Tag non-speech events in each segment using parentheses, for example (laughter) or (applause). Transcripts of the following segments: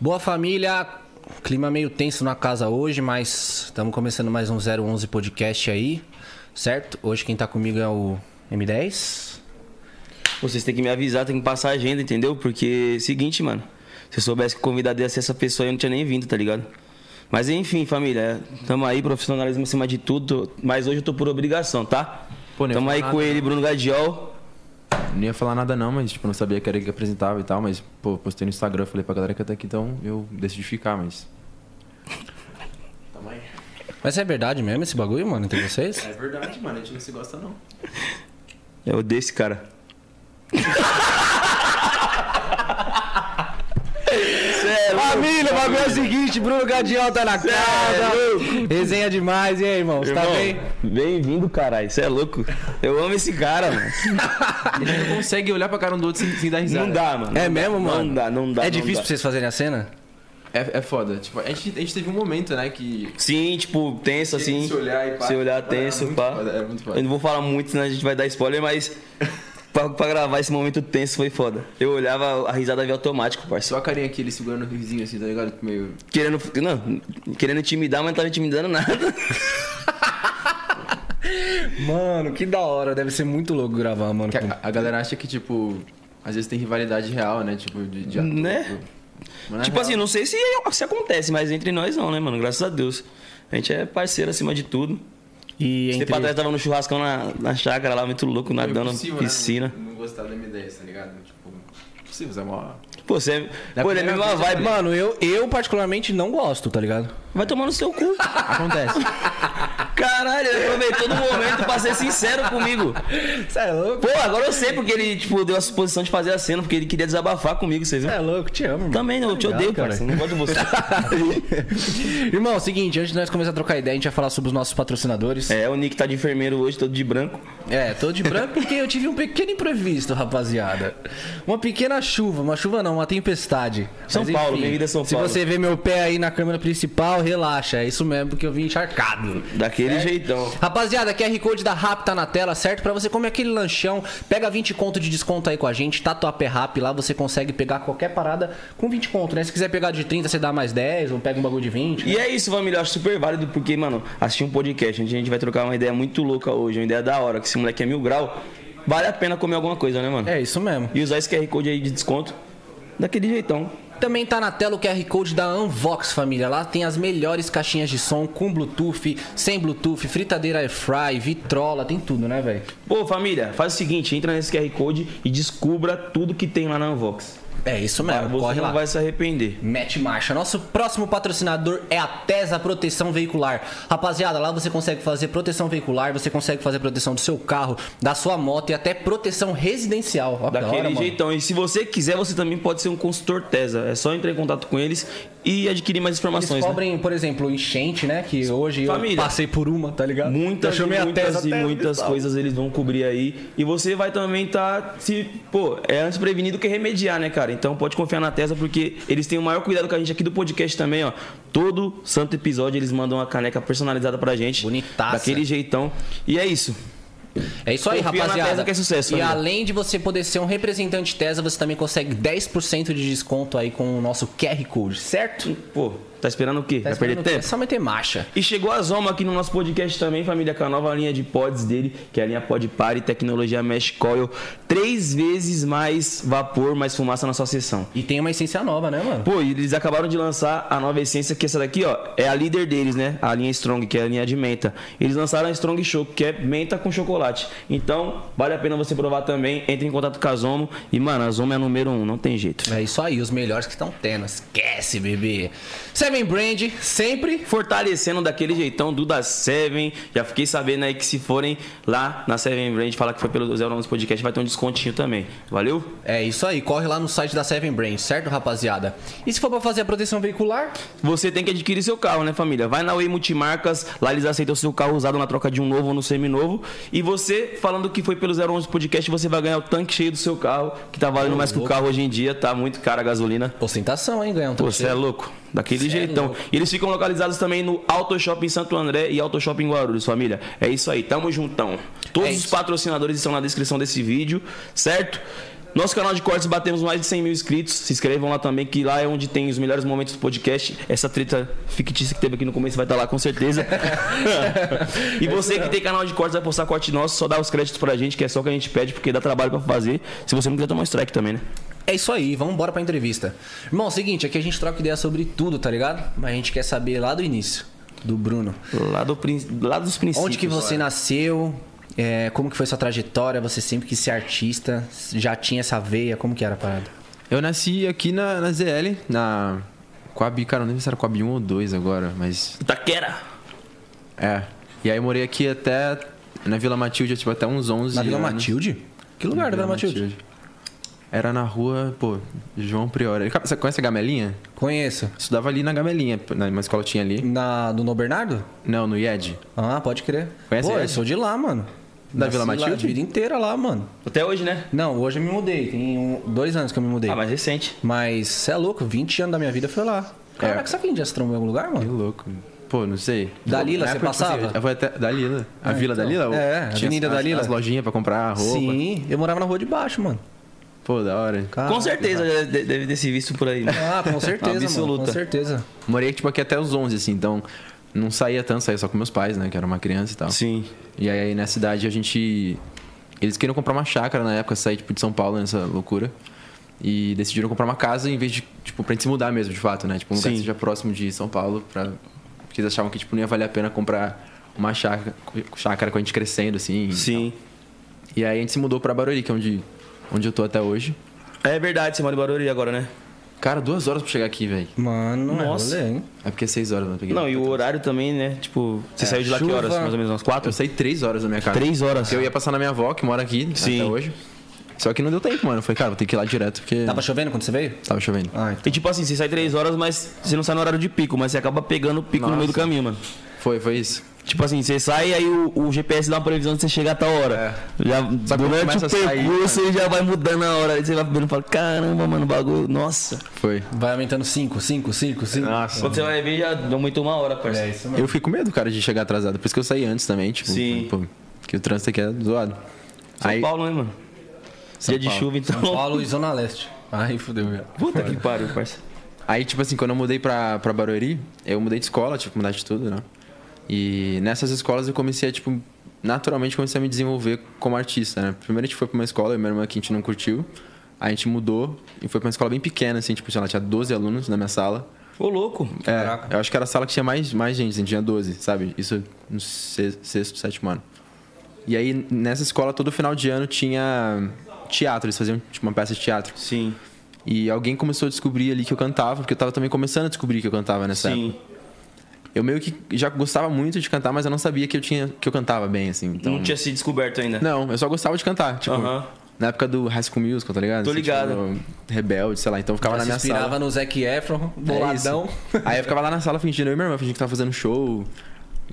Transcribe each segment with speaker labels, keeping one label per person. Speaker 1: Boa família, clima meio tenso na casa hoje, mas estamos começando mais um 011 podcast aí, certo? Hoje quem tá comigo é o M10.
Speaker 2: Vocês têm que me avisar, tem que passar a agenda, entendeu? Porque, é seguinte, mano. Se eu soubesse que o convidado ia ser essa pessoa, eu não tinha nem vindo, tá ligado? Mas enfim, família, tamo aí, profissionalismo acima de tudo. Mas hoje eu tô por obrigação, tá?
Speaker 3: Pô, nem
Speaker 2: tamo
Speaker 3: falar
Speaker 2: aí
Speaker 3: nada,
Speaker 2: com ele, Bruno Gadiol.
Speaker 3: Não ia falar nada não, mas tipo, não sabia que era ele que apresentava e tal, mas pô, postei no Instagram, falei pra galera que até aqui, então eu decidi ficar, (laughs) mas.
Speaker 1: Mas é verdade mesmo esse bagulho, mano, entre vocês?
Speaker 3: verdade, mano, a gente não se gosta não.
Speaker 2: Eu odeio esse É cara.
Speaker 1: Família, o bagulho é o seguinte, Bruno Gadiel tá na casa. Resenha demais, e aí, irmão? Você tá
Speaker 2: Irmão,
Speaker 1: bem?
Speaker 2: Bem-vindo, caralho. Você é louco. Eu amo esse cara, mano.
Speaker 3: A gente não consegue olhar pra cara um do outro sem, sem dar risada.
Speaker 2: Não dá, mano.
Speaker 1: É
Speaker 2: Não
Speaker 1: mesmo,
Speaker 2: dá,
Speaker 1: mano?
Speaker 2: Não dá, não dá.
Speaker 1: É
Speaker 2: não
Speaker 1: difícil
Speaker 2: dá.
Speaker 1: pra vocês fazerem a cena?
Speaker 3: É, é foda. Tipo, a gente, a gente teve um momento, né, que.
Speaker 2: Sim, tipo, tenso assim.
Speaker 3: Se olhar e pá.
Speaker 2: Se olhar
Speaker 3: Mano, é
Speaker 2: tenso,
Speaker 3: muito
Speaker 2: pá.
Speaker 3: foda, é muito foda.
Speaker 2: Eu não vou falar muito, senão a gente vai dar spoiler,
Speaker 3: (laughs)
Speaker 2: mas pra, pra gravar esse momento tenso foi foda. Eu olhava, a risada veio automático,
Speaker 3: Só
Speaker 2: parceiro.
Speaker 3: a carinha aqui, ele segurando o risinho assim, tá ligado? Meio.
Speaker 2: Querendo. Não, querendo intimidar, mas não tava intimidando (laughs) nada.
Speaker 1: Mano, que da hora, deve ser muito louco gravar, mano.
Speaker 3: Que a, a galera acha que, tipo, às vezes tem rivalidade real, né? Tipo, de. de ator,
Speaker 2: Né?
Speaker 3: tipo. Mas na
Speaker 2: tipo
Speaker 3: real-
Speaker 2: assim, não sei se, se acontece, mas entre nós não, né, mano? Graças a Deus. A gente é parceiro acima de tudo.
Speaker 1: E é
Speaker 2: Esse
Speaker 1: entre...
Speaker 2: tempo atrás tava no churrascão na, na chácara lá, muito louco,
Speaker 3: Meio
Speaker 2: nadando
Speaker 3: impossível,
Speaker 2: na
Speaker 3: né?
Speaker 2: piscina.
Speaker 3: Não, não gostar do M10, tá ligado? Tipo, impossível, Zé Mó.
Speaker 2: Pô, você.
Speaker 3: Da
Speaker 2: Pô, ele é a
Speaker 3: primeira
Speaker 2: mesma
Speaker 3: vez eu
Speaker 2: vibe. Mano,
Speaker 1: Mano, eu, eu particularmente não gosto, tá ligado?
Speaker 2: vai tomar no seu cu.
Speaker 1: Acontece.
Speaker 2: Caralho, ele aproveitou no momento pra ser sincero comigo.
Speaker 1: Você é louco?
Speaker 2: Pô, agora eu sei porque ele, tipo, deu a suposição de fazer a cena, porque ele queria desabafar comigo, você viu?
Speaker 1: Você é louco, te amo, mano.
Speaker 2: Também, eu te
Speaker 1: Obrigado,
Speaker 2: odeio,
Speaker 1: Tá cara.
Speaker 2: cara. Não gosto de
Speaker 1: (laughs)
Speaker 2: você.
Speaker 1: Irmão, é seguinte, antes de nós começar a trocar ideia, a gente vai falar sobre os nossos patrocinadores.
Speaker 2: É, o Nick tá de enfermeiro hoje, todo de branco.
Speaker 1: É, tô de branco porque eu tive um pequeno imprevisto, rapaziada. Uma pequena chuva, uma chuva não, uma tempestade.
Speaker 2: São Paulo, minha vida é São Paulo.
Speaker 1: Se você vê meu pé aí na câmera principal, relaxa. É isso mesmo, porque eu vim encharcado.
Speaker 2: Daquele
Speaker 1: É.
Speaker 2: jeitão.
Speaker 1: Rapaziada, QR Code da Rap tá na tela, certo? Pra você comer aquele lanchão, pega 20 conto de desconto aí com a gente, Tatuapé Rap, lá você consegue pegar qualquer parada com 20 conto, né? Se quiser pegar de 30, você dá mais 10, ou pega um bagulho de 20.
Speaker 2: E é isso, família. Eu acho super válido porque, mano, assistir um podcast, onde a gente vai trocar uma ideia muito louca hoje, uma ideia da hora, que esse moleque é mil grau. Vale a pena comer alguma coisa, né, mano?
Speaker 1: É isso mesmo.
Speaker 2: E usar esse QR Code aí de desconto. Daquele jeitão.
Speaker 1: Também tá na tela o QR Code da Unvox, família. Lá tem as melhores caixinhas de som com Bluetooth, sem Bluetooth, fritadeira air fry, vitrola, tem tudo, né, velho?
Speaker 2: Pô, família, faz o seguinte, entra nesse QR Code e descubra tudo que tem lá na Unbox.
Speaker 1: É isso
Speaker 2: Cara,
Speaker 1: mesmo,
Speaker 2: você
Speaker 1: corre
Speaker 2: não
Speaker 1: lá.
Speaker 2: vai se arrepender.
Speaker 1: Mete marcha. Nosso próximo patrocinador é a Tesa Proteção Veicular. Rapaziada, lá você consegue fazer proteção veicular, você consegue fazer proteção do seu carro, da sua moto e até proteção residencial. Ó, que da
Speaker 2: Daquele
Speaker 1: hora, mano.
Speaker 2: jeitão. E se você quiser, você também pode ser um consultor Tesa. É só entrar em contato com eles e adquirir mais
Speaker 1: Eles
Speaker 2: informações. né?
Speaker 1: cobrem, por exemplo, enchente, né? Que hoje eu
Speaker 2: Família.
Speaker 1: passei por uma, tá ligado?
Speaker 2: Muitas,
Speaker 1: eu
Speaker 2: e
Speaker 1: chamei a
Speaker 2: muitas
Speaker 1: Tesa
Speaker 2: e
Speaker 1: até-
Speaker 2: muitas coisas eles vão cobrir aí. E você vai também tá se. Pô, é antes prevenir do que remediar, né, cara? Então pode confiar na Tesa, porque eles têm o maior cuidado com a gente aqui do podcast também, ó. Todo santo episódio eles mandam uma caneca personalizada pra gente.
Speaker 1: Bonitaça.
Speaker 2: Daquele jeitão. E é isso.
Speaker 1: É isso aí,
Speaker 2: Confia na
Speaker 1: rapaziada.
Speaker 2: Tesa que é sucesso,
Speaker 1: e
Speaker 2: amigo.
Speaker 1: além de você poder ser um representante Tesa, você também consegue 10% de desconto aí com o nosso QR Code, certo?
Speaker 2: Pô, tá esperando o quê?
Speaker 1: Tá
Speaker 2: vai perder
Speaker 1: esperando o quê?
Speaker 2: tempo?
Speaker 1: É só meter marcha.
Speaker 2: E chegou a Zoma aqui no nosso podcast também, família, com a nova linha de pods dele, que é a linha Pod Party, tecnologia Mesh Coil. Três vezes mais vapor, mais fumaça na sua sessão.
Speaker 1: E tem uma essência nova, né, mano?
Speaker 2: Pô, e eles acabaram de lançar a nova essência, que essa daqui, ó, é a líder deles, né? A linha Strong, que é a linha de menta. Eles lançaram a Strong Show, que é menta com chocolate. Então, vale a pena você provar também. Entre em contato com a Zomo. E, mano, a Zomo é a número um, não tem jeito.
Speaker 1: É isso aí, os melhores que estão tendo. Esquece, bebê. Seven Brand, sempre.
Speaker 2: fortalecendo daquele jeitão do da Seven. Já fiquei sabendo aí que se forem lá na Seven Brand falar que foi pelo 011 Podcast, vai ter um descontinho também. Valeu?
Speaker 1: É isso aí, corre lá no site da Seven Brand, certo, rapaziada? E se for pra fazer a proteção veicular,
Speaker 2: Você tem que adquirir seu carro, né, família? Vai na Way Multimarcas, lá eles aceitam seu carro usado na troca de um novo ou no seminovo. E você, falando que foi pelo 011 Podcast, você vai ganhar o tanque cheio do seu carro, que tá valendo mais que o carro hoje em dia, tá muito cara a gasolina.
Speaker 1: ostentação, hein, ganhar um
Speaker 2: Pô, você é louco. Daquele jeitão. E eles ficam localizados também no Auto Shopping Santo André e Auto Shopping Guarulhos, família. É isso aí, tamo juntão. Todos
Speaker 1: É
Speaker 2: os
Speaker 1: isso.
Speaker 2: patrocinadores estão na descrição desse vídeo, certo? Nosso canal de cortes batemos mais de 100 mil inscritos. Se inscrevam lá também, que lá é onde tem os melhores momentos do podcast. Essa treta fictícia que teve aqui no começo vai estar lá
Speaker 1: (laughs)
Speaker 2: com certeza. e você que tem canal de cortes vai postar corte nosso, só dá os créditos pra gente, que é só o que a gente pede, porque dá trabalho pra fazer. Se você não quiser tomar strike também, né?
Speaker 1: É isso aí, vamos embora pra entrevista. Irmão, é seguinte, aqui a gente troca ideia sobre tudo, tá ligado? Mas a gente quer saber lá do início, do Bruno.
Speaker 2: Lá, do, prin- lá dos princípios.
Speaker 1: Onde que você nasceu? É, como que foi sua trajetória? Você sempre quis ser artista? Já tinha essa veia? Como que era a parada?
Speaker 3: Eu nasci aqui na, na ZL, na Coab, cara, não lembro se era Coab 1 ou 2 agora, mas
Speaker 2: Itaquera!
Speaker 3: é. E aí morei aqui até na Vila Matilde, tipo, até uns 11
Speaker 1: Na Vila
Speaker 3: anos.
Speaker 1: Matilde? Que lugar da Vila Matilde?
Speaker 3: Era na rua, pô, João Priora. Você conhece a Gamelinha?
Speaker 1: Conheço.
Speaker 3: Estudava ali na Gamelinha, na uma escola que tinha ali.
Speaker 1: Na, do No Bernardo?
Speaker 3: Não, no IED.
Speaker 1: Ah, pode crer.
Speaker 3: Conhece
Speaker 1: Pô,
Speaker 3: ele?
Speaker 1: eu sou de lá, mano.
Speaker 3: Da Vila
Speaker 1: lá,
Speaker 3: Matilde?
Speaker 1: A vida inteira lá, mano.
Speaker 2: Até hoje, né?
Speaker 1: Não, hoje eu me mudei. Tem um- dois anos que eu me mudei.
Speaker 2: Ah, mais recente.
Speaker 1: Mas você é louco, 20 anos da minha vida foi lá. Caraca, será que a gente já se trombou em algum lugar,
Speaker 3: Que
Speaker 1: mano?
Speaker 3: louco. Pô, não sei.
Speaker 1: Dalila,
Speaker 3: Na
Speaker 1: você
Speaker 3: época, tipo,
Speaker 1: passava?
Speaker 3: eu vou até. Dalila. A Vila
Speaker 1: então.
Speaker 3: Dalila?
Speaker 1: É,
Speaker 3: Tinha
Speaker 1: Avenida
Speaker 3: as-
Speaker 1: Dalila.
Speaker 3: As lojinhas pra comprar roupa.
Speaker 1: Sim, eu morava na rua de baixo, mano.
Speaker 3: Pô, da hora.
Speaker 1: Caraca.
Speaker 2: com certeza de- deve ter se visto por aí. né? (laughs)
Speaker 1: Ah, com certeza, mano.
Speaker 2: Absoluta.
Speaker 1: Com certeza.
Speaker 3: Morei, tipo, aqui até os 11, assim, então não saía tanto, saía só com meus pais, né, que era uma criança e tal.
Speaker 2: Sim.
Speaker 3: E aí na cidade a gente. Eles queriam comprar uma chácara na época, sair, tipo, de São Paulo nessa loucura. E decidiram comprar uma casa em vez de, tipo, pra gente se mudar mesmo, de fato, né? Tipo, um lugar que
Speaker 2: Sim.
Speaker 3: seja próximo de São Paulo, pra... porque eles achavam que, tipo, não ia valer a pena comprar uma chácara, chácara com a gente crescendo, assim.
Speaker 2: Sim.
Speaker 3: E aí a gente se mudou pra Barueri, que é onde, onde eu tô até hoje.
Speaker 2: É verdade, você mora em Barueri agora, né?
Speaker 3: Cara, duas horas pra chegar aqui, velho.
Speaker 1: Mano,
Speaker 2: Nossa.
Speaker 1: é rolê, hein?
Speaker 3: É porque é seis horas, né? Peguei-
Speaker 2: Não, e o horário também, né? Tipo, você saiu de lá que
Speaker 1: É, chuva.
Speaker 2: horas? Mais ou menos umas quatro?
Speaker 3: Eu saí três horas da minha casa.
Speaker 2: Três horas.
Speaker 3: Porque Eu ia passar na minha avó, que mora aqui
Speaker 2: Sim.
Speaker 3: até hoje. Só que não deu tempo, mano. Eu falei, cara, vou ter que ir lá direto, porque
Speaker 1: Tava
Speaker 3: tava,
Speaker 1: chovendo quando você veio?
Speaker 3: chovendo.
Speaker 1: Ah, então.
Speaker 2: E tipo assim, você sai três horas, mas você não sai no horário de pico, mas você acaba pegando o pico no meio do caminho, mano.
Speaker 3: Foi, foi isso.
Speaker 2: Tipo assim, você sai aí o, o GPS dá uma previsão de você chegar a tal hora.
Speaker 1: É.
Speaker 2: Já, durante o
Speaker 3: começa a sair,
Speaker 2: percurso você já vai mudando a hora. Aí você vai vendo e fala, caramba, mano, o bagulho. Nossa.
Speaker 3: Foi.
Speaker 1: Vai aumentando 5, 5, 5, 5.
Speaker 3: Nossa.
Speaker 2: Quando você vai ver, já aumentou uma hora,
Speaker 1: É
Speaker 2: parceiro.
Speaker 3: Eu fiquei com medo, cara, de chegar atrasado. Por isso que eu saí antes também, tipo,
Speaker 2: Sim.
Speaker 3: pô, que o trânsito aqui é zoado.
Speaker 2: São
Speaker 3: aí,
Speaker 2: Paulo, né, mano? Dia de
Speaker 3: Paulo.
Speaker 2: chuva, então.
Speaker 1: São Paulo e Zona Leste. Ai, fudeu, velho.
Speaker 2: Puta que pariu, parceiro.
Speaker 3: aí, tipo assim, quando eu mudei pra, pra Barueri, eu mudei de escola, tipo, mudar de tudo, né? E nessas escolas eu comecei a, tipo, naturalmente comecei a me desenvolver como artista, né? Primeiro a gente foi pra uma escola, eu e minha irmã que a gente não curtiu. Aí a gente mudou e foi pra uma escola bem pequena, assim, tipo, sei lá, tinha 12 alunos na minha sala.
Speaker 2: Ô, louco.
Speaker 3: É, eu acho que era a sala que tinha mais, mais gente, assim, tinha 12, sabe? Isso no se- sexto, sétimo ano. E aí, nessa escola, todo final de ano tinha teatro, eles faziam tipo, uma peça de teatro.
Speaker 2: Sim.
Speaker 3: E alguém começou a descobrir ali que eu cantava, porque eu tava também começando a descobrir que eu cantava nessa época.
Speaker 2: Sim.
Speaker 3: Eu meio que já gostava muito de cantar, mas eu não sabia que eu, tinha, que eu cantava bem, assim. Então...
Speaker 2: Não tinha se descoberto ainda.
Speaker 3: Não, eu só gostava de cantar, tipo...
Speaker 2: Aham.
Speaker 3: Na época do High School Musical, tá ligado?
Speaker 2: Tô
Speaker 3: Assim,
Speaker 2: ligado.
Speaker 3: tipo, rebelde, sei lá. Então eu ficava
Speaker 1: Ela
Speaker 3: na
Speaker 1: se
Speaker 3: minha
Speaker 1: inspirava
Speaker 3: sala.
Speaker 1: no Zac Efron,
Speaker 3: É isso.
Speaker 1: boladão.
Speaker 3: (laughs) Aí eu ficava lá na sala fingindo, eu e minha irmã fingindo que tava fazendo show.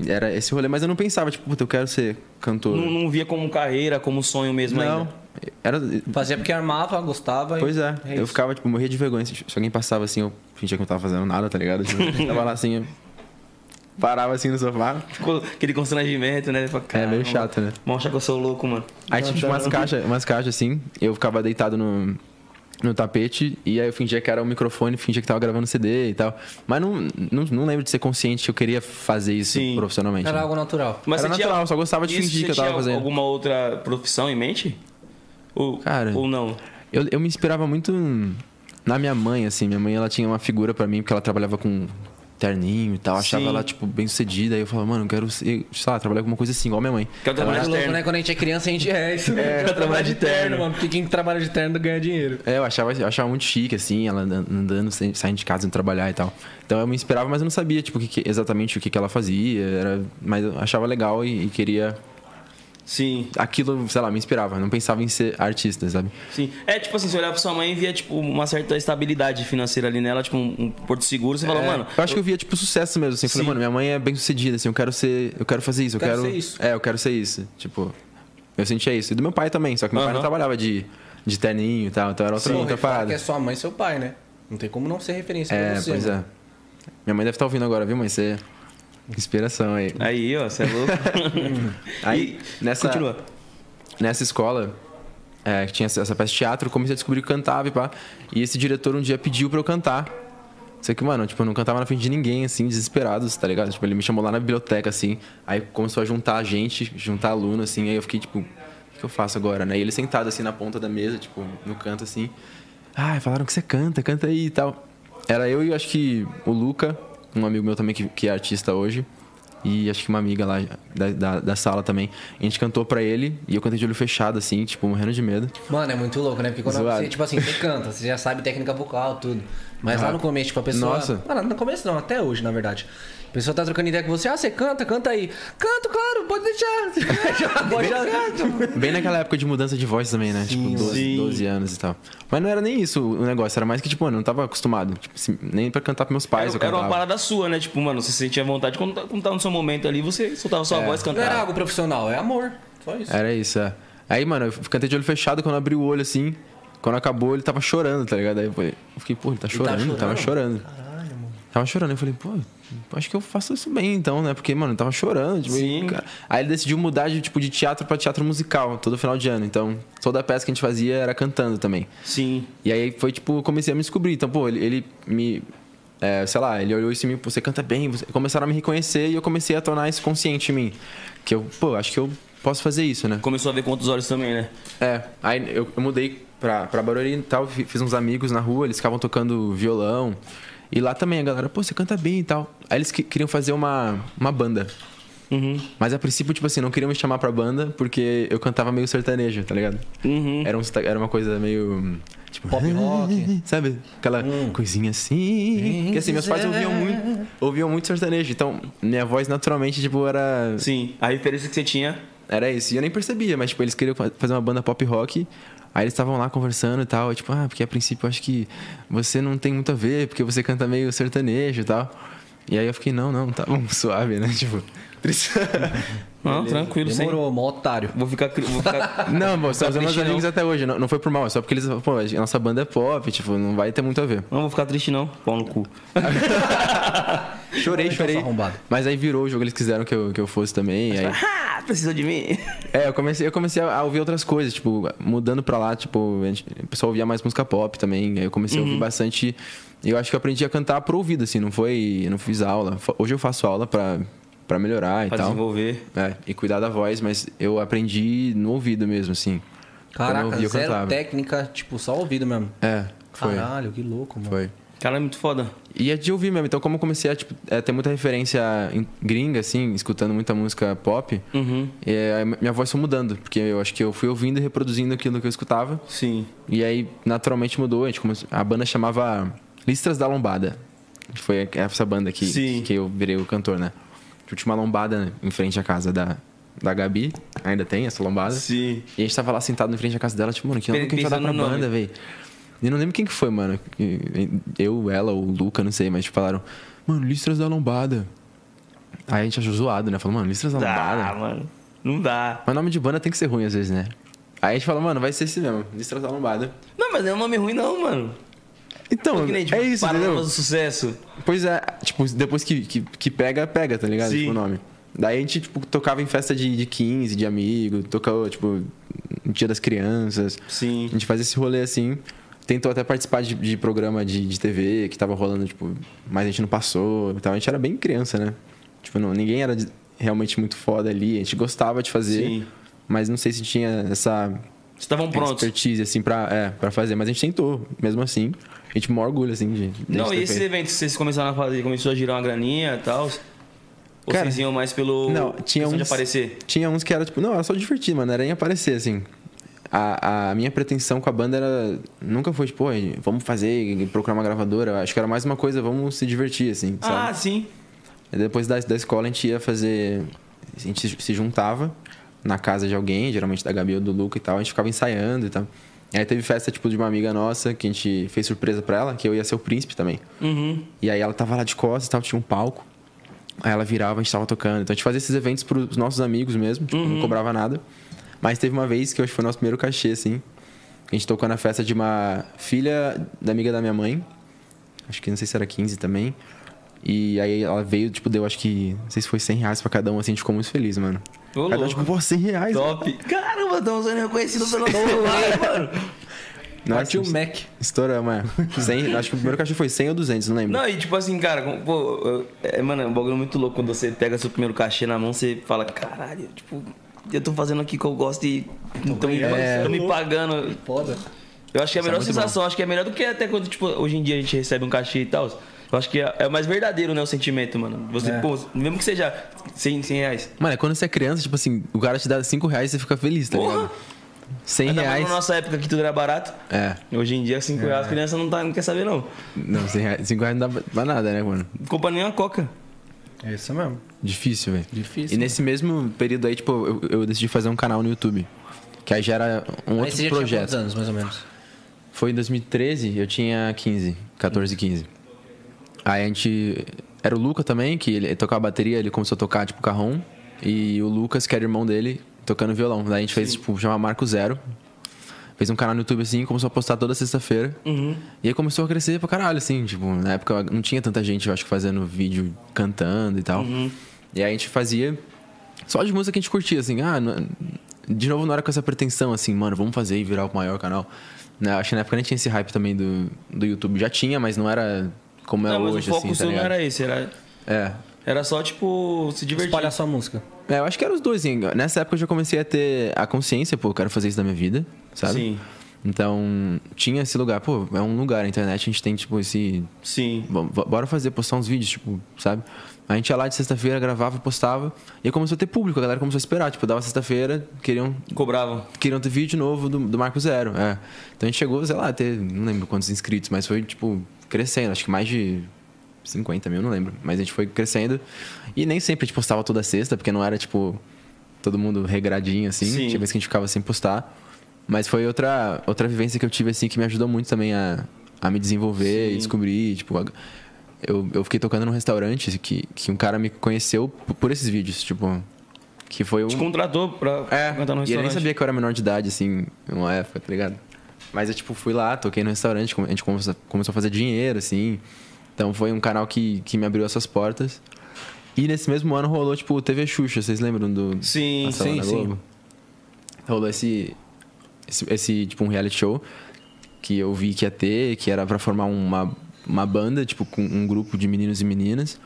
Speaker 3: Era esse rolê, mas eu não pensava, tipo, puta, eu quero ser cantor.
Speaker 2: Não, não via como carreira, como sonho mesmo
Speaker 3: Não.
Speaker 2: ainda.
Speaker 3: Era.
Speaker 1: Fazia porque amava, gostava. e-
Speaker 3: Pois é.
Speaker 1: isso.
Speaker 3: eu ficava, tipo, morria de vergonha. Se se alguém passava assim, eu fingia que não tava fazendo nada, tá ligado? Tipo, eu tava lá assim, eu parava assim no sofá.
Speaker 2: Ficou aquele constrangimento, né? Fala,
Speaker 3: É meio
Speaker 2: "Caramba,
Speaker 3: chato, né?
Speaker 2: Vão achar que eu sou louco, mano.
Speaker 3: Aí tinha tipo, umas caixas, umas caixas assim, eu ficava deitado no, no tapete e aí eu fingia que era um microfone, fingia que tava gravando CD e tal. Mas não, não, não lembro de ser consciente que eu queria fazer isso
Speaker 2: Sim.
Speaker 3: profissionalmente.
Speaker 1: Era
Speaker 3: né?
Speaker 1: algo natural.
Speaker 2: Mas
Speaker 3: Era
Speaker 2: você tinha-
Speaker 3: natural, eu só gostava de
Speaker 2: Isso,
Speaker 3: fingir
Speaker 2: você
Speaker 3: que eu tava
Speaker 2: tinha
Speaker 3: fazendo.
Speaker 2: alguma outra profissão em mente? Ou,
Speaker 3: Cara.
Speaker 2: ou não?
Speaker 3: Eu, eu me inspirava muito na minha mãe, assim. Minha mãe, ela tinha uma figura pra mim, porque ela trabalhava com terninho e tal. Achava
Speaker 2: Sim.
Speaker 3: ela, tipo, bem sucedida. Aí eu falava, mano, eu quero, ser, sei lá, trabalhar com alguma coisa assim, igual a minha mãe.
Speaker 2: Que eu trabalho
Speaker 1: Mas louco,
Speaker 2: externo.
Speaker 1: né? Quando a gente é criança, a gente é isso. mesmo.
Speaker 2: eu trabalho de terno.
Speaker 1: mano. Porque quem trabalha de terno ganha dinheiro.
Speaker 3: É, eu achava, eu achava muito chique, assim, ela andan- andando, sem- saindo de casa, indo trabalhar e tal. Então eu me inspirava, mas eu não sabia, tipo, o que que- exatamente o que, que ela fazia. Era, mas eu achava legal e, e queria.
Speaker 2: Sim,
Speaker 3: Aquilo, sei lá, me inspirava. Não pensava em ser artista, sabe?
Speaker 2: sim. É tipo assim, você olhar pra sua mãe e via, tipo, uma certa estabilidade financeira ali nela, tipo, um, um porto seguro, você fala, mano.
Speaker 3: É. Eu acho que eu via, tipo, sucesso mesmo, assim. Eu Falei,
Speaker 2: Sim.
Speaker 3: mano, minha mãe é bem sucedida, assim, eu quero ser. Eu quero fazer isso, eu
Speaker 1: Quero
Speaker 3: quero.
Speaker 1: ser isso.
Speaker 3: É, eu quero ser isso. Tipo, eu sentia isso. E do meu pai também, só que meu pai
Speaker 2: Aham.
Speaker 3: não trabalhava de, de terninho e tal, então era outra,
Speaker 1: Porra,
Speaker 3: outra
Speaker 1: e fala
Speaker 3: parada.
Speaker 1: Que é sua mãe e seu pai, né? Não tem como não ser referência
Speaker 3: É,
Speaker 1: pra você. né?
Speaker 3: pois
Speaker 1: mano.
Speaker 3: é. Minha mãe deve estar ouvindo agora, viu, mãe? Você. Inspiração aí.
Speaker 2: Aí, ó, você é louco.
Speaker 3: (laughs) Aí,
Speaker 2: E-
Speaker 3: nessa-
Speaker 2: Continua.
Speaker 3: Nessa escola, é, que tinha essa essa peça de teatro, comecei a descobrir que eu cantava e pá. E esse diretor um dia pediu pra eu cantar. Só que, mano, tipo, eu não cantava na frente de ninguém, assim, desesperados, tá ligado? Tipo, ele me chamou lá na biblioteca, assim, aí começou a juntar a gente, juntar aluno, assim, aí eu fiquei, tipo, o que que eu faço agora, né? E ele sentado, assim, na ponta da mesa, tipo, no canto, assim, ah, falaram que você canta, canta aí e tal. Era eu e acho que o Luca, um amigo meu também que, que é artista hoje, e acho que uma amiga lá da, da, da sala também. A gente cantou pra ele e eu cantei de olho fechado, assim, tipo, morrendo de medo.
Speaker 1: Mano, é muito louco, né? Porque quando
Speaker 3: Zoado.
Speaker 1: você, tipo assim, você canta, você já sabe técnica vocal, tudo. Mas lá no começo, tipo, a pessoa.
Speaker 3: Ah. Nossa.
Speaker 1: Ah, não, no começo não, até hoje, na verdade. A pessoa tá trocando ideia com você, ah, você canta, canta aí. Canto, claro, pode deixar. (laughs) já, pode já canto.
Speaker 3: Bem naquela época de mudança de voz também, né? tipo, 12, 12 anos e tal. Mas não era nem isso o negócio, era mais que, tipo, mano, eu não tava acostumado. Tipo, assim, nem pra cantar pros meus pais.
Speaker 2: Era,
Speaker 3: eu
Speaker 2: era uma
Speaker 3: cantava.
Speaker 2: parada sua, né? Tipo, mano, você sentia vontade quando, tá- quando tava no seu momento ali, você soltava
Speaker 3: É.
Speaker 2: sua voz
Speaker 1: Não era
Speaker 2: cantando.
Speaker 1: algo profissional, é amor. Só isso.
Speaker 3: Era isso, é. Aí, mano, eu cantei de olho fechado, quando eu abri o olho assim, quando acabou, ele tava chorando, tá ligado? Aí eu falei- eu fiquei, pô, ele tá chorando, tava chorando.
Speaker 1: Caralho, mano.
Speaker 3: Tava chorando, eu falei, pô, acho que eu faço isso bem então, né? Porque, mano, eu tava chorando. Tipo,
Speaker 2: Sim.
Speaker 3: cara. Aí ele decidiu mudar de, tipo, de teatro pra teatro musical, todo final de ano. Então, toda peça que a gente fazia era cantando também.
Speaker 2: Sim.
Speaker 3: E aí foi tipo, eu comecei a me descobrir. Então, pô, ele, ele me. é, sei lá, ele olhou isso em mim, pô, você canta bem. Você... Começaram a me reconhecer e eu comecei a tornar isso consciente em mim. Que eu, pô, acho que eu posso fazer isso, né?
Speaker 2: Começou a ver com outros olhos também, né?
Speaker 3: É, aí eu, eu mudei pra, pra Barueri e tal, fi- fiz uns amigos na rua, eles ficavam tocando violão. E lá também a galera, pô, você canta bem e tal. Aí eles que- queriam fazer uma, uma banda.
Speaker 2: Uhum.
Speaker 3: Mas a princípio, tipo assim, não queriam me chamar pra banda porque eu cantava meio sertanejo, tá ligado?
Speaker 2: Uhum.
Speaker 3: Era, um serta- era uma coisa meio. Tipo,
Speaker 1: Pop rock.
Speaker 3: Sabe? Aquela coisinha assim. Porque assim, meus pais ouviam muito, ouviam muito sertanejo. Então, minha voz naturalmente, tipo, era.
Speaker 2: Sim. A referência que você tinha.
Speaker 3: Era isso. E eu nem percebia, mas, tipo, eles queriam fa- fazer uma banda pop rock. Aí eles estavam lá conversando e tal. e, tipo, ah, porque a princípio eu acho que você não tem muito a ver, porque você canta meio sertanejo e tal. E aí eu fiquei, não, não, tá bom, (laughs) suave, né? Tipo, triste. (laughs)
Speaker 2: Não, tranquilo, sim.
Speaker 1: Demorou, mó otário.
Speaker 2: Vou ficar. cri- Vou
Speaker 3: (laughs)
Speaker 2: ficar...
Speaker 3: Não, pô, são os meus
Speaker 2: Tá triste, não.
Speaker 3: amigos até hoje. Não, não foi por mal, é só porque eles, pô, a nossa banda é pop, tipo, não vai ter muito a ver.
Speaker 2: não vou ficar triste, não. Pau no cu.
Speaker 3: Então. Chorei,
Speaker 1: Olha que
Speaker 3: chorei.
Speaker 1: arrombado.
Speaker 3: Mas aí virou o jogo, eles quiseram que eu, que eu fosse também. aí-
Speaker 2: Ah, precisa de mim?
Speaker 3: É, eu comecei, eu comecei a ouvir outras coisas, tipo, mudando pra lá, tipo, a gente, o pessoal ouvia mais música pop também. Aí eu comecei
Speaker 1: Uhum.
Speaker 3: a ouvir bastante. e Eu acho que eu aprendi a cantar pro ouvido, assim, não foi. Eu não fiz aula. Fa- Hoje eu faço aula pra, pra melhorar
Speaker 2: Pra
Speaker 3: e tal.
Speaker 2: desenvolver.
Speaker 3: É, e cuidar da voz, mas eu aprendi no ouvido mesmo, assim. Quando eu
Speaker 1: Caraca,
Speaker 3: ouvia, eu
Speaker 1: zero
Speaker 3: cantava.
Speaker 1: técnica, tipo, só ouvido mesmo.
Speaker 3: É, foi.
Speaker 1: Caralho, que louco, mano.
Speaker 3: Foi.
Speaker 2: Cara, é muito foda.
Speaker 3: E é de ouvir mesmo. Então, como eu comecei a tipo, é, ter muita referência em- gringa, assim, escutando muita música pop,
Speaker 2: Uhum.
Speaker 3: é, a minha voz foi mudando. Porque eu acho que eu fui ouvindo e reproduzindo aquilo que eu escutava.
Speaker 2: Sim.
Speaker 3: E aí, naturalmente, mudou. A, gente começou- a banda chamava Listras da Lombada. que Foi essa banda que,
Speaker 2: Sim.
Speaker 3: que eu virei o cantor, né? Última lombada em frente à casa da, da Gabi. Ainda tem essa lombada.
Speaker 2: Sim.
Speaker 3: E a gente tava lá sentado em frente à casa dela, tipo, mano, que nome que a gente vai dar pra
Speaker 2: Pensando no
Speaker 3: banda, velho? E eu não lembro quem que foi, mano. Eu, ela, o Luca, não sei, mas tipo, falaram, mano, Listras da Lombada. Aí a gente achou zoado, né? Falou, mano, Listras da Lombada.
Speaker 2: Dá, mano. Não dá.
Speaker 3: Mas nome de banda tem que ser ruim às vezes, né? Aí a gente fala, mano, vai ser esse mesmo, Listras da Lombada.
Speaker 2: Não, mas não é um nome ruim, não, mano.
Speaker 3: Então,
Speaker 2: Que nem, tipo,
Speaker 3: é isso,
Speaker 2: Paralamas
Speaker 3: entendeu?
Speaker 2: do sucesso.
Speaker 3: Pois é, tipo, depois que, que, que pega, pega, tá ligado?
Speaker 2: Sim.
Speaker 3: Tipo, o nome. Daí a gente, tipo, tocava em festa de, de 15, de amigo, tocou, tipo, no Dia das Crianças.
Speaker 2: Sim.
Speaker 3: A gente fazia esse rolê assim. Tentou até participar de, de programa de, de TV que tava rolando, tipo, mas a gente não passou e tal. A gente era bem criança, né? Tipo, não, ninguém era de- realmente muito foda ali. A gente gostava de fazer,
Speaker 2: Sim.
Speaker 3: mas não sei se tinha essa
Speaker 2: Estavam prontos.
Speaker 3: expertise, assim, pra, é, pra fazer. Mas a gente tentou, mesmo assim. A gente maior orgulho, assim, de. de
Speaker 2: Não,
Speaker 3: ter
Speaker 2: e esses
Speaker 3: feito.
Speaker 2: eventos que vocês começaram a fazer, começou a girar uma graninha e tal? Ou
Speaker 3: Cara,
Speaker 2: vocês iam mais pelo.
Speaker 3: não, tinha
Speaker 2: questão de
Speaker 3: uns-
Speaker 2: aparecer?
Speaker 3: Tinha uns que era, tipo, não, era só divertir, mano. Era em aparecer, assim. A, a minha pretensão com a banda era. Nunca foi, tipo, "Pô, vamos fazer, procurar uma gravadora. Acho que era mais uma coisa, vamos se divertir, assim, sabe?
Speaker 2: Ah, sim.
Speaker 3: E Depois da, da escola a gente ia fazer. A gente se- se juntava na casa de alguém, geralmente da Gabi ou do Luca e tal, a gente ficava ensaiando e tal. E aí teve festa, tipo, de uma amiga nossa, que a gente fez surpresa pra ela, que eu ia ser o príncipe também.
Speaker 2: Uhum.
Speaker 3: E aí ela tava lá de costas e tal, tinha um palco. Aí ela virava, a gente tava tocando. Então a gente fazia esses eventos pros nossos amigos mesmo, tipo,
Speaker 2: Uhum.
Speaker 3: não cobrava nada. Mas teve uma vez que eu acho que foi o nosso primeiro cachê, assim. A gente tocou na festa de uma filha da amiga da minha mãe. Acho que não sei se era 15 também. E aí ela veio, tipo, deu acho que, não sei se foi 100 reais pra cada um, assim, a gente ficou muito feliz, mano.
Speaker 2: Ô,
Speaker 3: cada um,
Speaker 2: louco.
Speaker 3: tipo, pô, 100 reais.
Speaker 2: Top. Caramba, estamos sendo reconhecidos pelo mano.
Speaker 3: Nossa,
Speaker 4: Partiu
Speaker 2: um
Speaker 4: o Mac.
Speaker 3: Estouramos, é. 100, acho que o primeiro cachê foi 100 ou 200, não lembro.
Speaker 2: Não, e tipo assim, cara, como- pô, eu- é, mano, é um bagulho muito louco quando você pega seu primeiro cachê na mão, você fala, caralho, tipo, eu tô fazendo aqui que eu gosto e não tô me, tão
Speaker 3: É.
Speaker 2: me pagando.
Speaker 4: Foda.
Speaker 2: Eu acho que é a
Speaker 3: Isso é
Speaker 2: melhor
Speaker 3: muito
Speaker 2: sensação, acho que é melhor do que até quando, tipo, hoje em dia a gente recebe um cachê e tal. Eu acho que é, é o mais verdadeiro, né, o sentimento, mano. Você,
Speaker 3: É.
Speaker 2: pô, mesmo que seja 100, 100 reais.
Speaker 3: Mano, é quando você é criança, tipo assim, o cara te dá 5 reais e você fica feliz, tá
Speaker 2: Porra!
Speaker 3: ligado? 100
Speaker 2: Ainda mais
Speaker 3: reais.
Speaker 2: na nossa época que tudo era barato.
Speaker 3: É.
Speaker 2: Hoje em dia, 5 reais, a criança não, tá, não quer saber, não.
Speaker 3: Não, 100 reais, 5 reais não dá pra nada, né, mano?
Speaker 2: Não compra nem uma coca.
Speaker 4: É isso mesmo.
Speaker 3: Difícil, velho.
Speaker 4: Difícil,
Speaker 3: E nesse mesmo período aí, tipo, eu, eu decidi fazer um canal no YouTube. Que aí já era um
Speaker 1: Mas você
Speaker 3: outro
Speaker 1: já tinha quantos
Speaker 3: projeto.
Speaker 1: anos, mais ou menos?
Speaker 3: Foi em 2013, eu tinha 15, 14, 15. Aí a gente. Era o Luca também, que ele tocava bateria, ele começou a tocar, tipo, carrom. E o Lucas, que era irmão dele, tocando violão. Daí a gente fez, tipo, chamar Marco Zero. Fez um canal no YouTube assim, começou a postar toda sexta-feira. E aí começou a crescer pra caralho, assim, tipo, na época não tinha tanta gente, eu acho que fazendo vídeo cantando e tal. E aí a gente fazia só de música que a gente curtia, assim, ah, não- de novo não era com essa pretensão, assim, mano, vamos fazer e virar o maior canal. Né, Acho que na época nem tinha esse hype também do, do YouTube. Já tinha, mas não era como é
Speaker 2: não, mas
Speaker 3: hoje,
Speaker 2: o
Speaker 3: assim,
Speaker 2: foco
Speaker 3: tá
Speaker 2: seu não
Speaker 3: ligado?
Speaker 2: era esse, era,
Speaker 3: É.
Speaker 2: era só, tipo, se divertir.
Speaker 1: Espalhar sua música.
Speaker 3: É, eu acho que era os dois, assim. Nessa época eu já comecei a ter a consciência, pô, eu quero fazer isso na minha vida, sabe?
Speaker 2: Sim.
Speaker 3: Então, tinha esse lugar, pô, é um lugar, a internet a gente tem, tipo, esse
Speaker 2: Sim.
Speaker 3: Bom, bo- bora fazer, postar uns vídeos, tipo, sabe? A gente ia lá de sexta-feira, gravava, postava. E aí começou a ter público, a galera começou a esperar. Tipo, dava sexta-feira, queriam,
Speaker 2: Cobravam.
Speaker 3: queriam ter vídeo novo do, do Marco Zero. É. Então a gente chegou, sei lá, a ter, não lembro quantos inscritos, mas foi, tipo, crescendo. Acho que mais de 50 mil, não lembro. Mas a gente foi crescendo. E nem sempre a gente postava toda sexta, porque não era, tipo, todo mundo regradinho, assim.
Speaker 2: Sim.
Speaker 3: Tinha vez que a gente ficava sem postar. Mas foi outra, outra vivência que eu tive, assim, que me ajudou muito também a, a me desenvolver e descobrir, tipo... a- eu, eu fiquei tocando num restaurante que, que um cara me conheceu p- por esses vídeos, tipo... Que foi um...
Speaker 2: Te contratou pra cantar no
Speaker 3: É, e eu nem
Speaker 2: restaurante.
Speaker 3: sabia que eu era menor de idade, assim, numa época, tá ligado? Mas eu, tipo, fui lá, toquei no restaurante, come- a gente começou, começou a fazer dinheiro, assim. Então foi um canal que, que me abriu essas portas. E nesse mesmo ano rolou, tipo, o TV Xuxa, vocês lembram do...
Speaker 2: Sim,
Speaker 3: passava
Speaker 2: sim,
Speaker 3: na
Speaker 2: sim.
Speaker 3: Globo? Rolou esse, esse, esse, tipo, um reality show que eu vi que ia ter, que era pra formar uma, uma banda, tipo, com um grupo de meninos e meninas.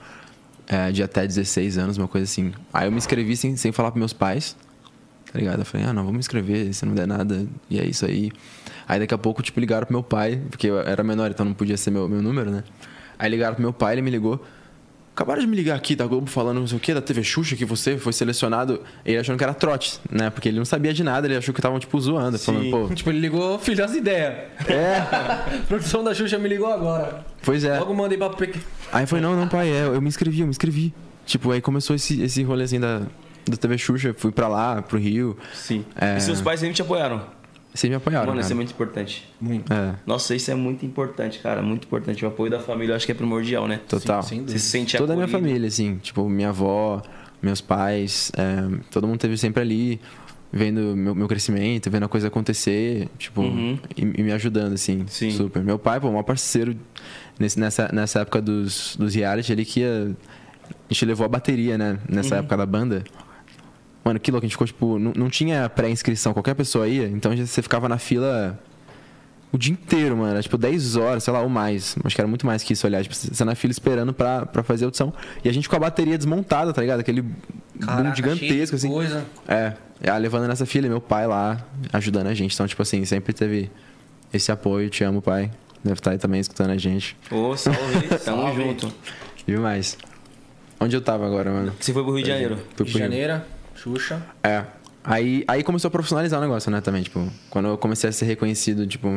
Speaker 3: é, de até 16 anos, uma coisa assim. Aí eu me inscrevi sem, sem falar pros meus pais. Tá ligado? Eu falei, ah, não, vou me inscrever, se não der nada, e é isso aí. Aí daqui a pouco, tipo, ligaram pro meu pai, porque eu era menor, então não podia ser meu, meu número, né? Aí ligaram pro meu pai, ele me ligou. Acabaram de me ligar aqui da Globo falando não sei o que, da TV Xuxa, que você foi selecionado. Ele achando que era trote, né? Porque ele não sabia de nada, ele achou que estavam, tipo, zoando, falando, pô.
Speaker 1: Tipo, ele ligou, filho, as ideias. É. (laughs) Produção da Xuxa me ligou agora.
Speaker 3: Pois é.
Speaker 1: Logo mandei pra... Pequ-
Speaker 3: Aí eu falei, não, não, pai, é, eu me inscrevi, eu me inscrevi. Tipo, aí começou esse, esse rolezinho da, da TV Xuxa, fui pra lá, pro Rio.
Speaker 2: Sim.
Speaker 3: É.
Speaker 2: E seus pais sempre te apoiaram.
Speaker 3: Vocês me apoiaram,
Speaker 2: Mano, isso é
Speaker 3: cara.
Speaker 2: muito importante.
Speaker 3: É,
Speaker 2: Nossa, isso é muito importante, cara. Muito importante. O apoio da família eu acho que é primordial, né?
Speaker 3: total.
Speaker 2: Você se sente
Speaker 3: Toda a minha
Speaker 2: acolhido.
Speaker 3: família, assim, tipo, minha avó, meus pais, é, todo mundo teve sempre ali, vendo meu, meu crescimento, vendo a coisa acontecer, tipo, e, e me ajudando, assim,
Speaker 2: Uhum. Sim.
Speaker 3: super. Meu pai, pô, o maior parceiro nesse- nessa, nessa época dos, dos reality, ele que ia, a gente levou a bateria, né, nessa
Speaker 2: Uhum.
Speaker 3: época da banda. Mano, que louco, a gente ficou, tipo, não, não tinha pré-inscrição, qualquer pessoa ia, então já- você ficava na fila o dia inteiro, mano. Era tipo 10 horas, sei lá, ou mais. Acho que era muito mais que isso, aliás. Tipo, você na fila esperando pra, pra fazer a audição. E a gente com a bateria desmontada, tá ligado? Aquele boom
Speaker 1: Caraca, cheio de
Speaker 3: gigantesco, assim.
Speaker 1: Coisa.
Speaker 3: É. é, levando nessa fila, e meu pai lá ajudando a gente. Então, tipo assim, sempre teve esse apoio. Te amo, pai. Deve estar aí também escutando a gente.
Speaker 2: Ô,
Speaker 3: (laughs)
Speaker 2: salve. Tamo junto.
Speaker 3: Demais. Onde eu tava agora, mano?
Speaker 2: Você foi pro Rio de Janeiro.
Speaker 3: Fui pro Rio.
Speaker 1: Janeira, Xuxa.
Speaker 3: É. Aí, aí começou a profissionalizar o negócio, né, também, tipo, quando eu comecei a ser reconhecido, tipo,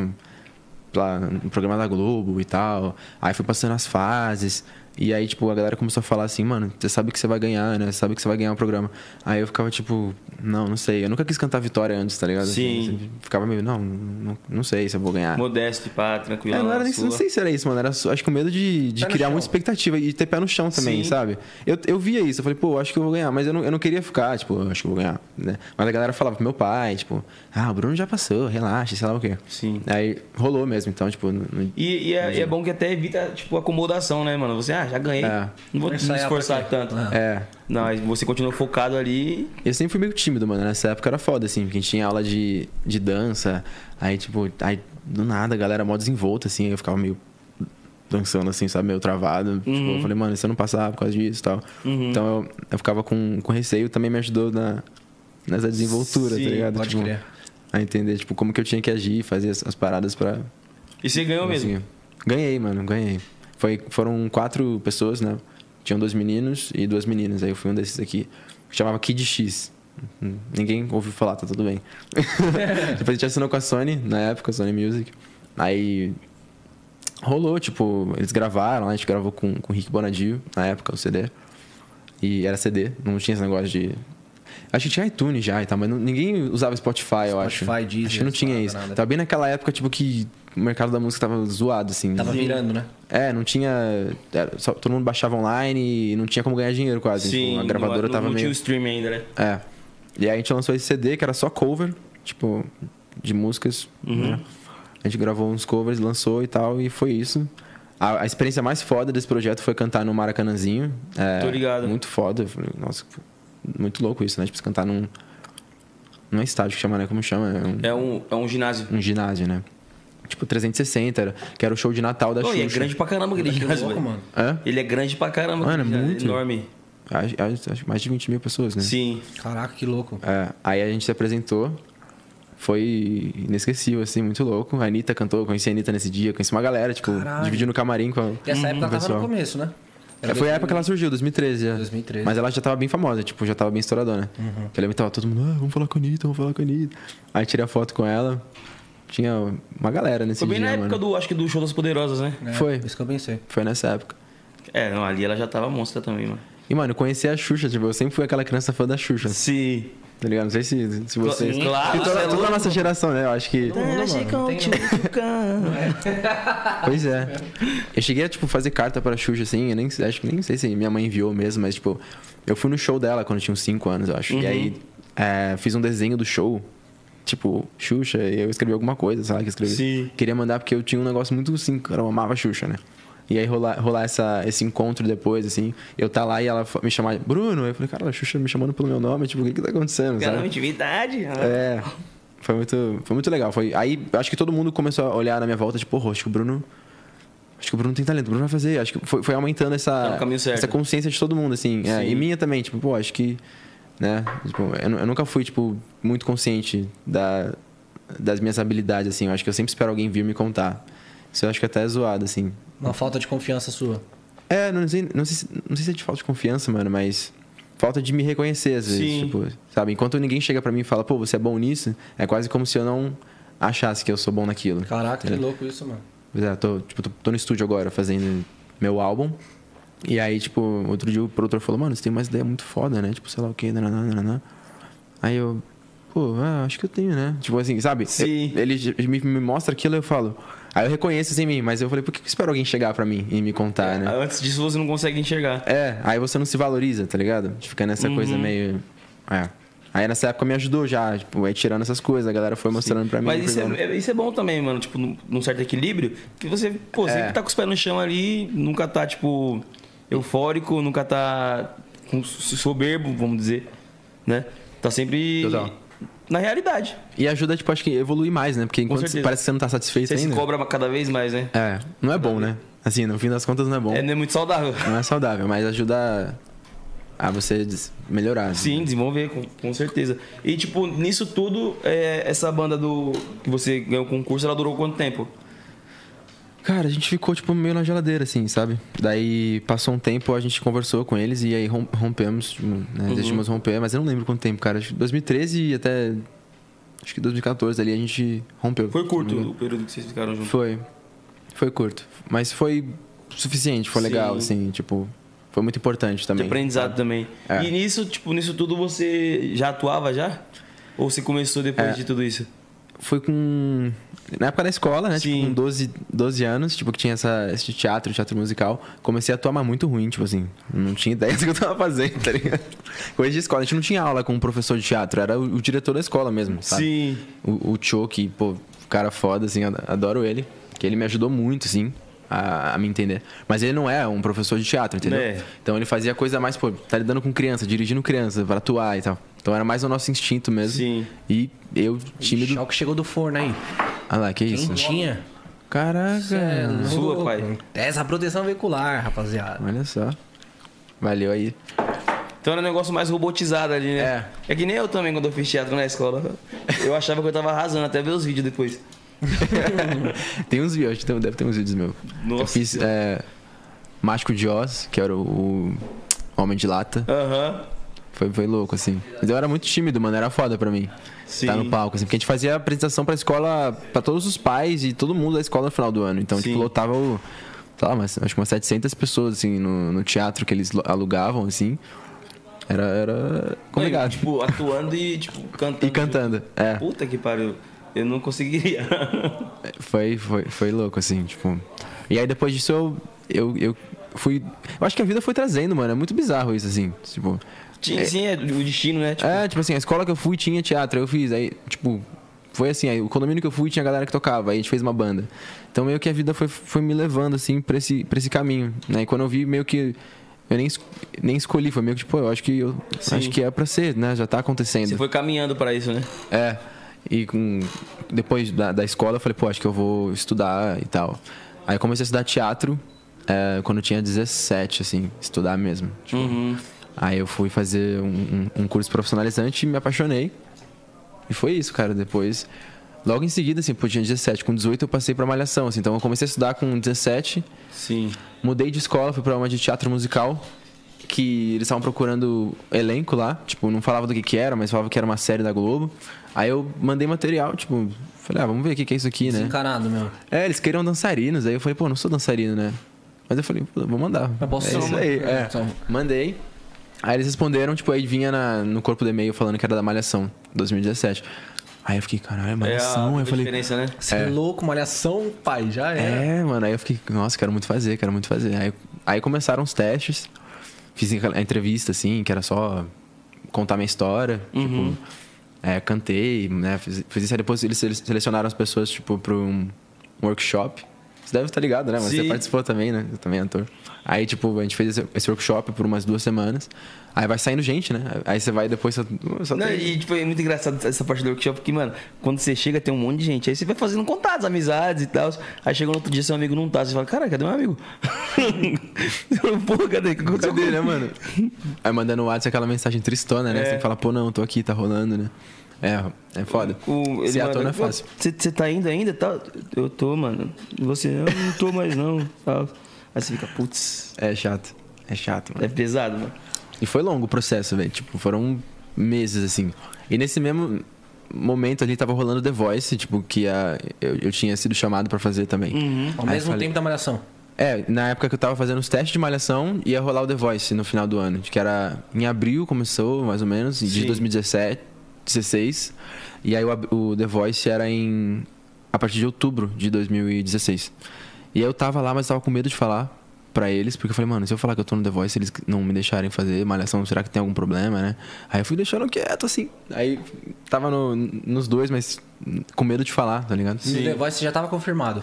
Speaker 3: lá no programa da Globo e tal, aí fui passando as fases, e aí, tipo, a galera começou a falar assim, mano, você sabe que você vai ganhar, né, você sabe que você vai ganhar o programa. Aí eu ficava, tipo, não, não sei, eu nunca quis cantar Vitória antes, tá ligado?
Speaker 2: Sim.
Speaker 3: Assim, ficava meio, não, não, não sei se eu vou ganhar.
Speaker 2: Modesto, pá, tranquilo.
Speaker 3: É, não era
Speaker 2: na
Speaker 3: nem,
Speaker 2: sua.
Speaker 3: não sei se era isso, mano. Era só- acho que o medo de, de
Speaker 1: Pé no
Speaker 3: criar
Speaker 1: chão.
Speaker 3: muita expectativa e ter pé no chão também,
Speaker 2: Sim.
Speaker 3: sabe? Eu, eu via isso, eu falei, pô, acho que eu vou ganhar, mas eu não, eu não queria ficar, tipo, "Eu acho que eu vou ganhar, né? Mas a galera falava pro meu pai, tipo, ah, o Bruno já passou, relaxa, sei lá o quê.
Speaker 2: Sim.
Speaker 3: Aí rolou mesmo, então, tipo, no- no-
Speaker 2: E, e é, e é bom que até evita, tipo, acomodação, né, mano? Você, ah, ah, já ganhei.
Speaker 3: É.
Speaker 2: Não vou me
Speaker 1: ensaiar
Speaker 2: esforçar
Speaker 1: pra Ah.
Speaker 2: tanto.
Speaker 3: É.
Speaker 2: Não, aí você continua focado ali.
Speaker 3: Eu sempre fui meio tímido, mano. Nessa época era foda, assim, porque a gente tinha aula de, de dança. Aí, tipo, aí do nada a galera mó desenvolta, assim. Eu ficava meio dançando, assim, sabe? Meio travado. Tipo,
Speaker 2: Uhum.
Speaker 3: eu falei, mano, se eu não passar por causa disso e tal. Então eu, eu ficava com, com receio. Também me ajudou na, nessa desenvoltura,
Speaker 2: Sim,
Speaker 3: tá ligado?
Speaker 1: pode
Speaker 3: tipo,
Speaker 1: crer.
Speaker 3: A entender, tipo, como que eu tinha que agir, fazer as, as paradas pra.
Speaker 2: E você ganhou mesmo.
Speaker 3: conseguir. Assim, Ganhei, mano, ganhei. Foi, foram quatro pessoas, né? Tinham dois meninos e duas meninas. Aí eu fui um desses aqui. Chamava Kid X. Hum, Ninguém ouviu falar, tá tudo
Speaker 2: (laughs)
Speaker 3: bem. Depois a gente assinou com a Sony, na época, Sony Music. Aí rolou, tipo, eles gravaram, né? a gente gravou com, com o Rick Bonadio, na época, o CD. E era CD, não tinha esse negócio de. Acho que tinha iTunes já e tal, mas não- ninguém usava Spotify, eu acho.
Speaker 1: Spotify, Deezer,
Speaker 3: acho que não tinha
Speaker 1: nada,
Speaker 3: isso.
Speaker 1: nada.
Speaker 3: Tava bem naquela época, tipo, que o mercado da música tava zoado, assim.
Speaker 1: Tava virando, né?
Speaker 3: É, não tinha. era só- todo mundo baixava online e não tinha como ganhar dinheiro quase.
Speaker 2: Sim,
Speaker 3: Tipo, a
Speaker 2: não,
Speaker 3: gravadora
Speaker 2: não
Speaker 3: tava
Speaker 2: tinha o
Speaker 3: meio.
Speaker 2: stream ainda, né?
Speaker 3: É. E aí a gente lançou esse CD que era só cover, tipo, de músicas.
Speaker 2: Uhum.
Speaker 3: né? A gente gravou uns covers, lançou e tal, e foi isso. A, a experiência mais foda desse projeto foi cantar no Maracanãzinho. É,
Speaker 2: Tô ligado.
Speaker 3: Muito foda. Eu falei, Nossa, muito louco isso, né? Tipo, você cantar num. Não é estádio que chama, né? Como chama? É
Speaker 2: É
Speaker 3: um,
Speaker 2: um, é um ginásio.
Speaker 3: um ginásio, né? Tipo, 360, era, que era o show de Natal da
Speaker 2: Não, e é
Speaker 3: Xuxa.
Speaker 2: grande pra caramba aquele ginásio,
Speaker 1: louco,
Speaker 2: velho.
Speaker 1: Tá mano.
Speaker 3: Hã?
Speaker 2: Ele é grande pra caramba.
Speaker 3: Mano, é
Speaker 2: aquele ginásio,
Speaker 3: muito.
Speaker 2: Enorme.
Speaker 3: Acho, acho- acho que mais de 20 mil pessoas, né?
Speaker 2: Sim.
Speaker 1: Caraca, que louco.
Speaker 3: É, aí a gente se apresentou. Foi inesquecível, assim, muito louco. A Anitta cantou, conheci a Anitta nesse dia, conheci uma galera, tipo,
Speaker 1: Caralho.
Speaker 3: dividindo no camarim com a.
Speaker 1: Porque essa época
Speaker 3: com
Speaker 1: ela tava
Speaker 3: o Hum, pessoal.
Speaker 1: no começo, né?
Speaker 3: É, Foi a época que ela surgiu, 2013. é.
Speaker 1: 2013.
Speaker 3: Mas ela já tava bem famosa, tipo, já tava bem estouradona. Uhum. Eu lembro que tava todo mundo, ah, vamos falar com a Anitta, vamos falar com a Anitta. Aí tirei a foto com ela. Tinha uma galera nesse
Speaker 2: Foi bem
Speaker 3: dia,
Speaker 2: na época
Speaker 3: né, mano.
Speaker 2: do, acho que do show das poderosas, né?
Speaker 1: É,
Speaker 3: Foi.
Speaker 1: Isso que eu pensei.
Speaker 3: Foi nessa época.
Speaker 2: É, não, ali ela já tava monstra também, mano.
Speaker 3: E, mano, eu conheci a Xuxa, tipo, eu sempre fui aquela criança fã da Xuxa,
Speaker 2: Sim.
Speaker 3: tá ligado? Não sei se, se vocês. Então,
Speaker 2: Claro, é
Speaker 3: E toda, toda a nossa geração, né? Eu acho que. Pois é. Eu cheguei a, tipo, fazer carta pra Xuxa, assim, eu nem, acho que nem sei se minha mãe enviou mesmo, mas, tipo, eu fui no show dela quando eu tinha uns 5 anos, eu acho. E aí, é, fiz um desenho do show, tipo, Xuxa, e eu escrevi alguma coisa, sabe? Que eu escrevi.
Speaker 2: Sim.
Speaker 3: Queria mandar porque eu tinha um negócio muito, assim, cara, eu amava a Xuxa, né? E aí rolar, rolar essa, esse encontro depois, assim, eu tá lá e ela fa- me chamar, Bruno, eu falei, cara, a Xuxa me chamando pelo meu nome, tipo, o que que tá acontecendo,
Speaker 2: Caramba,
Speaker 3: sabe?
Speaker 2: intimidade. né?
Speaker 3: É. Foi muito, foi muito legal. Foi, aí acho que todo mundo começou a olhar na minha volta, tipo, porra, acho que o Bruno. Acho que o Bruno tem talento, o Bruno vai fazer. Acho que foi, foi aumentando
Speaker 2: Tá
Speaker 3: essa,
Speaker 2: no caminho certo.
Speaker 3: essa consciência de todo mundo, assim. É, e minha também, tipo, pô, acho que. Né? Tipo, eu, nu- eu nunca fui, tipo, muito consciente da, das minhas habilidades, assim. Eu acho que eu sempre espero alguém vir me contar. Isso eu acho que até é zoado, assim.
Speaker 1: Uma falta de confiança sua.
Speaker 3: É, não sei, não, sei, se- não sei se é de falta de confiança, mano, mas falta de me reconhecer às vezes.
Speaker 2: Sim.
Speaker 3: Tipo, sabe? Enquanto ninguém chega pra mim e fala, pô, você é bom nisso, é quase como se eu não achasse que eu sou bom naquilo.
Speaker 1: Caraca, que
Speaker 3: Entendeu?
Speaker 1: louco isso, mano.
Speaker 3: Pois é, tô, tipo, tô, tô no estúdio agora fazendo meu álbum. E aí, tipo, outro dia o produtor falou, mano, você tem umas ideias muito foda, né? Tipo, sei lá o quê, nananá, nananá. Aí eu, pô, ah, acho que eu tenho, né? Tipo assim, sabe?
Speaker 2: Sim.
Speaker 3: Ele j- me, me mostra aquilo e eu falo. Aí eu reconheço isso em mim, mas eu falei, por que que eu espero alguém chegar pra mim e me
Speaker 2: É,
Speaker 3: contar, né?
Speaker 2: Antes disso você não consegue enxergar.
Speaker 3: É, aí você não se valoriza, tá ligado? De ficar nessa coisa meio. É. Aí nessa época me ajudou já, tipo, aí tirando essas coisas, a galera foi mostrando pra mim.
Speaker 2: Mas isso
Speaker 3: pegando.
Speaker 2: é, é- isso é bom também, mano. Tipo, num, num certo equilíbrio. Que você, pô,
Speaker 3: É.
Speaker 2: sempre tá com os pés no chão ali, nunca tá, tipo, eufórico, nunca tá com so- soberbo, vamos dizer. Né? Tá sempre
Speaker 3: Total.
Speaker 2: na realidade.
Speaker 3: E ajuda, tipo, acho que evoluir mais, né? Porque enquanto
Speaker 2: certeza.
Speaker 3: parece que você não tá satisfeito
Speaker 2: Você
Speaker 3: ainda.
Speaker 2: se cobra cada vez mais, né?
Speaker 3: É, não é bom, né? Assim, no fim das contas não é bom.
Speaker 2: É, não é muito saudável.
Speaker 3: Não é saudável, mas ajuda a a você des- melhorar. né?
Speaker 2: Sim, desenvolver, com, com certeza. E, tipo, nisso tudo, é, essa banda do que você ganhou o concurso, ela durou quanto tempo?
Speaker 3: Cara, a gente ficou, tipo, meio na geladeira, assim, sabe? Daí passou um tempo, a gente conversou com eles e aí rom- rompemos, tipo, né?
Speaker 2: Uhum.
Speaker 3: Decidimos romper, mas eu não lembro quanto tempo, cara. Acho que 2013 e até. Acho que 2014 ali a gente rompeu.
Speaker 2: Foi curto
Speaker 3: Se não me
Speaker 2: o período que vocês ficaram
Speaker 3: engano.
Speaker 2: juntos.
Speaker 3: Foi. Foi curto. Mas foi suficiente, foi
Speaker 2: Sim.
Speaker 3: legal, assim, tipo. Foi muito importante
Speaker 2: De
Speaker 3: também.
Speaker 2: aprendizado também.
Speaker 3: É.
Speaker 2: E nisso, tipo, nisso tudo você já atuava já? Ou você começou depois
Speaker 3: É.
Speaker 2: de tudo isso?
Speaker 3: Foi com. Na época da escola, né?
Speaker 2: Sim.
Speaker 3: Tipo, com 12, 12 anos, tipo, que tinha essa, esse teatro, teatro musical. Comecei a atuar, mas muito ruim, tipo assim. Não tinha (laughs) ideia do que eu tava fazendo, tá ligado? Coisa de escola. A gente não tinha aula com um professor de teatro, era o, o diretor da escola mesmo, sabe?
Speaker 2: Sim.
Speaker 3: O, o Cho, que, pô, cara foda, assim, ad- adoro ele. Que ele me ajudou muito, assim. a, a me entender. Mas ele não é um professor de teatro, entendeu?
Speaker 2: É.
Speaker 3: Então ele fazia coisa mais, pô, tá lidando com criança, dirigindo criança, pra atuar e tal. Então era mais o nosso instinto mesmo.
Speaker 2: Sim.
Speaker 3: E eu, time
Speaker 1: Ixi,
Speaker 3: do.
Speaker 1: olha o que chegou do forno aí.
Speaker 3: Ah lá, que isso?
Speaker 1: Quentinha.
Speaker 3: Caraca.
Speaker 2: Sua, pai.
Speaker 1: Essa proteção veicular, rapaziada.
Speaker 3: Olha só. Valeu aí.
Speaker 2: Então era um negócio mais robotizado ali, né? É. que nem eu também quando eu fiz teatro na escola. Eu achava que eu tava arrasando, até ver os vídeos depois.
Speaker 3: Tem uns vídeos, acho que tem- deve ter uns vídeos meus.
Speaker 2: Nossa.
Speaker 3: Eu fiz é, Mágico de Oz, que era o, o Homem de Lata.
Speaker 2: Aham.
Speaker 3: Foi, foi louco, assim. Mas eu era muito tímido, mano. Era foda pra mim.
Speaker 2: Sim.
Speaker 3: Tá no palco, assim. Porque a gente fazia apresentação pra escola, pra todos os pais e todo mundo da escola no final do ano. Então,
Speaker 2: Sim.
Speaker 3: tipo, lotava o. Sei lá, mas, acho que umas 700 pessoas, assim, no, no teatro que eles lo- alugavam, assim. Era, era
Speaker 2: Não, e,
Speaker 3: complicado.
Speaker 2: Tipo, atuando e, tipo, cantando.
Speaker 3: E cantando, é.
Speaker 2: Puta que pariu. Eu não conseguiria. (laughs)
Speaker 3: Foi, foi, foi louco, assim, tipo. E aí depois disso eu, eu, eu fui. Eu acho que a vida foi trazendo, mano. É muito bizarro isso, assim. Tipo.
Speaker 2: Tinha- Sim, é o destino, né? Tipo,
Speaker 3: É, tipo assim, a escola que eu fui tinha teatro, eu fiz. Aí, tipo, foi assim, aí o condomínio que eu fui tinha galera que tocava, aí a gente fez uma banda. Então meio que a vida foi, foi me levando, assim, pra esse, pra esse caminho. Né? E quando eu vi, meio que. Eu nem, es- nem escolhi, foi meio que, tipo, eu acho que eu
Speaker 2: Sim.
Speaker 3: acho que é pra ser, né? Já tá acontecendo.
Speaker 2: Você foi caminhando pra isso, né?
Speaker 3: É. E com- depois da, da escola eu falei, pô, acho que eu vou estudar e tal. Aí eu comecei a estudar teatro é, quando eu tinha 17, assim, estudar mesmo. Tipo, Aí eu fui fazer um, um- um curso profissionalizante e me apaixonei. E foi isso, cara. Depois, logo em seguida, assim, pô, tinha 17. Com 18 eu passei pra malhação, assim. Então eu comecei a estudar com 17.
Speaker 2: Sim.
Speaker 3: Mudei de escola, fui pra uma de teatro musical. Que eles estavam procurando elenco lá. Tipo, não falava do que que era, mas falava que era uma série da Globo. Aí eu mandei material, tipo... Falei, ah, vamos ver o que que é isso aqui, né?
Speaker 1: Desencanado, meu.
Speaker 3: É, eles queriam dançarinos. Aí eu falei, pô, não sou dançarino, né? Mas eu falei, pô, vou mandar.
Speaker 1: Mas posso
Speaker 3: é
Speaker 1: ser
Speaker 3: isso
Speaker 1: uma?
Speaker 3: aí, é.
Speaker 1: Então.
Speaker 3: Mandei. Aí eles responderam, tipo, aí vinha na- no corpo do e-mail falando que era da Malhação, 2017. Aí eu fiquei, caralho,
Speaker 2: É
Speaker 3: Malhação.
Speaker 2: a
Speaker 3: aí eu falei,
Speaker 2: diferença, né?
Speaker 1: Você é. louco, malhação, pai,
Speaker 2: Ah,
Speaker 1: já é.
Speaker 3: é, mano, aí eu fiquei, nossa, quero muito fazer, quero muito fazer. Aí, aí começaram os testes, fiz aquela- a entrevista, assim, que era só contar minha história,
Speaker 2: Uhum.
Speaker 3: tipo, é, cantei, né, fiz, fiz isso. Aí depois eles sele- selecionaram as pessoas, tipo, pra um workshop. Você deve estar ligado, né? Mas
Speaker 2: Sim.
Speaker 3: você participou também, né? Eu também é ator. Aí, tipo, a gente fez esse, esse workshop por umas duas semanas. Aí vai saindo gente, né? Aí você vai depois só, só
Speaker 2: Não,
Speaker 3: tem-
Speaker 2: e tipo, é muito engraçado essa parte do workshop, porque, mano, quando você chega tem um monte de gente. Aí você vai fazendo contatos, amizades e tal. Aí chega no outro dia, seu amigo não tá. Você fala, cara, cadê meu amigo? (laughs) Pô, cadê? O que aconteceu
Speaker 3: Cadê,
Speaker 2: com
Speaker 3: né,
Speaker 2: ele?
Speaker 3: mano? Aí mandando o WhatsApp aquela mensagem tristona, né?
Speaker 2: É.
Speaker 3: Você tem que falar, pô, não, tô aqui, tá rolando, né? É, é foda.
Speaker 2: O,
Speaker 3: Ser
Speaker 2: manda,
Speaker 3: ator não é
Speaker 2: "Pô,
Speaker 3: fácil.
Speaker 2: Você você tá indo ainda? e tal? Eu tô, mano. E Você, eu não tô mais não. tal. Aí você fica, putz,
Speaker 3: É chato. É chato,
Speaker 2: é
Speaker 3: mano.
Speaker 2: pesado, mano.
Speaker 3: E foi longo o processo, velho. Tipo, foram meses, assim. E nesse mesmo momento ali tava rolando The Voice, tipo, que a, eu, eu tinha sido chamado pra fazer também.
Speaker 2: Uhum.
Speaker 1: Ao
Speaker 3: Hum. Aí
Speaker 1: mesmo
Speaker 3: falei-
Speaker 1: tempo da malhação.
Speaker 3: É, na época que eu tava fazendo os testes de malhação, ia rolar o The Voice no final do ano. Que era em abril, começou, mais ou menos, de
Speaker 2: Sim.
Speaker 3: 2017, 16. E aí o, ab- o The Voice era em. a partir de outubro de 2016. E aí eu tava lá, mas tava com medo de falar pra eles, porque eu falei, mano, se eu falar que eu tô no The Voice, eles não me deixarem fazer malhação, será que tem algum problema, né? Aí eu fui deixando quieto, assim. Aí tava no- nos dois, mas com medo de falar, tá ligado?
Speaker 1: No The Voice já tava confirmado.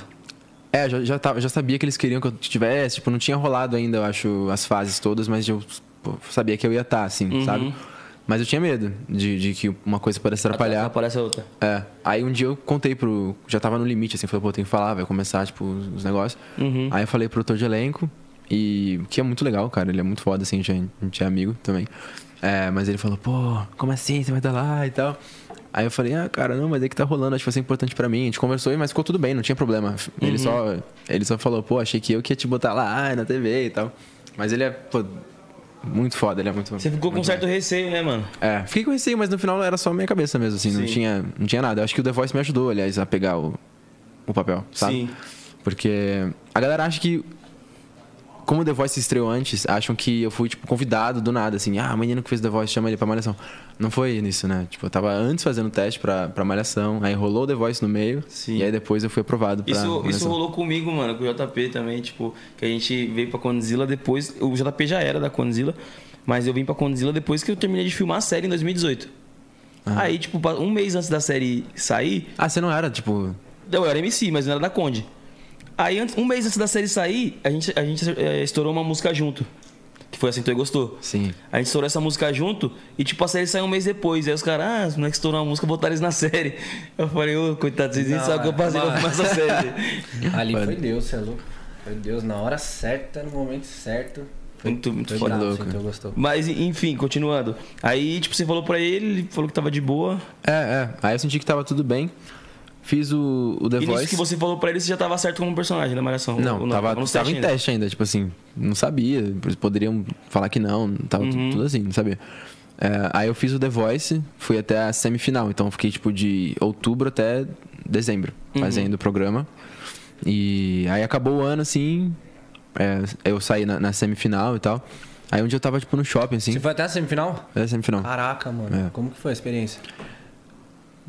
Speaker 3: É, já, já, tava- já sabia que eles queriam que eu tivesse, tipo, não tinha rolado ainda, eu acho, as fases todas, mas eu pô, sabia que eu ia estar, assim, sabe? Mas eu tinha medo de, de que uma coisa pudesse atrapalhar.
Speaker 2: Aparece a outra.
Speaker 3: É. Aí um dia eu contei pro. Já tava no limite, assim, falei, pô, tem que falar, vai começar, tipo, os, os negócios. Aí eu falei pro autor de elenco, e. que é muito legal, cara, ele é muito foda, assim, a gente é- a gente é amigo também. É, mas ele falou, pô, como assim? Você vai estar lá e tal. Aí eu falei, ah, cara, não, mas é que tá rolando, acho que vai ser importante pra mim. A gente conversou, mas ficou tudo bem, não tinha problema. Ele, só, ele só falou, pô, achei que eu que ia te botar lá ah, na TV e tal. Mas ele é, pô, muito foda, ele é muito
Speaker 2: Você ficou com um certo receio, né, mano?
Speaker 3: é, fiquei com receio, mas no final era só minha cabeça mesmo, assim,
Speaker 2: Sim.
Speaker 3: não tinha, não tinha nada. Eu acho que o The Voice me ajudou, aliás, a pegar o, o papel, sabe?
Speaker 2: Sim.
Speaker 3: Porque a galera acha que. Como o The Voice estreou antes, acham que eu fui, tipo, convidado do nada, assim, ah, o menino que fez The Voice, chama ele pra Malhação. Não foi nisso, né? Tipo, eu tava antes fazendo teste pra, pra Malhação, aí rolou o The Voice no meio,
Speaker 2: Sim.
Speaker 3: e aí depois eu fui aprovado pra
Speaker 2: Isso, isso
Speaker 3: Malhação.
Speaker 2: rolou comigo, mano, com o JP também, tipo, que a gente veio pra Condzilla depois. O JP já era da Condzilla, mas eu vim pra Condzilla depois que eu terminei de filmar a série em 2018. Aí, tipo, pa- um mês antes da série sair,
Speaker 3: Ah, você não era, tipo...
Speaker 2: eu era MC, mas não era da Conde. Aí, antes- um mês antes da série sair, a gente, a gente eh, estourou uma música junto. Que foi assim, tu gostou?
Speaker 3: Sim.
Speaker 2: A gente estourou essa música junto e, tipo, a série saiu um mês depois. Aí os caras, ah, os moleques estouraram a música, botaram eles na (laughs) série. Eu falei, ô, coitado, vocês nem sabem o que eu
Speaker 3: é,
Speaker 2: passei pra filmar essa
Speaker 3: (laughs)
Speaker 2: série.
Speaker 1: Ali foi Deus, você é louco. Foi Deus, na hora certa, no momento certo. Foi,
Speaker 2: Muito, muito
Speaker 1: foi
Speaker 2: foda.
Speaker 1: bravo,
Speaker 3: louco.
Speaker 1: então gostou.
Speaker 2: Mas, enfim, continuando. Aí, tipo, você falou pra ele, ele falou que tava de boa.
Speaker 3: É, é. Aí eu senti que tava tudo bem. Fiz o, o The
Speaker 2: e nisso
Speaker 3: Voice.
Speaker 2: que você falou pra ele, você já tava certo como personagem da Malhação.
Speaker 3: Não,
Speaker 2: Ou
Speaker 3: tava,
Speaker 2: nos
Speaker 3: tava em
Speaker 2: testes ainda.
Speaker 3: teste ainda, tipo assim, não sabia. eles Poderiam falar que não, tava tu- tudo assim, não sabia. É, aí eu fiz o The Voice, fui até a semifinal, então eu fiquei tipo de outubro até dezembro fazendo o programa. E aí acabou o ano, assim, é, eu saí na, na semifinal e tal. Aí um dia eu tava tipo no shopping,
Speaker 1: Você
Speaker 3: assim,
Speaker 1: foi até a semifinal?
Speaker 3: na semifinal.
Speaker 1: Caraca, mano.
Speaker 3: É.
Speaker 1: Como que foi a experiência?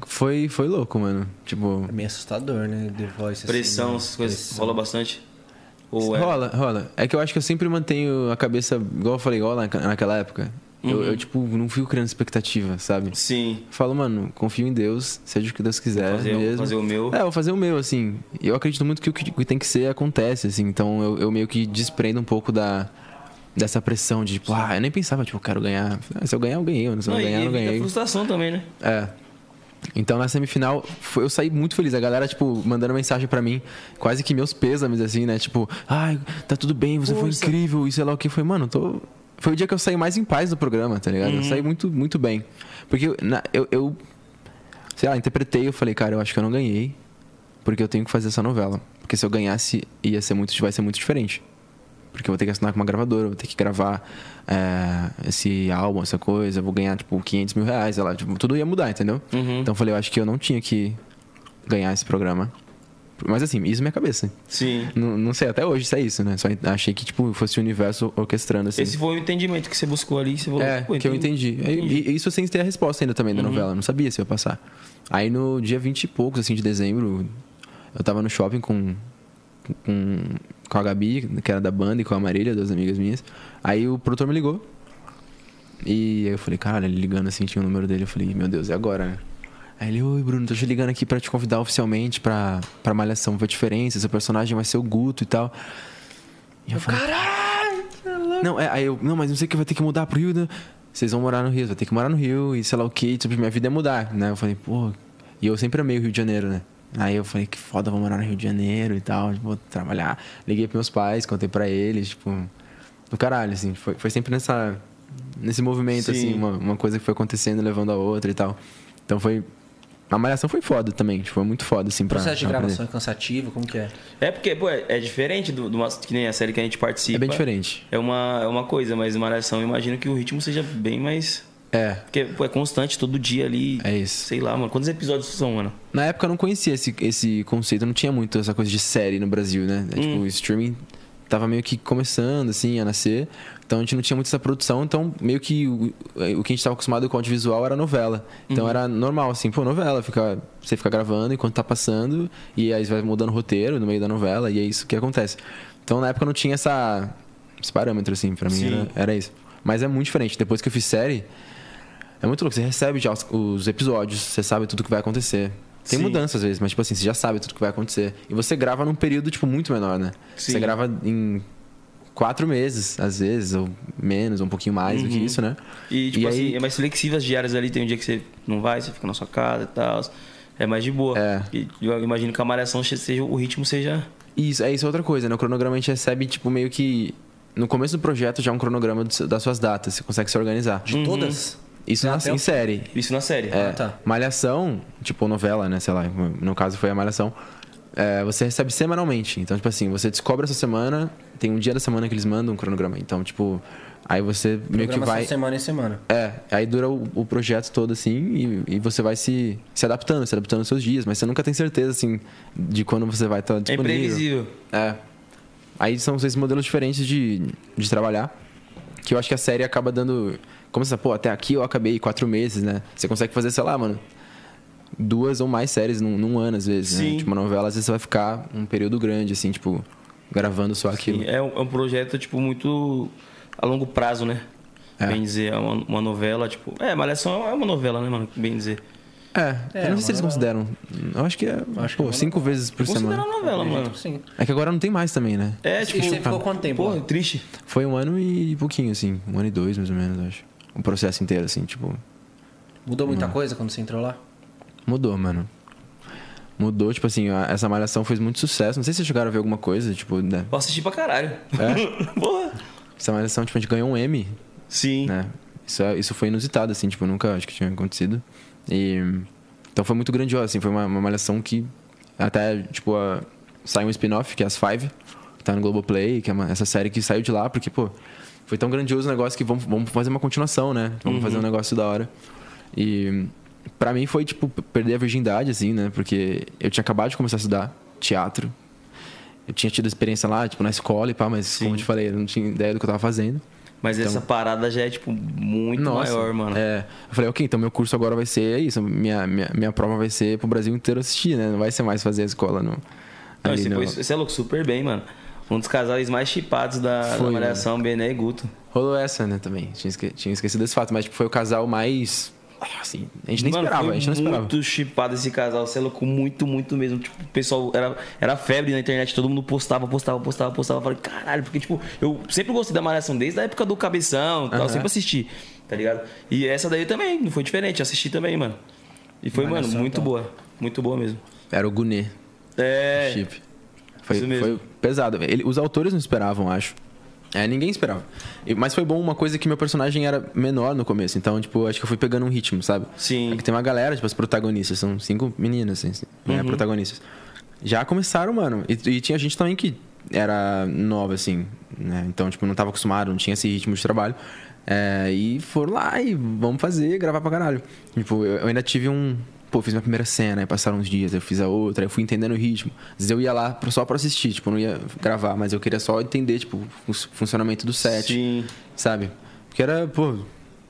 Speaker 3: Foi, foi louco, mano. Tipo,
Speaker 1: É meio assustador, né? The Voice. assim,
Speaker 2: Pressão,
Speaker 1: né?
Speaker 2: essas coisas.
Speaker 1: Pressão.
Speaker 2: Rola bastante. Ou é...
Speaker 3: Rola, rola. É que eu acho que eu sempre mantenho a cabeça, igual eu falei, igual lá na- naquela época.
Speaker 2: Uhum.
Speaker 3: Eu, eu, tipo, não fico criando expectativa, sabe?
Speaker 2: Sim.
Speaker 3: Falo, mano, confio em Deus, seja o que Deus quiser
Speaker 2: Fazer, o-
Speaker 3: É mesmo.
Speaker 2: fazer o meu.
Speaker 3: É, eu vou fazer o meu, assim. Eu acredito muito que o que tem que ser acontece, assim. Então eu, eu meio que desprendo um pouco da, dessa pressão de, tipo, ah, eu nem pensava, tipo, eu quero ganhar. Ah, Se eu ganhar, eu ganhei. Se eu não
Speaker 2: e
Speaker 3: ganhar, eu não
Speaker 2: evita
Speaker 3: ganhei.
Speaker 2: frustração também, né?
Speaker 3: É. Então na semifinal foi- eu saí muito feliz. A galera, tipo, mandando mensagem pra mim, quase que meus pêsames, assim, né? Tipo, ai, tá tudo bem, você foi incrível, e sei lá o que. Foi, mano, tô. Foi o dia que eu saí mais em paz do programa, tá ligado? Eu saí muito, muito bem. Porque na- eu, eu, sei lá, interpretei, eu falei, cara, eu acho que eu não ganhei, porque eu tenho que fazer essa novela. Porque se eu ganhasse, ia ser muito, vai ser muito diferente. Porque eu vou ter que assinar com uma gravadora, eu vou ter que gravar é, esse álbum, essa coisa, eu vou ganhar, tipo, 500 mil reais, sei lá, tipo, tudo ia mudar, entendeu?
Speaker 2: Uhum.
Speaker 3: Então eu falei, eu acho que eu não tinha que ganhar esse programa. Mas assim, isso é minha cabeça.
Speaker 2: Sim.
Speaker 3: Não, não sei até hoje se é isso, né? Só achei que, tipo, fosse o universo orquestrando, assim.
Speaker 2: Esse foi o entendimento que você buscou ali. Você falou,
Speaker 3: É,
Speaker 2: pô, então Uhum.
Speaker 3: que eu entendi. E, e isso sem ter a resposta ainda também da novela. eu Não sabia se eu ia passar. Aí no dia 20 e poucos, assim, de dezembro, eu tava no shopping com, com, com a Gabi, que era da banda, e com a Marília, duas amigas minhas. Aí o produtor me ligou. E aí eu falei, caralho, ele ligando assim, tinha o número dele. Eu falei, meu Deus, é agora, né? Aí ele, oi Bruno, tô te ligando aqui pra te convidar oficialmente pra, pra Malhação, ver a diferença, seu personagem vai ser o Guto e tal. E eu falei, não, é, aí eu, não, mas não sei o que vai ter que mudar pro Rio, né? Vocês vão morar no Rio, você vai ter que morar no Rio e sei lá o que, tipo, minha vida é mudar, né? Eu falei, pô, e eu sempre amei o Rio de Janeiro, né? Aí eu falei, que foda, vou morar no Rio de Janeiro e tal, vou trabalhar. Liguei pros meus pais, contei pra eles, tipo, do caralho, assim, foi, foi sempre nessa, nesse movimento,
Speaker 2: Sim.
Speaker 3: assim, uma, uma coisa que foi acontecendo, levando a outra e tal. Então foi. A malhação foi foda também, tipo, foi muito foda, assim,
Speaker 1: O
Speaker 3: pra.
Speaker 1: processo de
Speaker 3: pra aprender.
Speaker 1: gravação é cansativo, como que é?
Speaker 2: É porque, pô, é, é diferente do, do uma- que nem a série que a gente participa.
Speaker 3: É bem diferente.
Speaker 1: Tipo,
Speaker 2: É uma, é uma coisa, mas Malhação, eu imagino que o ritmo seja bem mais...
Speaker 3: É,
Speaker 2: Porque, pô, é constante, todo dia ali.
Speaker 3: É isso.
Speaker 2: Sei lá, mano. Quantos episódios são, mano?
Speaker 3: Na época eu não conhecia esse, esse conceito, não tinha muito essa coisa de série no Brasil, né? É, Tipo, o streaming tava meio que começando, assim, a nascer. Então a gente não tinha muito essa produção, então meio que o, o que a gente tava acostumado com audiovisual era novela. Então era normal, assim, pô, novela, fica, você fica gravando enquanto tá passando, e aí vai mudando o roteiro no meio da novela, e é isso que acontece. Então na época não tinha essa, esse parâmetro, assim, pra mim
Speaker 2: Sim.
Speaker 3: era, era isso. Mas é muito diferente. Depois que eu fiz série, é muito louco, você recebe já os, os episódios, você sabe tudo que vai acontecer. Tem
Speaker 2: Sim.
Speaker 3: mudança às vezes, mas tipo assim, você já sabe tudo que vai acontecer. E você grava num período, tipo, muito menor, né?
Speaker 2: Sim.
Speaker 3: Você grava em quatro meses, às vezes, ou menos, ou um pouquinho mais do que isso, né?
Speaker 2: Uhum. E, tipo
Speaker 3: E
Speaker 2: assim,
Speaker 3: aí-
Speaker 2: é mais flexível as diárias ali. Tem um dia que você não vai, você fica na sua casa e tal. É mais de boa.
Speaker 3: É.
Speaker 2: E eu imagino que a Malhação seja, o ritmo seja...
Speaker 3: E isso, é isso é outra coisa, né? O cronograma a gente recebe, tipo, meio que. No começo do projeto já é um cronograma do- das suas datas, você consegue se organizar.
Speaker 2: Uhum.
Speaker 1: De todas?
Speaker 3: Isso na,
Speaker 1: até
Speaker 2: um
Speaker 3: em
Speaker 1: o-
Speaker 3: série.
Speaker 2: Isso na série.
Speaker 3: É,
Speaker 1: Ah, tá.
Speaker 3: Malhação, tipo novela, né? Sei lá, no caso foi a Malhação. é, você recebe semanalmente. Então, tipo assim, você descobre essa semana, tem um dia da semana que eles mandam um cronograma. Então, tipo, aí você meio que
Speaker 1: Programação
Speaker 3: vai.
Speaker 1: semana em semana.
Speaker 3: É, aí dura o, o projeto todo assim e, e você vai se, se adaptando, se adaptando aos seus dias, mas você nunca tem certeza, assim, de quando você vai estar
Speaker 2: É
Speaker 3: disponível.
Speaker 2: imprevisível.
Speaker 3: É. Aí são esses modelos diferentes de, de trabalhar. Que eu acho que a série acaba dando. Como você fala, pô, até aqui eu acabei quatro meses, né? Você consegue fazer, sei lá, mano. Duas ou mais séries num, num ano, às vezes,
Speaker 2: Sim.
Speaker 3: né? Tipo, uma novela, às vezes você vai ficar um período grande, assim, tipo, gravando só aquilo.
Speaker 2: É um, é um projeto, tipo, muito a longo prazo, né?
Speaker 3: É.
Speaker 2: Bem dizer, é uma, uma novela, tipo... É, Malhação é uma novela, né, mano? Bem dizer.
Speaker 3: É, eu não sei se eles consideram. Eu acho que é, pô, cinco vezes por
Speaker 2: Considera a
Speaker 3: semana.
Speaker 2: novela, mano.
Speaker 1: Sim.
Speaker 3: É que agora não tem mais também, né?
Speaker 2: É, tipo,
Speaker 1: E você ficou quanto tempo?
Speaker 2: pô,
Speaker 1: lá?
Speaker 2: triste.
Speaker 3: Foi um ano e pouquinho, assim. Um ano e dois, mais ou menos, eu acho. O processo inteiro, assim, tipo...
Speaker 1: Mudou muita coisa quando você entrou lá?
Speaker 3: Mudou, mano. Mudou, tipo assim, a- essa malhação fez muito sucesso. Não sei se vocês chegaram a ver alguma coisa, tipo,
Speaker 2: (laughs)
Speaker 3: né?
Speaker 2: Eu assisti pra caralho. É? (laughs) Porra.
Speaker 3: Essa malhação, tipo, a gente ganhou um M,
Speaker 2: Sim.
Speaker 3: né? Isso, é- isso foi inusitado, assim, tipo, nunca acho que tinha acontecido. E... Então foi muito grandioso, assim. Foi uma, uma malhação que até, tipo, a- sai um spin-off, que é as Five, que tá no Globoplay, que é uma- essa série que saiu de lá, porque, pô, foi tão grandioso o negócio que vamos, vamos fazer uma continuação, né? Vamos fazer um negócio da hora. E pra mim foi, tipo, perder a virgindade, assim, né? Porque eu tinha acabado de começar a estudar teatro. Eu tinha tido experiência lá, tipo, na escola e pá, mas, como eu te falei, eu não tinha ideia do que eu tava fazendo.
Speaker 2: Mas essa parada já é, tipo, muito
Speaker 3: Então- Nossa.
Speaker 2: maior, mano.
Speaker 3: É. Eu falei, ok, então meu curso agora vai ser isso. Minha, minha, minha prova vai ser pro Brasil inteiro assistir, né? Não vai ser mais fazer a escola no.
Speaker 2: Não,
Speaker 3: ali né,
Speaker 2: esse,
Speaker 3: no-
Speaker 2: foi, esse é louco, super bem, mano. Um dos casais mais chipados da,
Speaker 3: Foi, né?
Speaker 2: da Malhação, Bené e Guto.
Speaker 3: Rolou essa, né, também. Tinha, esque- tinha esquecido esse fato, mas tipo, foi o casal mais. Assim, a gente nem
Speaker 2: Mano,
Speaker 3: esperava,
Speaker 2: foi
Speaker 3: a gente não esperava.
Speaker 2: muito chipado esse casal, você é louco, muito, muito mesmo. Tipo, o pessoal era, era febre na internet, todo mundo postava, postava, postava, postava. Eu falei, caralho, porque, tipo, eu sempre gostei da Malhação desde a época do Cabeção e tal, sempre assisti, tá ligado? E essa daí também, não foi diferente, assisti também, mano. E foi, mano, muito boa, muito boa mesmo.
Speaker 3: Era o Gunê,
Speaker 2: É.
Speaker 3: chip. Foi,
Speaker 2: isso mesmo.
Speaker 3: foi pesado. Ele- os autores não esperavam, acho. É, ninguém esperava. E- Mas foi bom uma coisa que meu personagem era menor no começo. Então, tipo, acho que eu fui pegando um ritmo, sabe?
Speaker 2: Sim.
Speaker 3: É que tem uma galera, tipo, as protagonistas. São cinco meninas, assim, né? Protagonistas. Já começaram, mano. E, e tinha gente também que era nova, assim, né? Então, tipo, não tava acostumado, não tinha esse ritmo de trabalho. É, e foram lá e vamos fazer, gravar pra caralho. Tipo, eu, eu ainda tive um... Pô, fiz minha primeira cena, aí passaram uns dias, eu fiz a outra, aí eu fui entendendo o ritmo. Às vezes eu ia lá pra- só pra assistir, tipo, eu não ia gravar, mas eu queria só entender, tipo, o funcionamento do set
Speaker 2: Sim.
Speaker 3: sabe? Porque era, pô,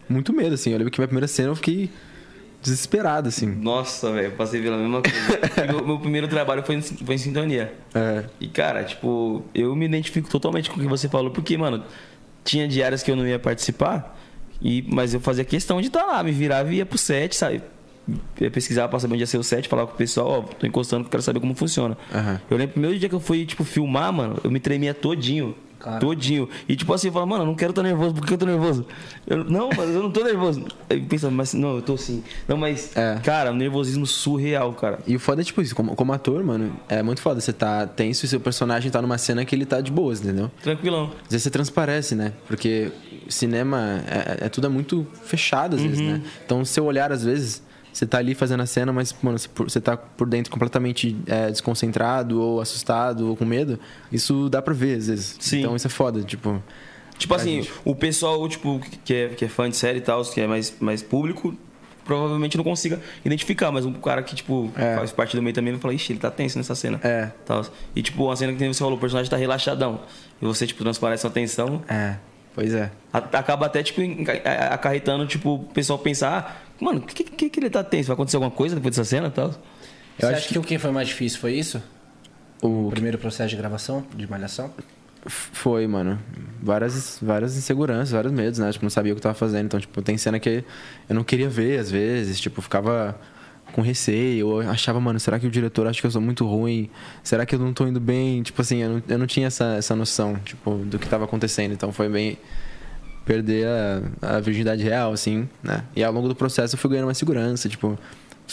Speaker 3: muito medo, assim. Eu lembro que minha primeira cena eu fiquei desesperado, assim.
Speaker 2: Nossa, velho, eu passei pela mesma coisa. meu, meu primeiro trabalho foi em, sin- foi em sintonia.
Speaker 3: É.
Speaker 2: E, cara, tipo, eu me identifico totalmente com o que você falou, porque, mano, tinha diárias que eu não ia participar, e, mas eu fazia questão de estar lá, me virava e ia pro set, sabe? Eu pesquisava pra saber onde ia ser o set, falava com o pessoal, ó, tô encostando, quero saber como funciona.
Speaker 3: Aham.
Speaker 2: Eu lembro o primeiro dia que eu fui, tipo, filmar, mano, eu me tremia todinho.
Speaker 1: Cara.
Speaker 2: Todinho. E tipo assim, eu falava, mano, eu não quero estar nervoso, por que eu tô nervoso? Eu, não, mas eu não tô nervoso. Aí pensa, mas não, eu tô sim. Não, mas,
Speaker 3: É.
Speaker 2: cara, um nervosismo surreal, cara.
Speaker 3: E o foda é, tipo, isso, como, como ator, mano, é muito foda. Você tá tenso e seu personagem tá numa cena que ele tá de boas, entendeu?
Speaker 2: Tranquilão.
Speaker 3: Às vezes você transparece, né? Porque cinema é, é tudo é muito fechado, às vezes, né? Então, o seu olhar, às vezes, você tá ali fazendo a cena, mas, mano, você, por- você tá por dentro completamente é, desconcentrado, ou assustado, ou com medo. Isso dá pra ver, às vezes.
Speaker 2: Sim.
Speaker 3: Então, isso é foda, tipo.
Speaker 2: Tipo
Speaker 3: pra
Speaker 2: assim,
Speaker 3: gente.
Speaker 2: o pessoal, tipo, que é, que é fã de série e tal, que é mais, mais público, provavelmente não consiga identificar, mas um cara que, tipo,
Speaker 3: É.
Speaker 2: faz parte do meio também vai falar, ixi, ele tá tenso nessa cena.
Speaker 3: É.
Speaker 2: Tal. E tipo, uma cena que nem você falou, o personagem tá relaxadão. E você, tipo, transparece a tensão.
Speaker 3: É, pois é.
Speaker 2: a- Acaba até, tipo, enca- a- acarretando, tipo, o pessoal pensar, ah, mano, o que, que, que ele tá tenso? Vai acontecer alguma coisa depois dessa cena e tal?
Speaker 1: Você
Speaker 3: acho
Speaker 1: acha que... o que foi mais difícil foi isso?
Speaker 3: O
Speaker 1: O primeiro processo de gravação, de malhação?
Speaker 3: F- Foi, mano. Várias, várias inseguranças, vários medos, né? Tipo, não sabia o que eu tava fazendo. Então, tipo, tem cena que eu não queria ver, às vezes. Tipo, ficava com receio. Ou achava, mano, será que o diretor acha que eu sou muito ruim? Será que eu não tô indo bem? Tipo assim, eu não, eu não tinha essa, essa noção, tipo, do que tava acontecendo. Então, foi bem... Perder a, a virgindade real, assim, né? E ao longo do processo eu fui ganhando mais segurança, tipo...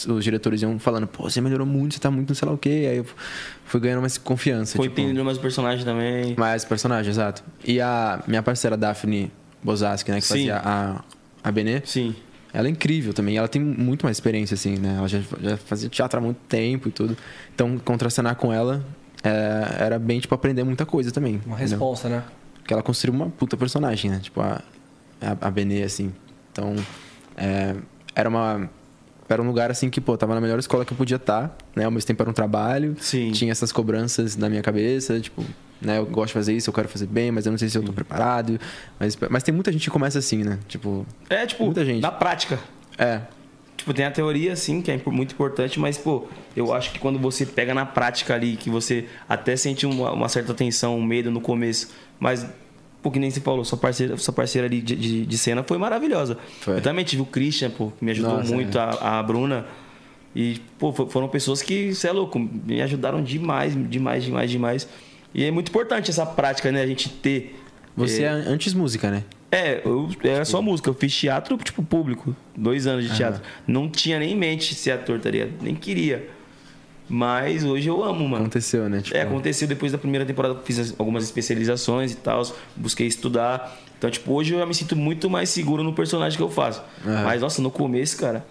Speaker 3: Os diretores iam falando, pô, você melhorou muito, você tá muito não sei lá o quê. Aí eu fui ganhando mais confiança.
Speaker 2: Foi
Speaker 3: tipo...
Speaker 2: entendendo mais o personagem também.
Speaker 3: Mais personagem, exato. E a minha parceira Daphne Bozaski, né? Que
Speaker 2: Sim.
Speaker 3: fazia a, a Benê.
Speaker 2: Sim.
Speaker 3: Ela é incrível também. Ela tem muito mais experiência, assim, né? Ela já, já fazia teatro há muito tempo e tudo. Então, contracenar com ela é, era bem, tipo, aprender muita coisa também.
Speaker 1: Uma
Speaker 3: entendeu?
Speaker 1: resposta, né?
Speaker 3: Porque ela construiu uma puta personagem, né? Tipo, a, a, a Benê, assim. Então, é, era uma... Era um lugar, assim, que, pô, tava na melhor escola que eu podia estar, né? Ao mesmo tempo era um trabalho.
Speaker 2: Sim.
Speaker 3: Tinha essas cobranças na minha cabeça, tipo... Né, eu gosto de fazer isso, eu quero fazer bem, mas eu não sei se eu tô preparado. Mas, mas tem muita gente que começa assim, né? Tipo,
Speaker 2: É, tipo,
Speaker 3: Muita gente.
Speaker 2: na prática.
Speaker 3: é,
Speaker 2: Tipo, tem a teoria, sim, que é impo- muito importante, mas, pô, eu acho que quando você pega na prática ali, que você até sente uma, uma certa tensão, um medo no começo, mas, pô, que nem você falou, sua parceira, sua parceira ali de, de- de cena foi maravilhosa.
Speaker 3: Foi.
Speaker 2: Eu também tive o Christian, pô, que me ajudou
Speaker 3: Nossa, é.
Speaker 2: muito, a, a Bruna. E, pô, fo- foram pessoas que, você é louco, me ajudaram demais, demais, demais, demais. E é muito importante essa prática, né? A gente ter.
Speaker 3: Você é antes música, né?
Speaker 2: É, eu, era só música. Eu fiz teatro, tipo, público. Dois anos de teatro. Não tinha nem em mente ser ator, tá ligado? Nem queria. Mas hoje eu amo, mano.
Speaker 3: Aconteceu, né? Tipo,
Speaker 2: É, aconteceu depois da primeira temporada, fiz as- algumas especializações e tal, busquei estudar. Então, tipo, hoje eu já me sinto muito mais seguro no personagem que eu faço. Mas, nossa, no começo, cara,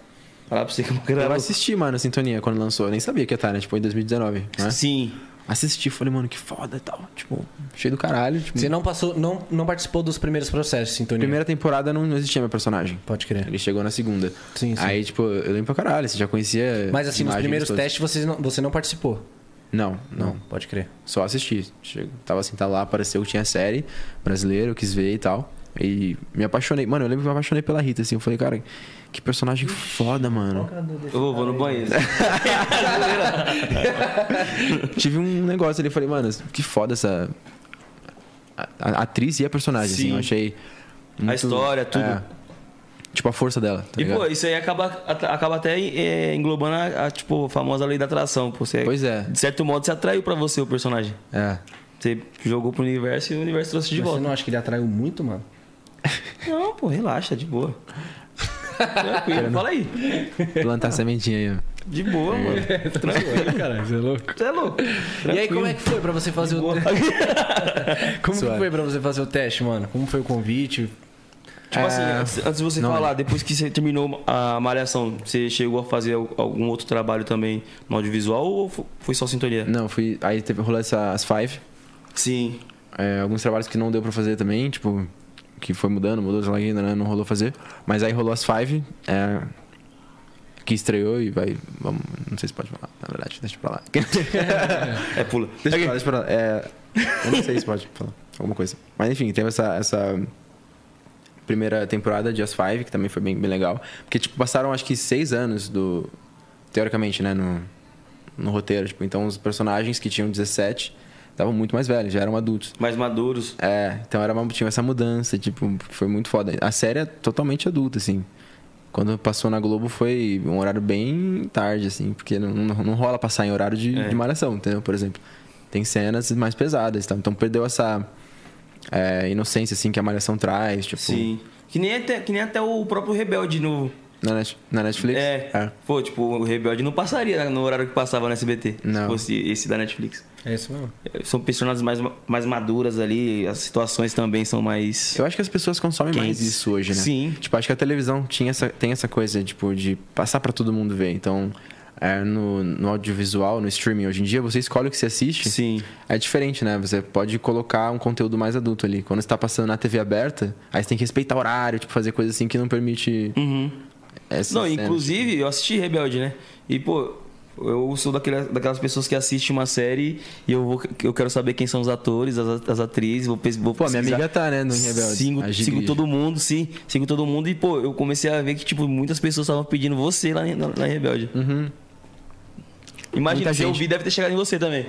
Speaker 2: falar pra você que eu
Speaker 3: Eu
Speaker 2: era
Speaker 3: assisti, mano, a Sintonia quando lançou. Eu nem sabia que ia estar, né? Tipo, em 2019. Né?
Speaker 2: Sim.
Speaker 3: Assisti, falei, mano, que foda e tal. Tipo, cheio do caralho. Tipo,
Speaker 1: Você não passou, não, não participou dos primeiros processos, Sintonia.
Speaker 3: primeira temporada não, não existia meu personagem.
Speaker 1: Pode crer.
Speaker 3: Ele chegou na segunda.
Speaker 1: Sim, sim.
Speaker 3: Aí, tipo, eu lembro pra caralho, você já conhecia.
Speaker 1: Mas assim, nos
Speaker 3: imagens
Speaker 1: primeiros
Speaker 3: todas.
Speaker 1: testes você não, você não participou.
Speaker 3: Não, não.
Speaker 1: Pode crer.
Speaker 3: Só assisti. Chego- Tava assim, tá lá, apareceu que tinha série brasileira, eu quis ver e tal. E me apaixonei. Mano, eu lembro que me apaixonei pela Rita, assim. Eu falei, cara, que personagem foda, mano.
Speaker 2: Eu vou, vou no banheiro.
Speaker 3: (laughs) Tive um negócio ali, falei, mano, que foda essa. A, a atriz e a personagem, assim.
Speaker 2: Sim.
Speaker 3: Eu achei.
Speaker 2: A história, tudo.
Speaker 3: é, tipo, a força dela. Tá
Speaker 2: e, pô,
Speaker 3: ligado?
Speaker 2: isso aí acaba, at- acaba até é, englobando a, a, tipo, famosa lei da atração. pô. Você,
Speaker 3: Pois é.
Speaker 2: De certo modo, você atraiu pra você o personagem.
Speaker 3: É.
Speaker 2: Você jogou pro universo e o universo trouxe de
Speaker 1: Mas
Speaker 2: volta.
Speaker 1: você não acha que ele atraiu muito, mano?
Speaker 2: Não, pô, relaxa, de boa. Tranquilo, fala aí.
Speaker 3: Plantar sementinha aí, ó.
Speaker 2: De boa, mano. Tranquilo.
Speaker 1: (laughs) Caralho, você é louco.
Speaker 2: Você é louco.
Speaker 1: E aí, como é que foi pra você fazer o Como que
Speaker 3: Suave.
Speaker 1: foi pra você fazer o teste, mano? Como foi o convite?
Speaker 2: (laughs) Tipo assim, antes, antes de você falar, depois que você terminou a malhação, você chegou a fazer al- algum outro trabalho também no audiovisual ou fo- foi só sintonia?
Speaker 3: Não, fui. Aí teve, rolou essa, as five.
Speaker 2: Sim.
Speaker 3: É, alguns trabalhos que não deu pra fazer também, tipo, que foi mudando, mudou, sei lá, ainda né, não rolou fazer. Mas aí rolou as Five, é, que estreou e vai. Vamos, não sei se pode falar, na verdade, deixa pra lá.
Speaker 2: É, pula.
Speaker 3: deixa pra lá, deixa pra lá. É, eu não sei se pode falar alguma coisa. Mas enfim, teve essa. essa primeira temporada de As Five, que também foi bem, bem legal. Porque, tipo, passaram acho que seis anos do. Teoricamente, né? No, no roteiro. Tipo, então os personagens que tinham 17 estavam muito mais velhos, já eram adultos.
Speaker 2: Mais maduros.
Speaker 3: É, então era uma, tinha essa mudança, tipo, foi muito foda. A série é totalmente adulta, assim. Quando passou na Globo foi um horário bem tarde, assim, porque não, não, não rola passar em horário de,
Speaker 2: É.
Speaker 3: de malhação, entendeu? Por exemplo. Tem cenas mais pesadas, tá? então perdeu essa é, inocência, assim, que a malhação traz, tipo,
Speaker 2: Sim. Que nem, até, que nem até o próprio Rebelde no.
Speaker 3: na, Net- na Netflix.
Speaker 2: É. Pô, tipo, o Rebelde não passaria no horário que passava no SBT. Se
Speaker 3: Não.
Speaker 2: fosse esse da Netflix.
Speaker 1: É isso mesmo.
Speaker 2: São personagens mais, mais maduras ali, as situações também são mais.
Speaker 3: Eu acho que as pessoas consomem mais
Speaker 2: Quentes.
Speaker 3: isso hoje, né?
Speaker 2: Sim.
Speaker 3: Tipo, acho que a televisão tinha essa, tem essa coisa, tipo, de passar pra todo mundo ver. Então, é, no, no audiovisual, no streaming, hoje em dia, você escolhe o que você assiste.
Speaker 2: Sim.
Speaker 3: É diferente, né? Você pode colocar um conteúdo mais adulto ali. Quando você tá passando na TV aberta, aí você tem que respeitar horário, tipo, fazer coisa assim que não permite... essas
Speaker 2: Uhum. Não,
Speaker 3: cenas.
Speaker 2: inclusive eu assisti Rebelde, né? E, pô, eu sou daquele, daquelas pessoas que assistem uma série e eu, vou, eu quero saber quem são os atores, as, as atrizes, vou, pes- vou
Speaker 3: Pô, minha
Speaker 2: pesquisar.
Speaker 3: amiga tá, né, no Rebelde, a
Speaker 2: Sigo,
Speaker 3: Gigli.
Speaker 2: sigo todo mundo, sim. Sigo todo mundo e, pô, eu comecei a ver que, tipo, muitas pessoas estavam pedindo você lá em- na, na Rebelde. Uhum. Imagina,
Speaker 3: Muita
Speaker 2: se eu
Speaker 3: gente.
Speaker 2: vi, deve ter chegado em você
Speaker 3: (laughs)
Speaker 2: também.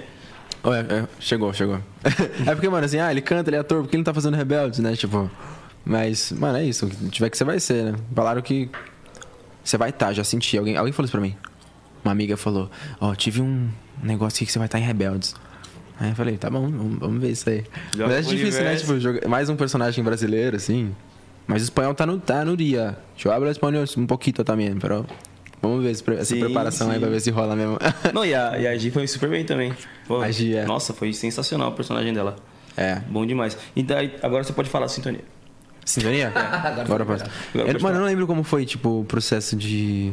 Speaker 3: Oh, é, é, chegou, chegou. (laughs) é porque, mano, assim, ah, ele canta, ele é ator, porque ele não tá fazendo rebeldes, né? Tipo. Mas, mano, é isso. O que tiver que você vai ser, né? Falaram que. Você vai estar, já senti. Alguém, alguém falou isso pra mim. Uma amiga falou: Ó, tive um negócio aqui que você vai estar em rebeldes. Aí eu falei: tá bom, vamos, vamos ver isso aí.
Speaker 2: Joga
Speaker 3: Mas é
Speaker 2: pro
Speaker 3: difícil, né?
Speaker 2: universo.
Speaker 3: Tipo, jogar- mais um personagem brasileiro, assim. Mas o espanhol tá no, tá no dia. Eu abro o espanhol um pouquinho também, pero. Vamos ver esse pre- essa
Speaker 2: Sim,
Speaker 3: preparação aí
Speaker 2: sim.
Speaker 3: pra ver se
Speaker 2: (laughs)
Speaker 3: rola mesmo.
Speaker 2: Não, e a, e a Gi foi super bem também. Pô,
Speaker 3: A Gi, é.
Speaker 2: Nossa, foi sensacional o personagem dela.
Speaker 3: é.
Speaker 2: Bom demais. E daí, agora você pode falar, Sintonia.
Speaker 3: Sintonia? Agora eu posso.
Speaker 2: Agora
Speaker 3: Eu,
Speaker 2: pode
Speaker 3: mano, eu não lembro como foi, tipo, o processo de.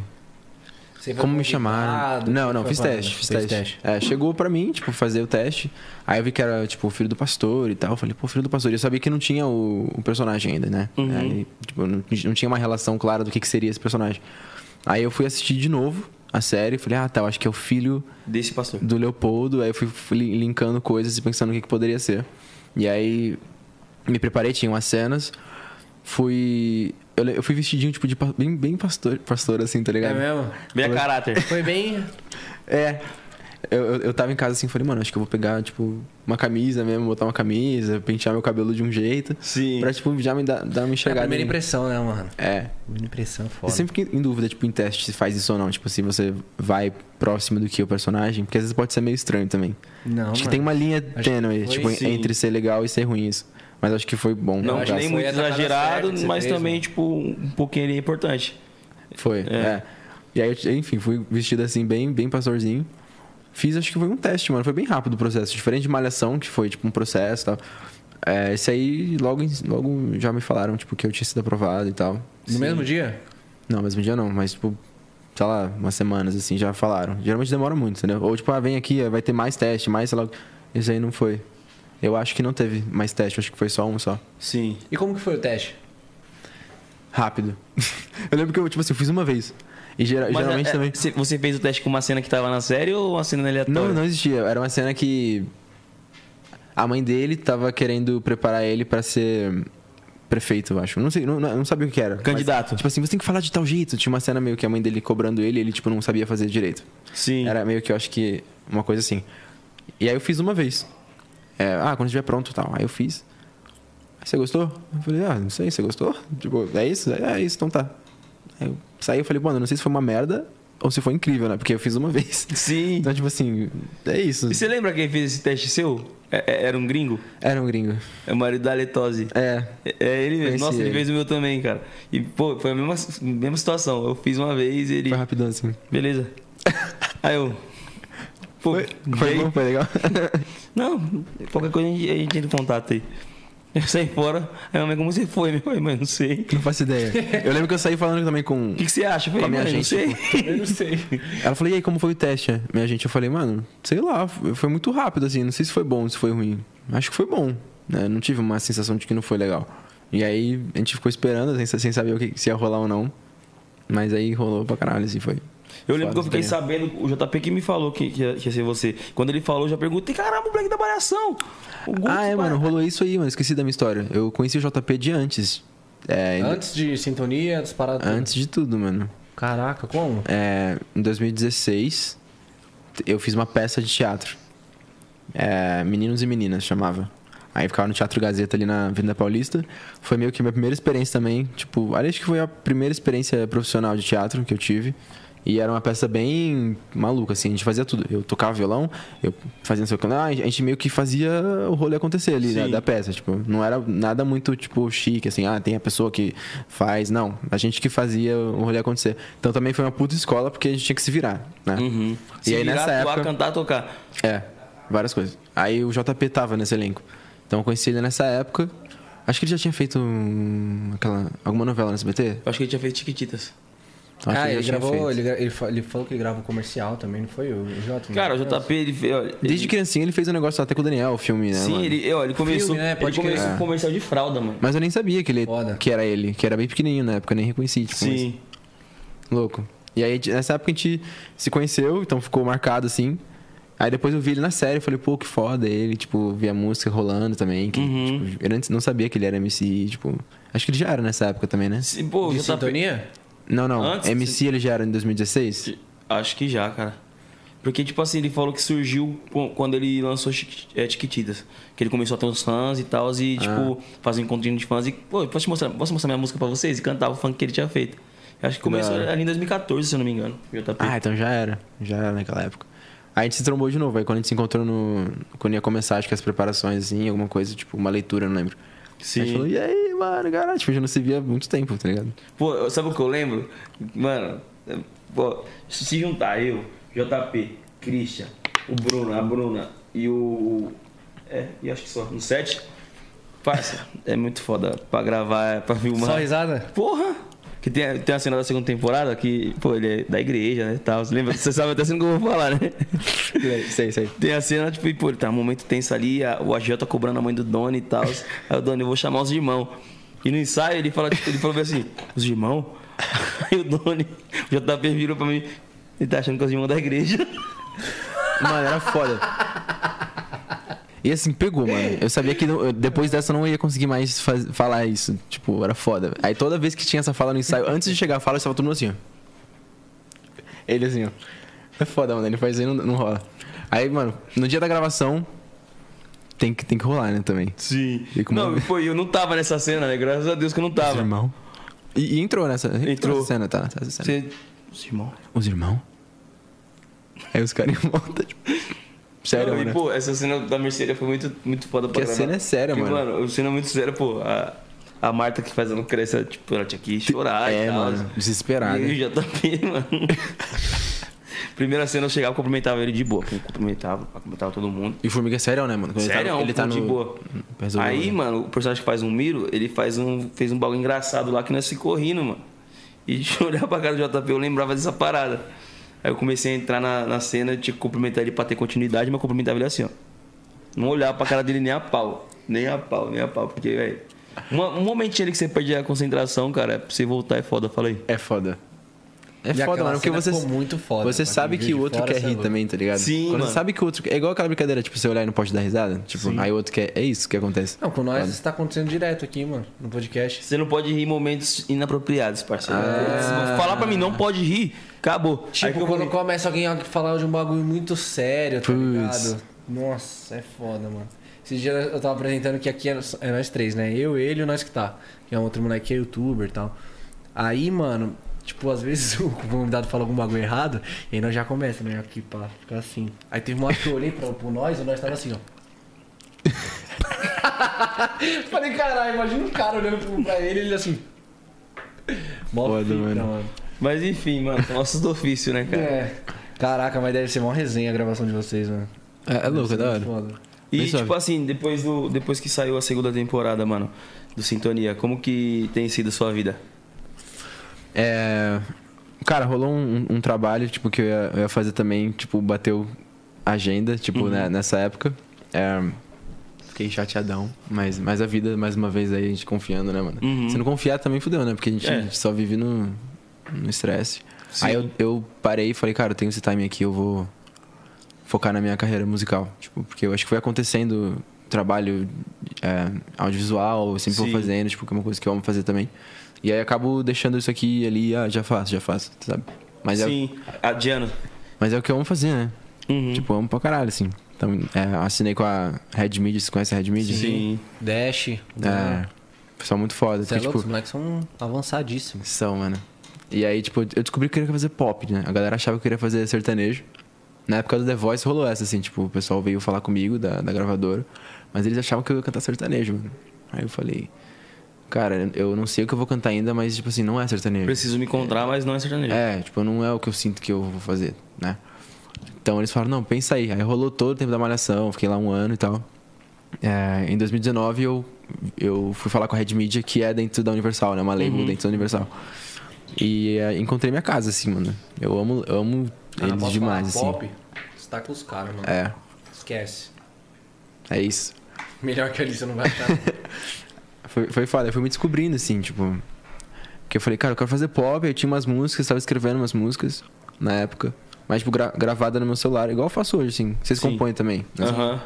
Speaker 1: Você foi
Speaker 3: Como me
Speaker 1: convidado,
Speaker 3: chamaram.
Speaker 1: como
Speaker 3: Não, não,
Speaker 1: foi
Speaker 3: fiz
Speaker 1: a parada?
Speaker 3: teste, fiz
Speaker 1: Fez
Speaker 3: teste. É, chegou pra mim, tipo, fazer o teste. Aí eu vi que era, tipo, o filho do pastor e tal. Eu falei, pô, filho do pastor. E eu sabia que não tinha o, o personagem ainda, né? Aí, tipo, não, não tinha uma relação clara do que, que seria esse personagem. Aí eu fui assistir de novo a série. Falei, ah, tá, eu acho que é o filho
Speaker 2: Desse pastor.
Speaker 3: do Leopoldo, aí eu fui li- linkando coisas e pensando o que, que poderia ser. E aí me preparei, tinha umas cenas, fui. Eu, le- eu fui vestidinho, tipo, de pa- bem, bem pastor, pastor, assim,
Speaker 1: É
Speaker 3: tá (laughs) ligado?
Speaker 1: mesmo?
Speaker 2: Bem a caráter.
Speaker 1: Foi bem.
Speaker 3: É. Eu, eu, eu tava em casa assim, falei, mano, acho que eu vou pegar, tipo, uma camisa mesmo, botar uma camisa, pentear meu cabelo de um jeito.
Speaker 2: Sim.
Speaker 3: Pra, tipo, já me dar, dar uma
Speaker 1: É a
Speaker 3: enxergada.
Speaker 1: primeira
Speaker 3: em-
Speaker 1: impressão, né, mano?
Speaker 3: É.
Speaker 1: Primeira impressão é
Speaker 3: Eu
Speaker 1: foda.
Speaker 3: sempre fiquei em dúvida, tipo, em teste, se faz isso ou não. Tipo, se você vai próximo do que o personagem. Porque às vezes pode ser meio estranho também.
Speaker 1: Não,
Speaker 3: acho que
Speaker 1: mano.
Speaker 3: tem uma linha
Speaker 1: que
Speaker 3: tênue,
Speaker 1: foi,
Speaker 3: tipo,
Speaker 2: sim.
Speaker 3: entre ser legal e ser ruim isso. Mas acho que foi bom.
Speaker 2: Não,
Speaker 3: no
Speaker 2: acho
Speaker 3: caso.
Speaker 2: nem
Speaker 1: foi
Speaker 2: muito
Speaker 1: a sacada
Speaker 2: exagerado,
Speaker 1: certa que você
Speaker 2: mas
Speaker 1: fez, né?
Speaker 2: também,
Speaker 1: mano.
Speaker 2: tipo, um pouquinho ali é importante.
Speaker 3: Foi, é. E aí, enfim, fui vestido assim, bem, bem pastorzinho. Fiz, acho que foi um teste, mano. Foi bem rápido o processo. Diferente de malhação, que foi, tipo, um processo e tal. É, esse aí, logo, em- logo já me falaram, tipo, que eu tinha sido aprovado e tal.
Speaker 1: No mesmo dia?
Speaker 3: Não, mesmo dia não, mas, tipo, sei lá, umas semanas, assim, já falaram. Geralmente demora muito, entendeu? Ou, tipo, ah, vem aqui, vai ter mais teste, mais, sei lá. o quê. Esse aí não foi. Eu acho que não teve mais teste, acho que foi só um só.
Speaker 2: Sim.
Speaker 1: E como que foi o teste?
Speaker 3: Rápido. (laughs) eu lembro que eu, tipo assim, eu fiz uma vez. E gera-
Speaker 2: Mas,
Speaker 3: geralmente
Speaker 2: é,
Speaker 3: também.
Speaker 2: se- Você fez o teste com uma cena que tava na série ou uma cena aleatória?
Speaker 3: Não, não existia. Era uma cena que a mãe dele tava querendo preparar ele pra ser prefeito, eu acho. Não sei, não, não- não sabia o que era. mas,
Speaker 2: Candidato.
Speaker 3: tipo assim, você tem que falar de tal jeito. Tinha uma cena meio que a mãe dele cobrando ele, ele tipo não sabia fazer direito.
Speaker 2: Sim.
Speaker 3: Era meio que eu acho que uma coisa assim. E aí eu fiz uma vez. É, ah, quando estiver pronto, tal. Aí eu fiz. Aí, Você gostou? Eu falei, ah, não sei, você gostou? Tipo, é isso? É, é isso, então tá. Aí eu saí e falei, mano, não sei se foi uma merda ou se foi incrível, né? Porque eu fiz uma (laughs) vez.
Speaker 2: Sim.
Speaker 3: Então, tipo assim, é isso.
Speaker 2: E você lembra quem fez esse teste seu? É- é- Era um gringo?
Speaker 3: Era um gringo.
Speaker 2: É o marido da Letose.
Speaker 3: É.
Speaker 2: É- É ele mesmo.
Speaker 3: Conheci
Speaker 2: Nossa, ele
Speaker 3: ele.
Speaker 2: fez o meu também, cara. E, pô, foi a mesma, mesma situação. Eu fiz uma vez e ele.
Speaker 3: Foi rapidão assim.
Speaker 2: Beleza.
Speaker 3: (laughs)
Speaker 2: Aí eu. Pô,
Speaker 3: Foi,
Speaker 2: e
Speaker 3: foi
Speaker 2: aí?
Speaker 3: bom, foi legal.
Speaker 2: Não, qualquer coisa a gente, a gente entra em contato aí. Eu saí fora, aí minha mãe, como você foi? Minha mãe, mas (laughs) não sei.
Speaker 3: Não faço ideia. Eu lembro que eu saí falando também com.
Speaker 2: O que, que você acha? Eu
Speaker 3: Com a
Speaker 2: falei,
Speaker 3: minha
Speaker 2: mãe, não
Speaker 3: gente,
Speaker 2: sei. (laughs)
Speaker 1: Eu não sei.
Speaker 3: Ela falou, e aí, como foi o teste? Minha gente, eu falei, mano, sei lá, foi muito rápido, assim. Não sei se foi bom, se foi ruim. Acho que foi bom. Né? Não tive uma sensação de que não foi legal. E aí, a gente ficou esperando, assim, sem, sem saber o que, se ia rolar ou não. Mas aí rolou pra caralho, assim, foi.
Speaker 2: Eu lembro
Speaker 3: Foda
Speaker 2: que eu fiquei
Speaker 3: também.
Speaker 2: sabendo, o JP que me falou que, que ia, que ia ser você. Quando ele falou, eu já perguntei, caramba, o Black da Malhação. O Guto,
Speaker 3: ah, é,
Speaker 1: tipo
Speaker 3: mano,
Speaker 2: cara."
Speaker 3: rolou isso aí, mano. Esqueci da minha história. Eu conheci o JP de antes. É, em-
Speaker 1: Antes de sintonia, disparado.
Speaker 3: antes de tudo, mano.
Speaker 1: Caraca, como?
Speaker 3: É, em 2016, eu fiz uma peça de teatro. É, Meninos e Meninas chamava. Aí ficava no Teatro Gazeta ali na Avenida Paulista. Foi meio que minha primeira experiência também. Tipo, aliás, que foi a primeira experiência profissional de teatro que eu tive. E era uma peça bem maluca, assim. A gente fazia tudo. Eu tocava violão, eu fazia não sei o que. lá. A gente meio que fazia o rolê acontecer ali, né,
Speaker 2: Sim.
Speaker 3: da peça. Tipo, não era nada muito, tipo, chique, assim. Ah, tem a pessoa que faz. Não, a gente que fazia o rolê acontecer. Então também foi uma puta escola, porque a gente tinha que se virar, né?
Speaker 2: Uhum.
Speaker 3: E
Speaker 2: Se
Speaker 3: aí
Speaker 2: virar,
Speaker 3: nessa
Speaker 2: atuar,
Speaker 3: época...
Speaker 2: cantar, tocar.
Speaker 3: É, várias coisas. Aí o JP tava nesse elenco. Então eu conheci ele nessa época. Acho que ele já tinha feito um- aquela, alguma novela no SBT. Eu
Speaker 2: Eu acho que ele tinha feito Tiquititas.
Speaker 3: Então acho que
Speaker 1: Ah,
Speaker 3: já
Speaker 1: ele
Speaker 3: tinha
Speaker 1: gravou,
Speaker 3: feito.
Speaker 1: ele, gra- ele, fa- ele falou que grava o comercial também, não foi o Jota? né?
Speaker 2: Cara, o JP, ele... fe- olha,
Speaker 3: Desde criancinha ele fez um negócio até com o Daniel, o filme, né?
Speaker 2: Sim,
Speaker 3: mano?
Speaker 2: ele, é, ó, ele começou,
Speaker 1: Filme, né?
Speaker 2: ele
Speaker 1: Pode
Speaker 2: começou
Speaker 1: crer.
Speaker 2: um comercial de fralda, mano.
Speaker 3: Mas eu nem sabia que, ele,
Speaker 1: Foda.
Speaker 3: que era ele, que era bem pequenininho na época, eu nem reconheci. Tipo, mas-
Speaker 2: Sim.
Speaker 3: Louco. E aí, nessa época a gente se conheceu, então ficou marcado assim. Aí depois eu vi ele na série, falei, pô, que foda ele, tipo, vi a música rolando também. Que,
Speaker 2: Uhum.
Speaker 3: tipo, eu antes não sabia que ele era MC, tipo. Acho que ele já era nessa época também, né?
Speaker 2: Se- Pô, o
Speaker 1: De
Speaker 2: JP...
Speaker 1: sintonia?
Speaker 3: Não, não.
Speaker 2: Antes-
Speaker 3: MC ele já era em 2016?
Speaker 2: Acho que já, cara. Porque, tipo assim, ele falou que surgiu com- quando ele lançou Chiqui- é, Tiquititas. Que ele começou a ter uns fãs e tal, e, tipo,
Speaker 3: Ah.
Speaker 2: fazer um encontrinho de fãs. E, pô, posso, te mostrar, posso mostrar minha música pra vocês? E cantava o funk que ele tinha feito. Eu acho que começou
Speaker 3: Da hora.
Speaker 2: ali em 2014, se eu não me engano. JP.
Speaker 3: Ah, então já era. Já era naquela época. Aí a gente se trombou de novo. Aí quando a gente se encontrou no. Quando ia começar, acho que as preparações, assim, alguma coisa, tipo, uma leitura, não lembro. Aí a gente falou, e aí, mano, cara, tipo, já não se via há muito tempo, tá ligado?
Speaker 2: Pô, sabe o que eu lembro? Mano, pô, se juntar eu, JP, Christian, o Bruno, a Bruna e o. É, e acho que só, no set. Parça, é muito foda pra gravar, é pra filmar.
Speaker 1: Só risada?
Speaker 3: (laughs)
Speaker 2: Porra! Que tem, tem a cena da segunda temporada que, pô, ele é da igreja, né? e Tal. Você lembra? Você sabe até a cena que eu vou falar, né? (laughs)
Speaker 3: Sei, sei.
Speaker 2: Tem a cena, tipo, e, pô, ele tá um momento tenso ali, a- o AJ tá cobrando a mãe do Doni e (laughs) tal. Aí o Doni, eu vou chamar os irmãos. E no ensaio ele fala, tipo, ele falou assim, os irmãos? (laughs) Aí o Doni, o JP virou pra mim, ele tá achando que é os irmãos da igreja.
Speaker 3: Mano, era foda. E assim, pegou, mano. Eu sabia que não- eu- depois dessa eu não ia conseguir mais faz- falar isso. Tipo, era foda. Aí toda vez que tinha essa fala no ensaio, antes de chegar a fala, estava todo mundo assim, ó. Ele assim, ó. É foda, mano. Ele faz aí, não, não rola. Aí, mano, no dia da gravação, tem que, tem que rolar, né, também.
Speaker 2: Sim.
Speaker 3: E com
Speaker 2: Não,
Speaker 3: uma-
Speaker 2: foi, eu não tava nessa cena, né? Graças a Deus que eu não tava.
Speaker 3: Os irmão. E, e entrou nessa, entrou
Speaker 2: Entrou.
Speaker 3: nessa cena, tá? Tá nessa cena.
Speaker 2: Você... Os irmãos.
Speaker 3: Os irmãos? Aí os caras (laughs) em volta, tipo... Sério,
Speaker 2: Não, e,
Speaker 3: mano.
Speaker 2: pô, essa cena da mercearia foi muito, muito foda pra
Speaker 3: Porque a
Speaker 2: gravar.
Speaker 3: cena é séria,
Speaker 2: Porque,
Speaker 3: mano.
Speaker 2: Mano, a cena é muito séria, pô. A, a Marta que faz ela crescer, ela, tipo, ela tinha que chorar e
Speaker 3: é,
Speaker 2: tal.
Speaker 3: mano. Desesperada.
Speaker 2: E eu já tapei, mano. (laughs) Primeira cena eu chegava, cumprimentava ele de boa. Cumprimentava, cumprimentava todo mundo.
Speaker 3: E o Formiga é sério, né, mano? Quando
Speaker 2: Sério, é um
Speaker 3: ele tá,
Speaker 2: ponto
Speaker 3: ele tá no...
Speaker 2: de boa.
Speaker 3: Resolveu,
Speaker 2: Aí,
Speaker 3: né?
Speaker 2: mano, o personagem que faz um Miro, ele faz um, fez um bagulho engraçado lá que nós se correndo, mano. E de (laughs) olhar pra cara do JP, eu lembrava dessa parada. Aí eu comecei a entrar na, na cena, tinha que cumprimentar ele pra ter continuidade, mas eu cumprimentava ele assim, ó. Não olhava pra cara dele nem a pau. Nem a pau, nem a pau. Porque, velho. uma- Um momentinho ali que você perde a concentração, cara, pra você voltar é foda, fala aí.
Speaker 3: É foda. É
Speaker 1: E
Speaker 3: foda,
Speaker 1: aquela
Speaker 3: mano, porque
Speaker 1: cena
Speaker 3: você.
Speaker 1: ficou muito foda,
Speaker 3: Você
Speaker 1: pra quem
Speaker 3: sabe
Speaker 1: viu
Speaker 3: que
Speaker 1: de
Speaker 3: o outro
Speaker 1: fora,
Speaker 3: quer
Speaker 1: cê é
Speaker 3: rir
Speaker 1: louco.
Speaker 3: também, tá ligado?
Speaker 2: Sim,
Speaker 3: Quando
Speaker 2: mano.
Speaker 3: você sabe que o outro. É igual aquela brincadeira, tipo, você olhar e não pode dar risada. Tipo, aí o outro quer. É isso que acontece.
Speaker 1: Não, com nós
Speaker 3: Foda.
Speaker 1: isso tá acontecendo direto aqui, mano, no podcast.
Speaker 2: Você não pode rir em momentos inapropriados, parceiro. Se Falar pra mim, não pode rir, acabou. Aí que
Speaker 1: Tipo,
Speaker 2: eu
Speaker 1: quando
Speaker 2: falei,
Speaker 1: começa alguém a falar de um bagulho muito sério, tá
Speaker 3: Putz.
Speaker 1: ligado? Nossa, é foda, mano. Esse dia eu tava apresentando que aqui é nós, é nós três, né? Eu, ele e o nós que tá. Que é um outro moleque que é youtuber e tal. Aí, mano, tipo, às vezes (laughs) o convidado fala algum bagulho errado, e aí nós já começa, né? Aqui, pá, fica assim. Aí teve uma hora que eu olhei pra, pro nós, o nós tava assim, ó. (laughs) Falei, caralho, imagina um cara olhando pro- pra ele, ele assim. Mó
Speaker 3: Foda,
Speaker 1: fita,
Speaker 3: mano.
Speaker 1: mano.
Speaker 2: Mas enfim, mano, são nossos (laughs) do ofício, né, cara?
Speaker 1: É. Caraca, mas deve ser uma resenha a gravação de vocês, mano.
Speaker 3: É, é louco, é da hora.
Speaker 1: Foda.
Speaker 2: E,
Speaker 3: Bem suave.
Speaker 2: tipo assim, depois, do, depois que saiu a segunda temporada, mano, do Sintonia, como que tem sido a sua vida?
Speaker 3: É. Cara, rolou um, um trabalho, tipo, que eu ia, eu ia fazer também, tipo, bateu agenda, tipo,
Speaker 2: Uhum.
Speaker 3: né, nessa época. É, fiquei chateadão, mas, mas a vida, mais uma vez, aí, a gente confiando, né, mano?
Speaker 2: Uhum.
Speaker 3: Se não confiar, também fudeu, né? Porque a gente,
Speaker 2: É.
Speaker 3: a gente só vive no no estresse.
Speaker 2: Sim.
Speaker 3: Aí eu, eu parei e falei, cara, eu tenho esse time aqui, eu vou focar na minha carreira musical. Tipo, porque eu acho que foi acontecendo trabalho é, audiovisual, eu sempre
Speaker 2: Sim.
Speaker 3: vou fazendo, tipo, que é uma coisa que eu amo fazer também. E aí acabo deixando isso aqui e ali, ah, já faço, já faço, sabe? Mas, é,
Speaker 2: Sim, Ah, a Diana.
Speaker 3: mas é o que eu amo fazer, né?
Speaker 2: Uhum.
Speaker 3: Tipo, eu amo pra caralho, assim. Então, é, assinei com a Red Media, você conhece a Red Media?
Speaker 2: Sim.
Speaker 1: Dash.
Speaker 3: É, pessoal muito foda.
Speaker 1: Você é
Speaker 3: porque,
Speaker 1: louco? né?
Speaker 3: tipo,
Speaker 1: Os moleques são avançadíssimos.
Speaker 3: São, mano. E aí, tipo, eu descobri que eu queria fazer pop, né? A galera achava que eu queria fazer sertanejo. Na época do The Voice rolou essa, assim, tipo, o pessoal veio falar comigo da, da gravadora, mas eles achavam que eu ia cantar sertanejo, mano. Aí eu falei, cara, eu não sei o que eu vou cantar ainda, mas, tipo assim, não é sertanejo.
Speaker 2: Preciso me encontrar, mas não é sertanejo.
Speaker 3: É, tipo, não é o que eu sinto que eu vou fazer, né? Então eles falaram, não, pensa aí. Aí rolou todo o tempo da malhação, fiquei lá um ano e tal. É, em 2019 eu, eu fui falar com a Red Media, que é dentro da Universal, né? Uma label dentro da Universal. E é, encontrei minha casa, assim, mano. Eu amo, eu amo
Speaker 1: Ah,
Speaker 3: eles
Speaker 1: posso
Speaker 3: demais,
Speaker 1: falar,
Speaker 3: assim.
Speaker 1: Pop, você tá com os caras, mano.
Speaker 3: É,
Speaker 1: Esquece.
Speaker 3: é isso.
Speaker 1: Melhor que ali você não vai
Speaker 3: (laughs)
Speaker 1: achar.
Speaker 3: Foi, foi foda, eu fui me descobrindo, assim, tipo. Porque eu falei, cara, eu quero fazer pop, eu tinha umas músicas, tava escrevendo umas músicas na época. Mas, tipo, gra- gravada no meu celular, igual eu faço hoje, assim. Vocês
Speaker 2: Sim. Ah.
Speaker 3: compõem também. né?
Speaker 2: Aham.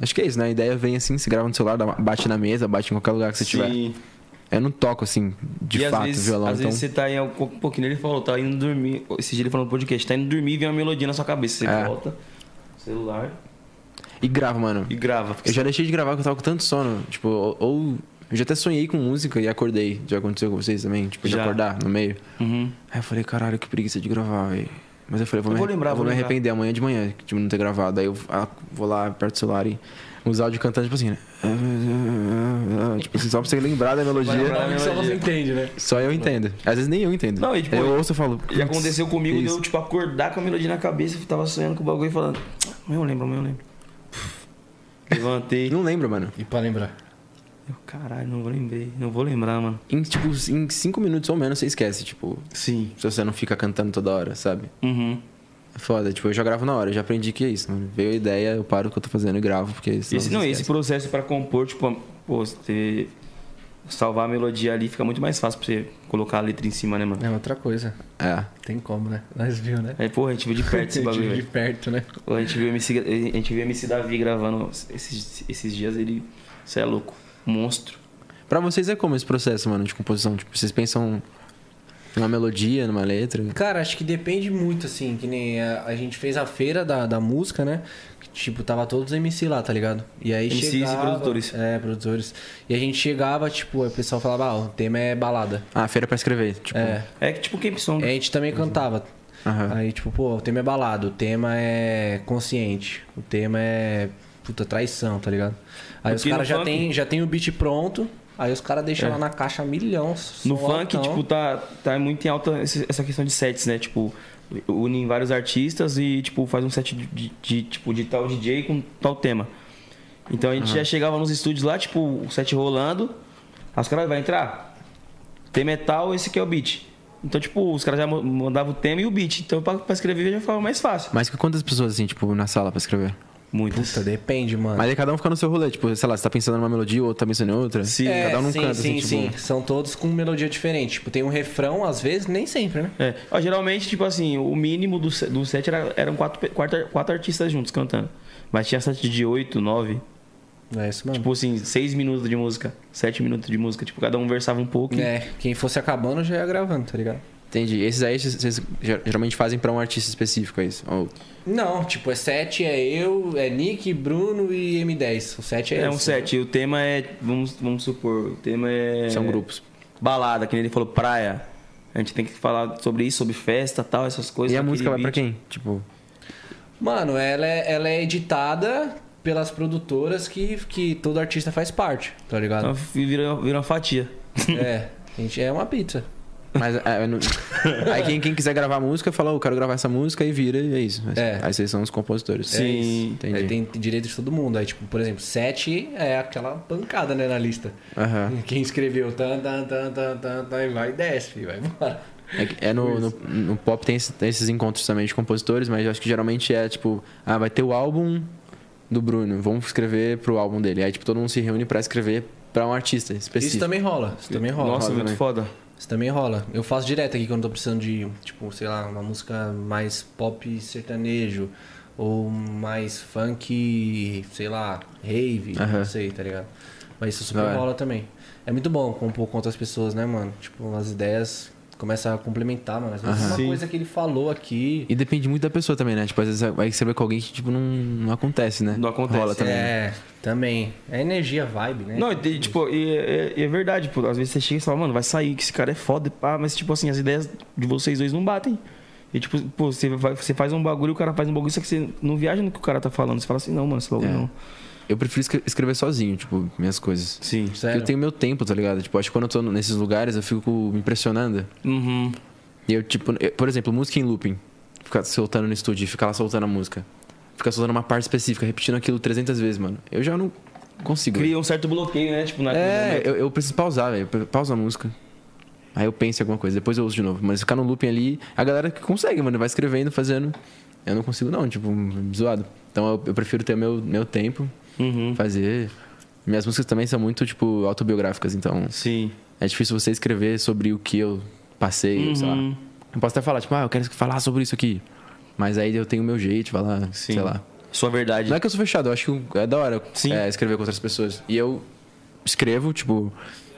Speaker 3: Acho que é isso, né? A ideia vem assim, você grava no celular, dá- bate na mesa, bate em qualquer lugar que você tiver.
Speaker 2: Sim.
Speaker 3: Eu não toco, assim, de
Speaker 2: e
Speaker 3: fato,
Speaker 2: às vezes,
Speaker 3: violão.
Speaker 2: às
Speaker 3: Então,
Speaker 2: vezes você tá em um pouco, pouquinho, ele falou, tá indo dormir. Esse dia ele falou no podcast, tá indo dormir e vem uma melodia na sua cabeça. Você
Speaker 3: É.
Speaker 2: volta, celular
Speaker 3: E grava, mano.
Speaker 2: e grava.
Speaker 3: Eu já deixei de gravar porque eu tava com tanto sono. Tipo, ou... ou- Eu já até sonhei com música e acordei. Já aconteceu com vocês também? Tipo, de
Speaker 2: Já.
Speaker 3: acordar no meio.
Speaker 2: Uhum.
Speaker 3: Aí eu falei, caralho, que preguiça de gravar, velho. Mas eu falei, vou,
Speaker 2: Eu
Speaker 3: me,
Speaker 2: vou lembrar,
Speaker 3: eu
Speaker 2: vou
Speaker 3: me
Speaker 2: lembrar.
Speaker 3: arrepender amanhã de manhã de não ter gravado. Aí eu ah, vou lá, aperto o celular e os áudios cantando, tipo assim, né? (laughs) Tipo assim, só pra você lembrar da melodia.
Speaker 2: lembrar.
Speaker 1: Só você entende, né?
Speaker 3: Só eu entendo. Às vezes nem eu entendo.
Speaker 2: Não, e, tipo,
Speaker 3: eu ouço e falo.
Speaker 2: E aconteceu comigo de
Speaker 3: isso.
Speaker 2: eu, tipo, acordar com a melodia na cabeça, eu tava sonhando com o bagulho e falando, amanhã eu lembro, amanhã eu lembro. Levantei.
Speaker 3: Não lembro, mano.
Speaker 1: E pra lembrar.
Speaker 2: Eu, caralho, não lembrei. Não vou lembrar, mano.
Speaker 3: Em, tipo, em cinco minutos ou menos você esquece, tipo,
Speaker 2: Sim.
Speaker 3: se você não fica cantando toda hora, sabe?
Speaker 2: Uhum.
Speaker 3: É Foda, tipo, eu já gravo na hora, eu já aprendi que é isso, mano. Veio a ideia, eu paro o que eu tô fazendo e gravo, porque senão
Speaker 2: Esse,
Speaker 3: você
Speaker 2: não, é esse
Speaker 3: esquece.
Speaker 2: processo pra compor, tipo, pô, você salvar a melodia ali fica muito mais fácil pra você colocar a letra em cima, né, mano?
Speaker 1: É outra coisa.
Speaker 3: É.
Speaker 1: Tem como, né? Nós viu, né?
Speaker 2: Aí, pô, a gente viu de perto esse
Speaker 1: Eu
Speaker 2: bagulho,
Speaker 1: tive (laughs) de
Speaker 2: velho.
Speaker 1: perto, né?
Speaker 2: Pô, A gente viu o MC, Gra- a gente viu o MC Davi gravando esses, esses dias, ele. Você é louco. Monstro.
Speaker 3: Pra vocês é como esse processo, mano, de composição? Tipo, vocês pensam Numa melodia, numa letra.
Speaker 1: Cara, acho que depende muito, assim, que nem a, a gente fez a feira da, da música, né? Que, tipo, tava todos MC lá, tá ligado? E aí
Speaker 2: MCs e
Speaker 1: chegava...
Speaker 2: produtores.
Speaker 1: É, produtores. E a gente chegava, tipo, aí o pessoal falava, ah, o tema é balada.
Speaker 3: Ah, feira pra escrever. Tipo,
Speaker 1: É.
Speaker 2: É que tipo Cape
Speaker 1: E
Speaker 2: Song.
Speaker 1: a gente também cantava.
Speaker 3: Aham.
Speaker 1: Aí, tipo, pô, o tema é balada, o tema é consciente, o tema é, puta, traição, tá ligado? Aí
Speaker 2: Porque
Speaker 1: os caras
Speaker 2: no
Speaker 1: já
Speaker 2: funk- É.
Speaker 1: tem, já tem o beat pronto, aí os caras deixam lá na caixa milhão.
Speaker 2: No
Speaker 1: som
Speaker 2: funk,
Speaker 1: altão.
Speaker 2: tipo, tá, tá muito em alta esse- essa questão de sets, né? Tipo, unem vários artistas e, tipo, faz um set de, de- de, tipo, de tal DJ com tal tema. Então a gente já chegava nos estúdios lá, tipo, o set rolando, aí os caras vai entrar. Tema é tal, esse aqui é o beat. Então, tipo, os caras já mo- mandavam o tema e o beat. Então, pra, pra escrever já ficava mais fácil.
Speaker 3: Mas que quantas pessoas, assim, tipo, na sala pra escrever?
Speaker 2: Muitas.
Speaker 1: Puta, depende, mano.
Speaker 3: Mas aí cada um fica no seu rolê, tipo, sei lá, você tá pensando numa melodia, o outro tá pensando em outra.
Speaker 2: Sim.
Speaker 1: É,
Speaker 3: cada um num
Speaker 1: sim,
Speaker 3: canto,
Speaker 1: sim,
Speaker 3: assim,
Speaker 1: sim.
Speaker 3: tipo.
Speaker 1: São todos com melodia diferente. Tipo, tem um refrão, às vezes, nem sempre, né?
Speaker 2: É. Ó, geralmente, tipo assim, o mínimo do, se- do set era, eram quatro, pe- quatro, quatro artistas juntos cantando. Mas tinha set de oito, nove.
Speaker 1: É isso mesmo.
Speaker 2: Tipo assim, seis minutos de música, sete minutos de música. Tipo, cada um versava um pouco.
Speaker 1: é, quem fosse acabando já ia gravando, tá ligado?
Speaker 3: Entendi. Esses aí vocês- vocês ger- geralmente fazem pra um artista específico, é isso? Ou-
Speaker 1: Não, tipo, é 7, é eu, é Nick, Bruno e M10. O 7
Speaker 2: E
Speaker 1: é
Speaker 2: é um
Speaker 1: esse.
Speaker 2: set. E o tema é, vamos, vamos supor, o tema é.
Speaker 3: São grupos.
Speaker 2: Balada, que nem ele falou, praia. A gente tem que falar sobre isso, sobre festa tal, essas coisas.
Speaker 3: E a
Speaker 2: aquele
Speaker 3: música vai pra
Speaker 2: beat.
Speaker 3: quem? Tipo,
Speaker 1: Mano, ela é, ela é editada pelas produtoras que, que todo artista faz parte, tá ligado?
Speaker 2: Então vira, vira uma fatia.
Speaker 1: É, a gente é uma pizza.
Speaker 3: (laughs) mas é, eu (laughs) não- aí quem, quem quiser gravar música, fala, "Oh, eu quero gravar essa música e vira, e é isso. Mas-
Speaker 1: É.
Speaker 3: Aí vocês são os compositores.
Speaker 2: Sim.
Speaker 3: É isso. Entendi.
Speaker 1: Aí tem direito de todo mundo. Aí, tipo, por exemplo, 7 é aquela pancada, né, na lista.
Speaker 3: Aham.
Speaker 1: (laughs) Quem escreveu tan, tan, tan, tan, tan, tan, e vai e desce, filho, vai embora.
Speaker 3: É, que- é no, no, no pop tem, esse- tem esses encontros também de compositores, mas eu acho que geralmente é tipo, ah, vai ter o álbum do Bruno, vamos escrever pro álbum dele. Aí tipo, todo mundo se reúne pra escrever pra um artista específico.
Speaker 1: Isso também rola, isso também rola.
Speaker 2: Nossa,
Speaker 3: roda,
Speaker 2: muito
Speaker 3: né?
Speaker 2: foda.
Speaker 1: Isso também rola. Eu faço direto aqui quando tô precisando de, tipo, sei lá, uma música mais pop sertanejo. Ou mais funk, sei lá, rave, não
Speaker 3: Aham.
Speaker 1: sei, tá ligado? Mas isso super
Speaker 3: Da hora.
Speaker 1: rola também. É muito bom compor com outras pessoas, né, mano? Tipo, as ideias começam a complementar, mano. Às vezes é
Speaker 2: Aham.
Speaker 1: uma
Speaker 2: Sim.
Speaker 1: coisa que ele falou aqui.
Speaker 3: E depende muito da pessoa também, né? Tipo, às vezes vai escrever com alguém que tipo, não, não acontece, né?
Speaker 2: Não acontece.
Speaker 3: Rola também. né?
Speaker 1: É, também. É energia, vibe, né?
Speaker 2: Não, e, e, tipo, e, é- e é verdade, pô, às vezes você chega e fala, mano, vai sair, que esse cara é foda, e pá, mas tipo assim, as ideias de vocês dois não batem. E tipo, pô, você, vai- você faz um bagulho, o cara faz um bagulho, só que você não viaja no que o cara tá falando. Você fala assim, não, mano, esse bagulho
Speaker 3: É.
Speaker 2: não.
Speaker 3: Eu prefiro escre- escrever sozinho, tipo, minhas coisas.
Speaker 2: Sim.
Speaker 3: Porque
Speaker 1: Sério?
Speaker 3: eu tenho meu tempo, tá ligado? Tipo, acho que quando eu tô nesses lugares, eu fico me impressionando.
Speaker 2: Uhum.
Speaker 3: E eu, tipo, eu- por exemplo, música em looping. Ficar soltando no estúdio, ficar lá soltando a música. Ficar soltando uma parte específica, repetindo aquilo 300 vezes, mano. Eu já não consigo.
Speaker 2: Cria um certo bloqueio, né? Tipo, naquele
Speaker 3: É,
Speaker 2: momento.
Speaker 3: eu, eu preciso pausar, velho. Pausa a música. Aí eu penso em alguma coisa, depois eu ouço de novo. Mas ficar no looping ali, a galera que consegue, mano, vai escrevendo, fazendo. Eu não consigo, não, tipo, zoado. Então eu, eu prefiro ter meu, meu tempo,
Speaker 2: Uhum.
Speaker 3: fazer. Minhas músicas também são muito, tipo, autobiográficas, então
Speaker 2: Sim.
Speaker 3: é difícil você escrever sobre o que eu passei, sei lá.
Speaker 2: Uhum.
Speaker 3: Eu posso até falar, tipo, ah, eu quero falar sobre isso aqui. Mas aí eu tenho o meu jeito de falar,
Speaker 2: Sim.
Speaker 3: sei lá.
Speaker 2: Sua verdade.
Speaker 3: Não é que eu sou fechado, eu acho que é da hora
Speaker 2: Sim.
Speaker 3: é, escrever com outras pessoas. E eu escrevo, tipo,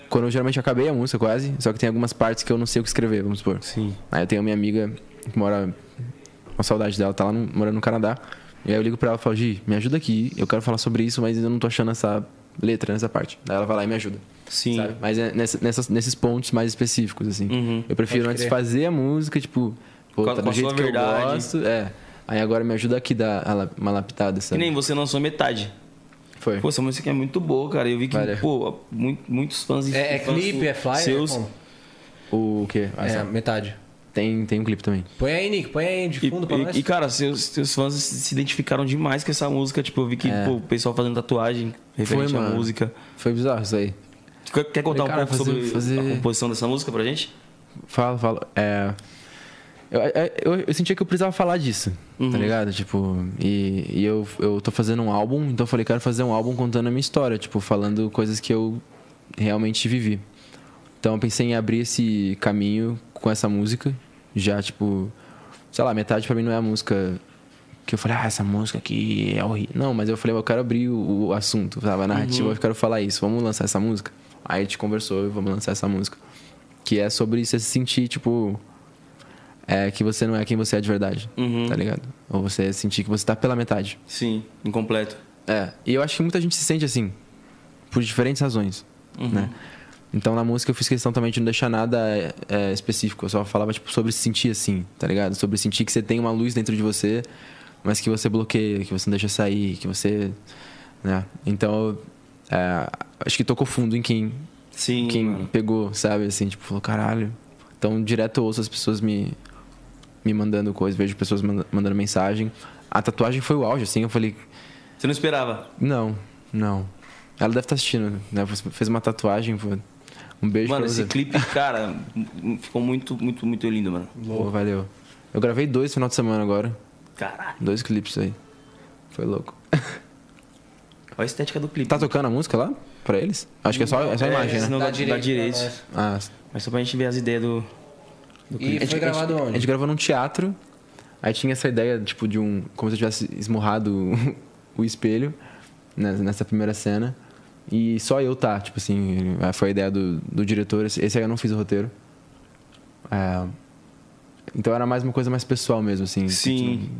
Speaker 3: quando eu geralmente acabei a música quase, só que tem algumas partes que eu não sei o que escrever, vamos supor.
Speaker 2: Sim.
Speaker 3: Aí eu tenho a minha amiga que mora. Uma saudade dela, tá lá no- morando no Canadá. E aí eu ligo pra ela e falo, Gi, me ajuda aqui, eu quero falar sobre isso, mas eu não tô achando essa letra nessa parte. Daí ela vai lá e me ajuda.
Speaker 2: Sim.
Speaker 3: Sabe? Mas é nessa- nessas- nesses pontos mais específicos, assim.
Speaker 2: Uhum.
Speaker 3: Eu prefiro
Speaker 1: Pode
Speaker 3: antes
Speaker 1: crer.
Speaker 3: fazer a música, tipo, pô,
Speaker 2: Com a-
Speaker 3: tá
Speaker 2: com
Speaker 3: do
Speaker 2: a
Speaker 3: jeito
Speaker 2: sua
Speaker 3: que eu
Speaker 2: verdade.
Speaker 3: gosto. É. Aí agora me ajuda aqui a dar a la- uma lapidada,
Speaker 2: Que
Speaker 3: sabe?
Speaker 2: nem você lançou metade.
Speaker 3: Foi.
Speaker 2: Pô, essa música é muito boa, cara. Eu vi que,
Speaker 3: Valeu.
Speaker 2: pô, mu- muitos fãs
Speaker 1: É, é
Speaker 2: fãs
Speaker 1: clipe, é flyer?
Speaker 2: Seus.
Speaker 1: Como?
Speaker 3: O quê? Ah,
Speaker 1: É,
Speaker 3: sabe?
Speaker 1: metade.
Speaker 3: Tem, tem um clipe também.
Speaker 1: Põe aí, Nick, põe aí de
Speaker 2: E,
Speaker 1: fundo pra
Speaker 2: e-
Speaker 1: nós.
Speaker 2: e, cara, seus, seus fãs se identificaram demais com essa música. Tipo, eu vi que
Speaker 3: É.
Speaker 2: pô, o pessoal fazendo tatuagem referente
Speaker 3: Foi,
Speaker 2: à
Speaker 3: mano.
Speaker 2: música.
Speaker 3: Foi bizarro isso aí.
Speaker 2: Quer, quer contar um
Speaker 3: Cara,
Speaker 2: pouco
Speaker 3: fazer-
Speaker 2: sobre
Speaker 3: fazer-
Speaker 2: a composição dessa música pra gente?
Speaker 3: Fala, fala. É. Eu, é, eu, eu sentia que eu precisava falar disso, tá ligado? Tipo, e, e eu, eu tô fazendo um álbum, então eu falei, quero fazer um álbum contando a minha história, tipo, falando coisas que eu realmente vivi. Então eu pensei em abrir esse caminho com essa música, já, tipo, sei lá, metade pra mim não é a música que eu falei, ah, essa música aqui é horrível. Não, mas eu falei, eu quero abrir o, o assunto, sabe? A narrativa, eu quero falar isso, vamos lançar essa música. Aí a gente conversou e vamos lançar essa música. Que é sobre você se sentir, tipo. É que você não é quem você é de verdade.
Speaker 2: Uhum.
Speaker 3: Tá ligado? Ou você sentir que você tá pela metade.
Speaker 2: Sim, incompleto.
Speaker 3: É. E eu acho que muita gente se sente assim. Por diferentes razões. Né? Então na música eu fiz questão também de não deixar nada é, é, específico. Eu só falava, tipo, sobre se sentir assim, tá ligado? Sobre sentir que você tem uma luz dentro de você, mas que você bloqueia, que você não deixa sair, que você. Né? Então. é, acho que tocou fundo em quem
Speaker 2: Sim.
Speaker 3: quem
Speaker 2: mano.
Speaker 3: pegou, sabe? Assim, tipo, falou, caralho. Então, direto eu ouço as pessoas me, me mandando coisas, vejo pessoas manda- mandando mensagem. A tatuagem foi o auge, assim. Eu falei,
Speaker 2: Você não esperava.
Speaker 3: não, não. Ela deve estar assistindo, né? Você Fez uma tatuagem, pô. Um beijo
Speaker 2: mano,
Speaker 3: pra
Speaker 2: esse
Speaker 3: você.
Speaker 2: clipe, cara, (laughs) m- m- ficou muito, muito, muito lindo, mano.
Speaker 3: Pô, valeu. Eu gravei dois no final de semana agora.
Speaker 2: Caralho.
Speaker 3: Dois clipes aí. Foi louco. (laughs)
Speaker 2: Olha a estética do clipe.
Speaker 3: Tá tocando a música lá? Pra eles? Acho que é só, é só imagem, né?
Speaker 2: Não dá, dá direito.
Speaker 1: pra nós.
Speaker 3: Ah,
Speaker 2: Mas só pra gente ver as ideias do.
Speaker 1: E foi gravado
Speaker 3: a gente,
Speaker 1: onde?
Speaker 3: A gente gravou num teatro. Aí tinha essa ideia, tipo, de um. Como se eu tivesse esmurrado (laughs) o espelho né, nessa primeira cena. E só eu tá, tipo assim. aí Foi a ideia do, do diretor. Esse esse aí eu não fiz o roteiro. É, então era mais uma coisa mais pessoal mesmo, assim.
Speaker 2: Sim.
Speaker 3: tipo,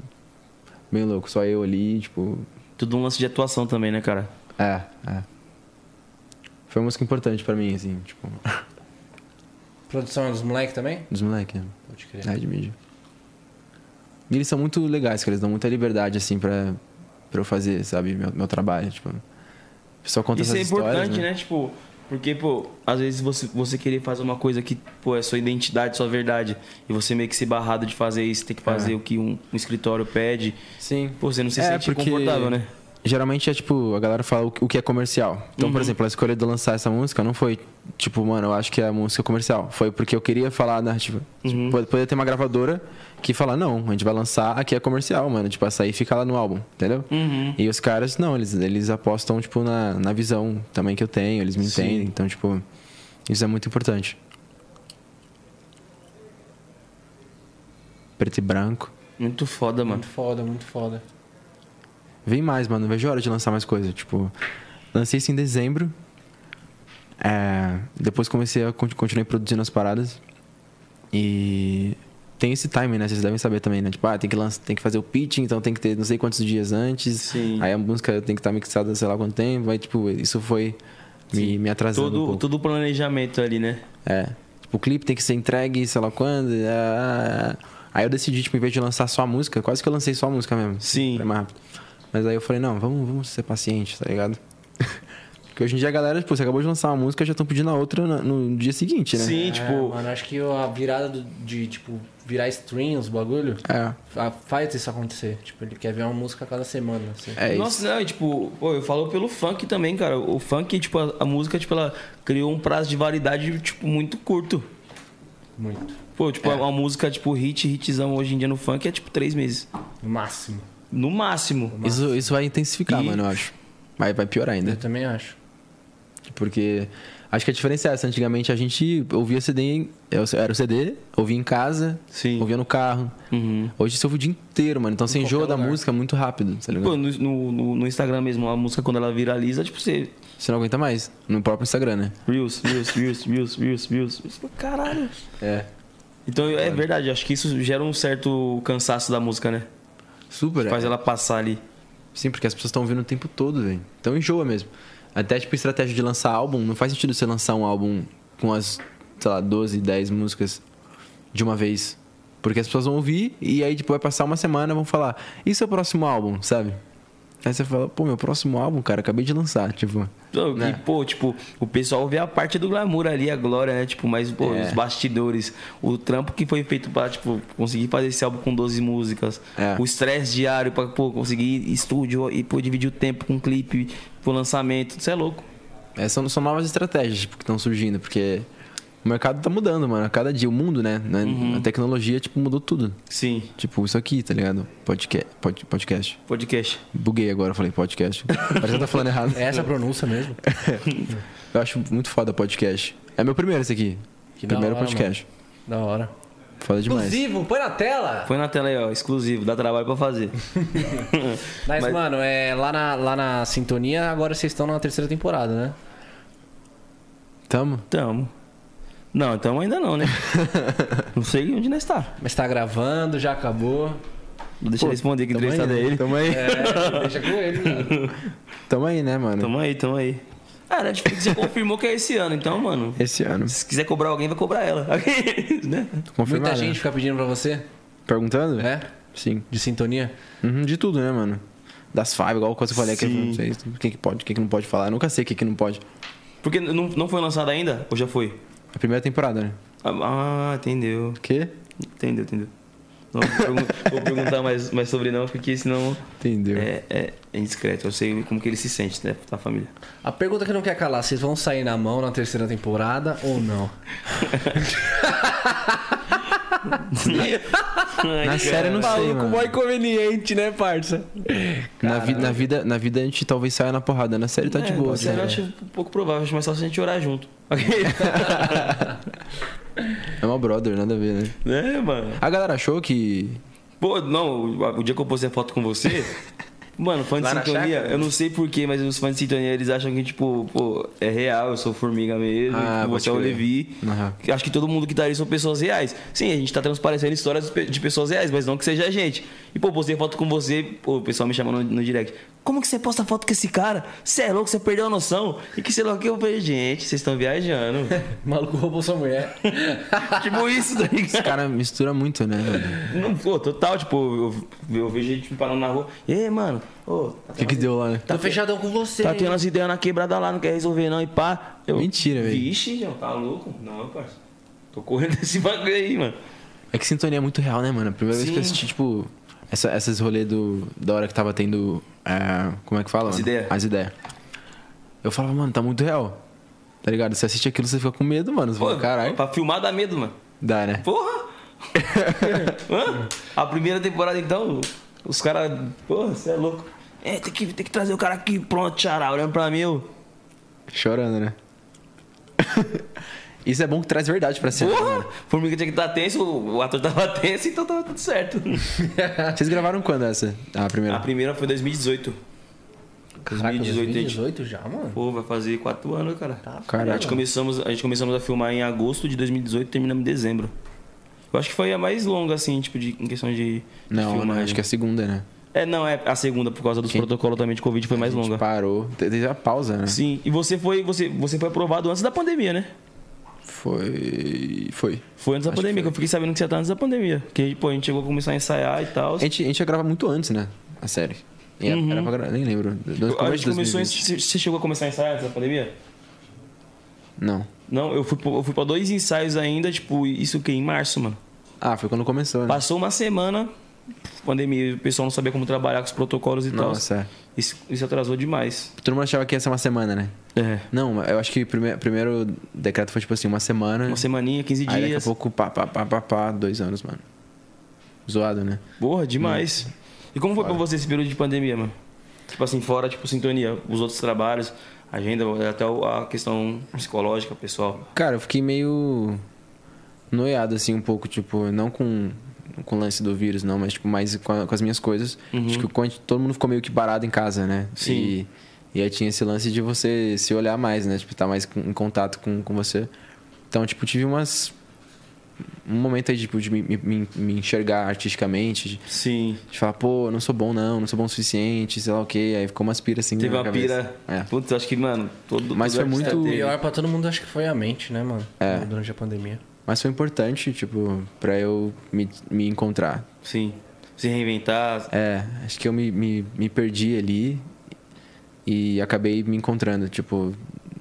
Speaker 3: bem louco. Só eu ali, tipo.
Speaker 2: Tudo um lance de atuação também, né, cara?
Speaker 3: É, é. Foi uma música importante pra mim, assim, tipo. (laughs)
Speaker 1: Produção dos moleques também?
Speaker 3: Dos moleques, né?
Speaker 1: Pode crer.
Speaker 3: Red Media. E eles são muito legais, cara. Eles dão muita liberdade, assim, pra, pra eu fazer, sabe, meu, meu trabalho. Tipo, o pessoal conta
Speaker 2: Isso é
Speaker 3: essas histórias,
Speaker 2: importante, né? Tipo, porque, pô, às vezes você, você querer fazer uma coisa que, pô, é sua identidade, sua verdade. E você meio que se barrado de fazer isso, ter que fazer o que um, um escritório pede.
Speaker 3: Sim.
Speaker 2: Pô, você não se
Speaker 3: É,
Speaker 2: sente
Speaker 3: porque-
Speaker 2: confortável, né?
Speaker 3: Geralmente é tipo, a galera fala o que o que é comercial. Então,
Speaker 2: Uhum.
Speaker 3: por exemplo, a escolha de lançar essa música não foi tipo, mano, eu acho que é a música comercial. Foi porque eu queria falar a narrativa.
Speaker 2: Uhum.
Speaker 3: Tipo, pode- poderia ter uma gravadora que fala, não, a gente vai lançar aqui é comercial, mano. Tipo, essa aí fica lá no álbum, entendeu?
Speaker 2: Uhum.
Speaker 3: E os caras, não, eles, eles apostam, tipo, na, na visão também que eu tenho, eles me entendem. Então, tipo, isso é muito importante. Preto e branco.
Speaker 2: Muito foda, mano.
Speaker 1: Muito foda, muito foda.
Speaker 3: Vem mais, mano. Vejo a hora de lançar mais coisa. Tipo, lancei isso em dezembro. É, depois comecei a con- continuei produzindo as paradas. E tem esse timing, né? Vocês devem saber também, né? Tipo, ah, tem que, lança, tem que fazer o pitching, então tem que ter não sei quantos dias antes.
Speaker 2: Sim.
Speaker 3: Aí a música tem que estar mixada, sei lá quanto tempo. Aí, tipo, isso foi me, me atrasando um
Speaker 2: Todo,
Speaker 3: pouco.
Speaker 2: todo o planejamento ali, né?
Speaker 3: É. Tipo, o clipe tem que ser entregue, sei lá quando. é, é, é. Aí eu decidi, tipo, em vez de lançar só a música, quase que eu lancei só a música mesmo.
Speaker 2: Sim.
Speaker 3: Pra ir mais rápido. Mas aí eu falei, não, vamos, vamos ser pacientes, tá ligado? (laughs) Porque hoje em dia a galera, tipo, você acabou de lançar uma música, já estão pedindo a outra na- no, dia seguinte, né?
Speaker 2: Sim,
Speaker 1: É,
Speaker 2: tipo.
Speaker 1: mano, acho que a virada do- de, tipo, virar stream, os bagulho,
Speaker 3: É.
Speaker 1: fa- faz isso acontecer. Tipo, ele quer ver uma música a cada semana, assim.
Speaker 3: É isso.
Speaker 2: Nossa, não, e, tipo, pô, eu falo pelo funk também, cara. O funk, tipo, a, a música, tipo, ela criou um prazo de validade, tipo, muito curto.
Speaker 1: Muito.
Speaker 2: Pô,
Speaker 3: É.
Speaker 2: tipo, a, a música, tipo, hit, hitzão hoje em dia no funk é tipo três meses.
Speaker 1: No máximo.
Speaker 2: No máximo.
Speaker 3: Isso, isso vai intensificar,
Speaker 2: E-
Speaker 3: mano, eu acho. Vai, vai piorar ainda.
Speaker 1: Eu também acho.
Speaker 3: Porque acho que a diferença é essa. Antigamente a gente ouvia CD, em- era o CD, ouvia em casa,
Speaker 2: Sim.
Speaker 3: ouvia no carro.
Speaker 2: Uhum.
Speaker 3: Hoje você ouve o dia inteiro, mano. Então você enjoa
Speaker 1: qualquer
Speaker 3: da
Speaker 1: lugar.
Speaker 3: música muito rápido, tá ligado?
Speaker 2: Pô, no, no- no- no Instagram mesmo, a música quando ela viraliza, tipo, você.
Speaker 3: Você não aguenta mais. No próprio Instagram, né?
Speaker 2: Reels, Reels, Reels, Reels, Reels, Reels. Você fala, Caralho.
Speaker 3: É.
Speaker 2: Então é verdade, acho que isso gera um certo cansaço da música, né?
Speaker 3: Super.
Speaker 2: Faz
Speaker 3: é.
Speaker 2: ela passar ali.
Speaker 3: Sim, porque as pessoas estão ouvindo o tempo todo, velho. Então enjoa mesmo. Até, tipo, estratégia de lançar álbum. Não faz sentido você lançar um álbum com as, sei lá, 12, 10 músicas de uma vez. Porque as pessoas vão ouvir e aí, tipo, vai passar uma semana e vão falar: E seu próximo álbum, sabe? Aí você fala: Pô, meu próximo álbum, cara, acabei de lançar. Tipo,
Speaker 2: Pô,
Speaker 3: Né?
Speaker 2: E, pô, tipo, o pessoal vê a parte do glamour ali, a glória, né? Tipo, mas, pô,
Speaker 3: É.
Speaker 2: os bastidores, o trampo que foi feito pra, tipo, conseguir fazer esse álbum com 12 músicas,
Speaker 3: É.
Speaker 2: o estresse diário pra, pô, conseguir estúdio e, pô, dividir o tempo com clipe, pro lançamento, isso é louco.
Speaker 3: É, são, são novas estratégias tipo, que estão surgindo, porque o mercado tá mudando, mano. A cada dia, o mundo, né? né?
Speaker 1: Uhum.
Speaker 3: A tecnologia, tipo, mudou tudo.
Speaker 2: Sim,
Speaker 3: Tipo, isso aqui, tá ligado? Podcast. Pod, podcast.
Speaker 2: podcast.
Speaker 3: Buguei agora, falei
Speaker 1: (laughs)
Speaker 3: podcast. Parece que eu tô falando errado.
Speaker 1: É essa a pronúncia mesmo.
Speaker 3: Eu acho muito foda podcast. É meu primeiro esse aqui.
Speaker 1: Que da
Speaker 3: primeiro
Speaker 1: hora,
Speaker 3: podcast.
Speaker 1: Da hora.
Speaker 3: Foda demais.
Speaker 1: Inclusive, põe na tela!
Speaker 2: Põe na tela aí, ó, exclusivo, dá trabalho pra fazer.
Speaker 1: Mas,
Speaker 2: Mas-
Speaker 1: mano, é, lá, na, lá na sintonia, agora vocês estão na terceira temporada, né?
Speaker 3: Tamo?
Speaker 2: Tamo. Não, então ainda
Speaker 3: (laughs)
Speaker 2: não, né? não sei onde nós tá.
Speaker 1: Mas tá gravando, já acabou.
Speaker 2: Deixa eu responder que entrevistado é ele.
Speaker 3: Tamo aí.
Speaker 1: né? É, deixa com ele, mano.
Speaker 3: Tamo aí, né, mano?
Speaker 2: Tamo aí, tamo aí. Ah, Netflix já confirmou que é esse ano, então, mano.
Speaker 3: Esse ano.
Speaker 2: Se quiser cobrar alguém, vai cobrar ela. (laughs) Né?
Speaker 3: Confirmado.
Speaker 1: Muita
Speaker 3: né?
Speaker 1: gente fica pedindo pra você,
Speaker 3: Perguntando?
Speaker 1: é?
Speaker 3: Sim.
Speaker 1: De sintonia.
Speaker 3: Uhum, de tudo, né, mano? Das five, igual quando eu falei aqui, eu não sei o que, que pode, o que, que não pode falar. Eu nunca sei o que, que não pode.
Speaker 2: Porque não, não foi lançado ainda? Ou já foi?
Speaker 3: A primeira temporada, né?
Speaker 2: Ah, entendeu.
Speaker 3: O quê?
Speaker 2: Entendeu, entendeu. Não, vou, pergun- vou perguntar mais, mais sobre não, porque senão
Speaker 3: Entendeu.
Speaker 2: é, é, é indiscreto. Eu sei como que ele se sente, né? Da família.
Speaker 1: A pergunta que não quer calar, vocês vão sair na mão na terceira temporada ou não?
Speaker 2: Ai,
Speaker 3: Na série eu não sei,
Speaker 1: Maluco
Speaker 3: mano.
Speaker 1: mó inconveniente, né, parça?
Speaker 3: Na, vi- na, vida, na vida a gente talvez saia na porrada. Na série tá de
Speaker 2: É,
Speaker 3: boa,
Speaker 2: na série eu acho um pouco provável, acho mais fácil a gente orar junto. (laughs)
Speaker 3: É uma brother, nada a ver, né?
Speaker 2: né, mano?
Speaker 3: A galera achou que.
Speaker 2: Pô, não, o- o dia que eu postei a foto com
Speaker 3: (laughs)
Speaker 2: você. Mano, fã de
Speaker 3: Lá na
Speaker 2: sintonia,
Speaker 3: chácara?
Speaker 2: eu não sei porquê, mas os fãs de sintonia eles acham que, tipo, pô, é real, eu sou formiga mesmo,
Speaker 3: Ah,
Speaker 2: tipo,
Speaker 3: pode
Speaker 2: você é o
Speaker 3: crer.
Speaker 2: Levi.
Speaker 3: Aham.
Speaker 2: Acho que todo mundo que tá ali são pessoas reais. Sim, a gente tá transparecendo histórias pe- de pessoas reais, mas não que seja a gente. E, pô, postei foto com você, pô, o pessoal me chamando no, no direct. Como que você posta foto com esse cara? Você é louco, você perdeu a noção? E que sei lá o que eu falei, gente, vocês estão
Speaker 3: (laughs)
Speaker 2: viajando.
Speaker 1: O maluco roubou sua mulher.
Speaker 2: tipo isso, tá ligado? (laughs)
Speaker 3: Esse cara mistura muito, né? velho?
Speaker 2: Não, pô, total, tipo, eu, eu vejo gente me parando na rua. E aí, mano, ô, tá,
Speaker 3: O que, que deu lá, né?
Speaker 1: Tô fechadão com você.
Speaker 2: tá
Speaker 1: hein?
Speaker 2: tendo as ideias na quebrada lá, não quer resolver não, e pá. Eu,
Speaker 3: Mentira, velho.
Speaker 2: Vixe, João, tá louco? Não, parceiro. Tô correndo (laughs) desse bagulho aí, mano.
Speaker 3: É que sintonia é muito real, né, mano? A primeira vez que eu
Speaker 2: Sim.
Speaker 3: assisti, tipo, essa, esses rolês do, da hora que tava tendo. é, como é que fala?
Speaker 2: As
Speaker 3: mano?
Speaker 2: ideias.
Speaker 3: As ideias. Eu falava, mano, tá muito real. Tá ligado? Você assiste aquilo, você fica com medo, mano. Você
Speaker 2: Pô,
Speaker 3: fala, caralho.
Speaker 2: Pra filmar dá medo, mano.
Speaker 3: Dá, né? (laughs)
Speaker 2: Porra! Hã? A primeira temporada, então, os caras. Porra, você é louco. É, tem que, tem que trazer o cara aqui pronto, xará, olhando pra mim. eu,
Speaker 3: Chorando, né? (laughs) Isso é bom que traz verdade pra cena.
Speaker 2: Porra!
Speaker 3: mano.
Speaker 2: Formiga tinha que estar tenso, o ator tava (laughs) tenso, então tava tudo certo.
Speaker 3: (laughs) Vocês gravaram quando essa? Ah, a primeira.
Speaker 2: A primeira foi 2018. 2018,
Speaker 1: 2018 já, mano?
Speaker 2: Pô, vai fazer quatro anos, cara.
Speaker 3: Caraca.
Speaker 2: a, gente começamos, a gente começamos a filmar em agosto de 2018 e terminamos em dezembro. Eu acho que foi a mais longa, assim, tipo, de, em questão de, de
Speaker 3: Não,
Speaker 2: filmagem.
Speaker 3: não, acho que é a segunda, né?
Speaker 2: é... não, é a segunda, por causa dos
Speaker 3: Quem-
Speaker 2: protocolos também de Covid, foi mais
Speaker 3: A gente
Speaker 2: longa.
Speaker 3: Parou. Te- Teve a pausa, né?
Speaker 2: Sim, e você foi, você, você foi aprovado antes da pandemia, né?
Speaker 3: Foi. Foi.
Speaker 2: Foi antes da
Speaker 3: Acho que
Speaker 2: pandemia, que, eu fiquei sabendo que você tá antes da pandemia. Porque, pô, a gente chegou a começar a ensaiar e tal.
Speaker 3: A gente, a gente ia gravar muito antes, né? A série. E era- Era pra gravar, nem lembro. Do- do
Speaker 2: a
Speaker 3: começo
Speaker 2: gente
Speaker 3: de
Speaker 2: Uhum. começou,
Speaker 3: 2020.
Speaker 2: você você chegou a começar a ensaiar antes da pandemia?
Speaker 3: Não.
Speaker 2: Não, eu fui, pra- eu fui pra dois ensaios ainda, tipo, isso que em março, mano.
Speaker 3: Ah, foi quando começou, né?
Speaker 2: Passou uma semana, pandemia, o pessoal não sabia como trabalhar com os protocolos e tal.
Speaker 3: Nossa, é.
Speaker 2: Isso, isso atrasou demais.
Speaker 3: Todo mundo achava que ia ser uma semana, né?
Speaker 2: É.
Speaker 3: Não, mas eu acho que o prime- primeiro decreto foi tipo assim, uma semana.
Speaker 2: Uma semaninha, 15
Speaker 3: aí daqui a
Speaker 2: dias.
Speaker 3: pouco, pá, pá, pá, pá, pá, dois anos, mano. Zoado, né?
Speaker 2: Porra, demais. E como foi pra
Speaker 3: Hum. Foda.
Speaker 2: você esse período de pandemia, mano? Tipo assim, fora, tipo, sintonia, os outros trabalhos, agenda, até o- a questão psicológica, pessoal.
Speaker 3: Cara, eu fiquei meio noiado, assim, um pouco, tipo, não com, com o lance do vírus, não, mas tipo, mais com, a- com as minhas coisas. Acho que quando- todo mundo ficou meio que parado em casa, né?
Speaker 2: Uhum. Sim.
Speaker 3: E, e aí tinha esse lance de você se olhar mais, né? Tipo, tá mais com- em contato com, com você. Então, tipo, tive umas. Um momento aí, tipo, de me, me- me, me enxergar artisticamente. De,
Speaker 2: Sim.
Speaker 3: de falar, pô, não sou bom não, não sou bom o suficiente, sei lá o quê. Aí ficou umas pira assim.
Speaker 2: Teve
Speaker 3: na
Speaker 2: uma
Speaker 3: minha cabeça.
Speaker 2: pira.
Speaker 3: É.
Speaker 2: Putz, acho que, mano, todo é
Speaker 3: Mas
Speaker 2: todo
Speaker 3: foi
Speaker 2: artista
Speaker 3: muito-
Speaker 1: O
Speaker 2: teve.
Speaker 1: pior pra todo mundo acho que foi a mente, né, mano?
Speaker 3: É.
Speaker 1: Durante a pandemia.
Speaker 3: Mas foi importante, tipo, pra eu me, me encontrar.
Speaker 2: Sim. Se reinventar.
Speaker 3: É, acho que eu me, me, me perdi ali e acabei me encontrando, tipo,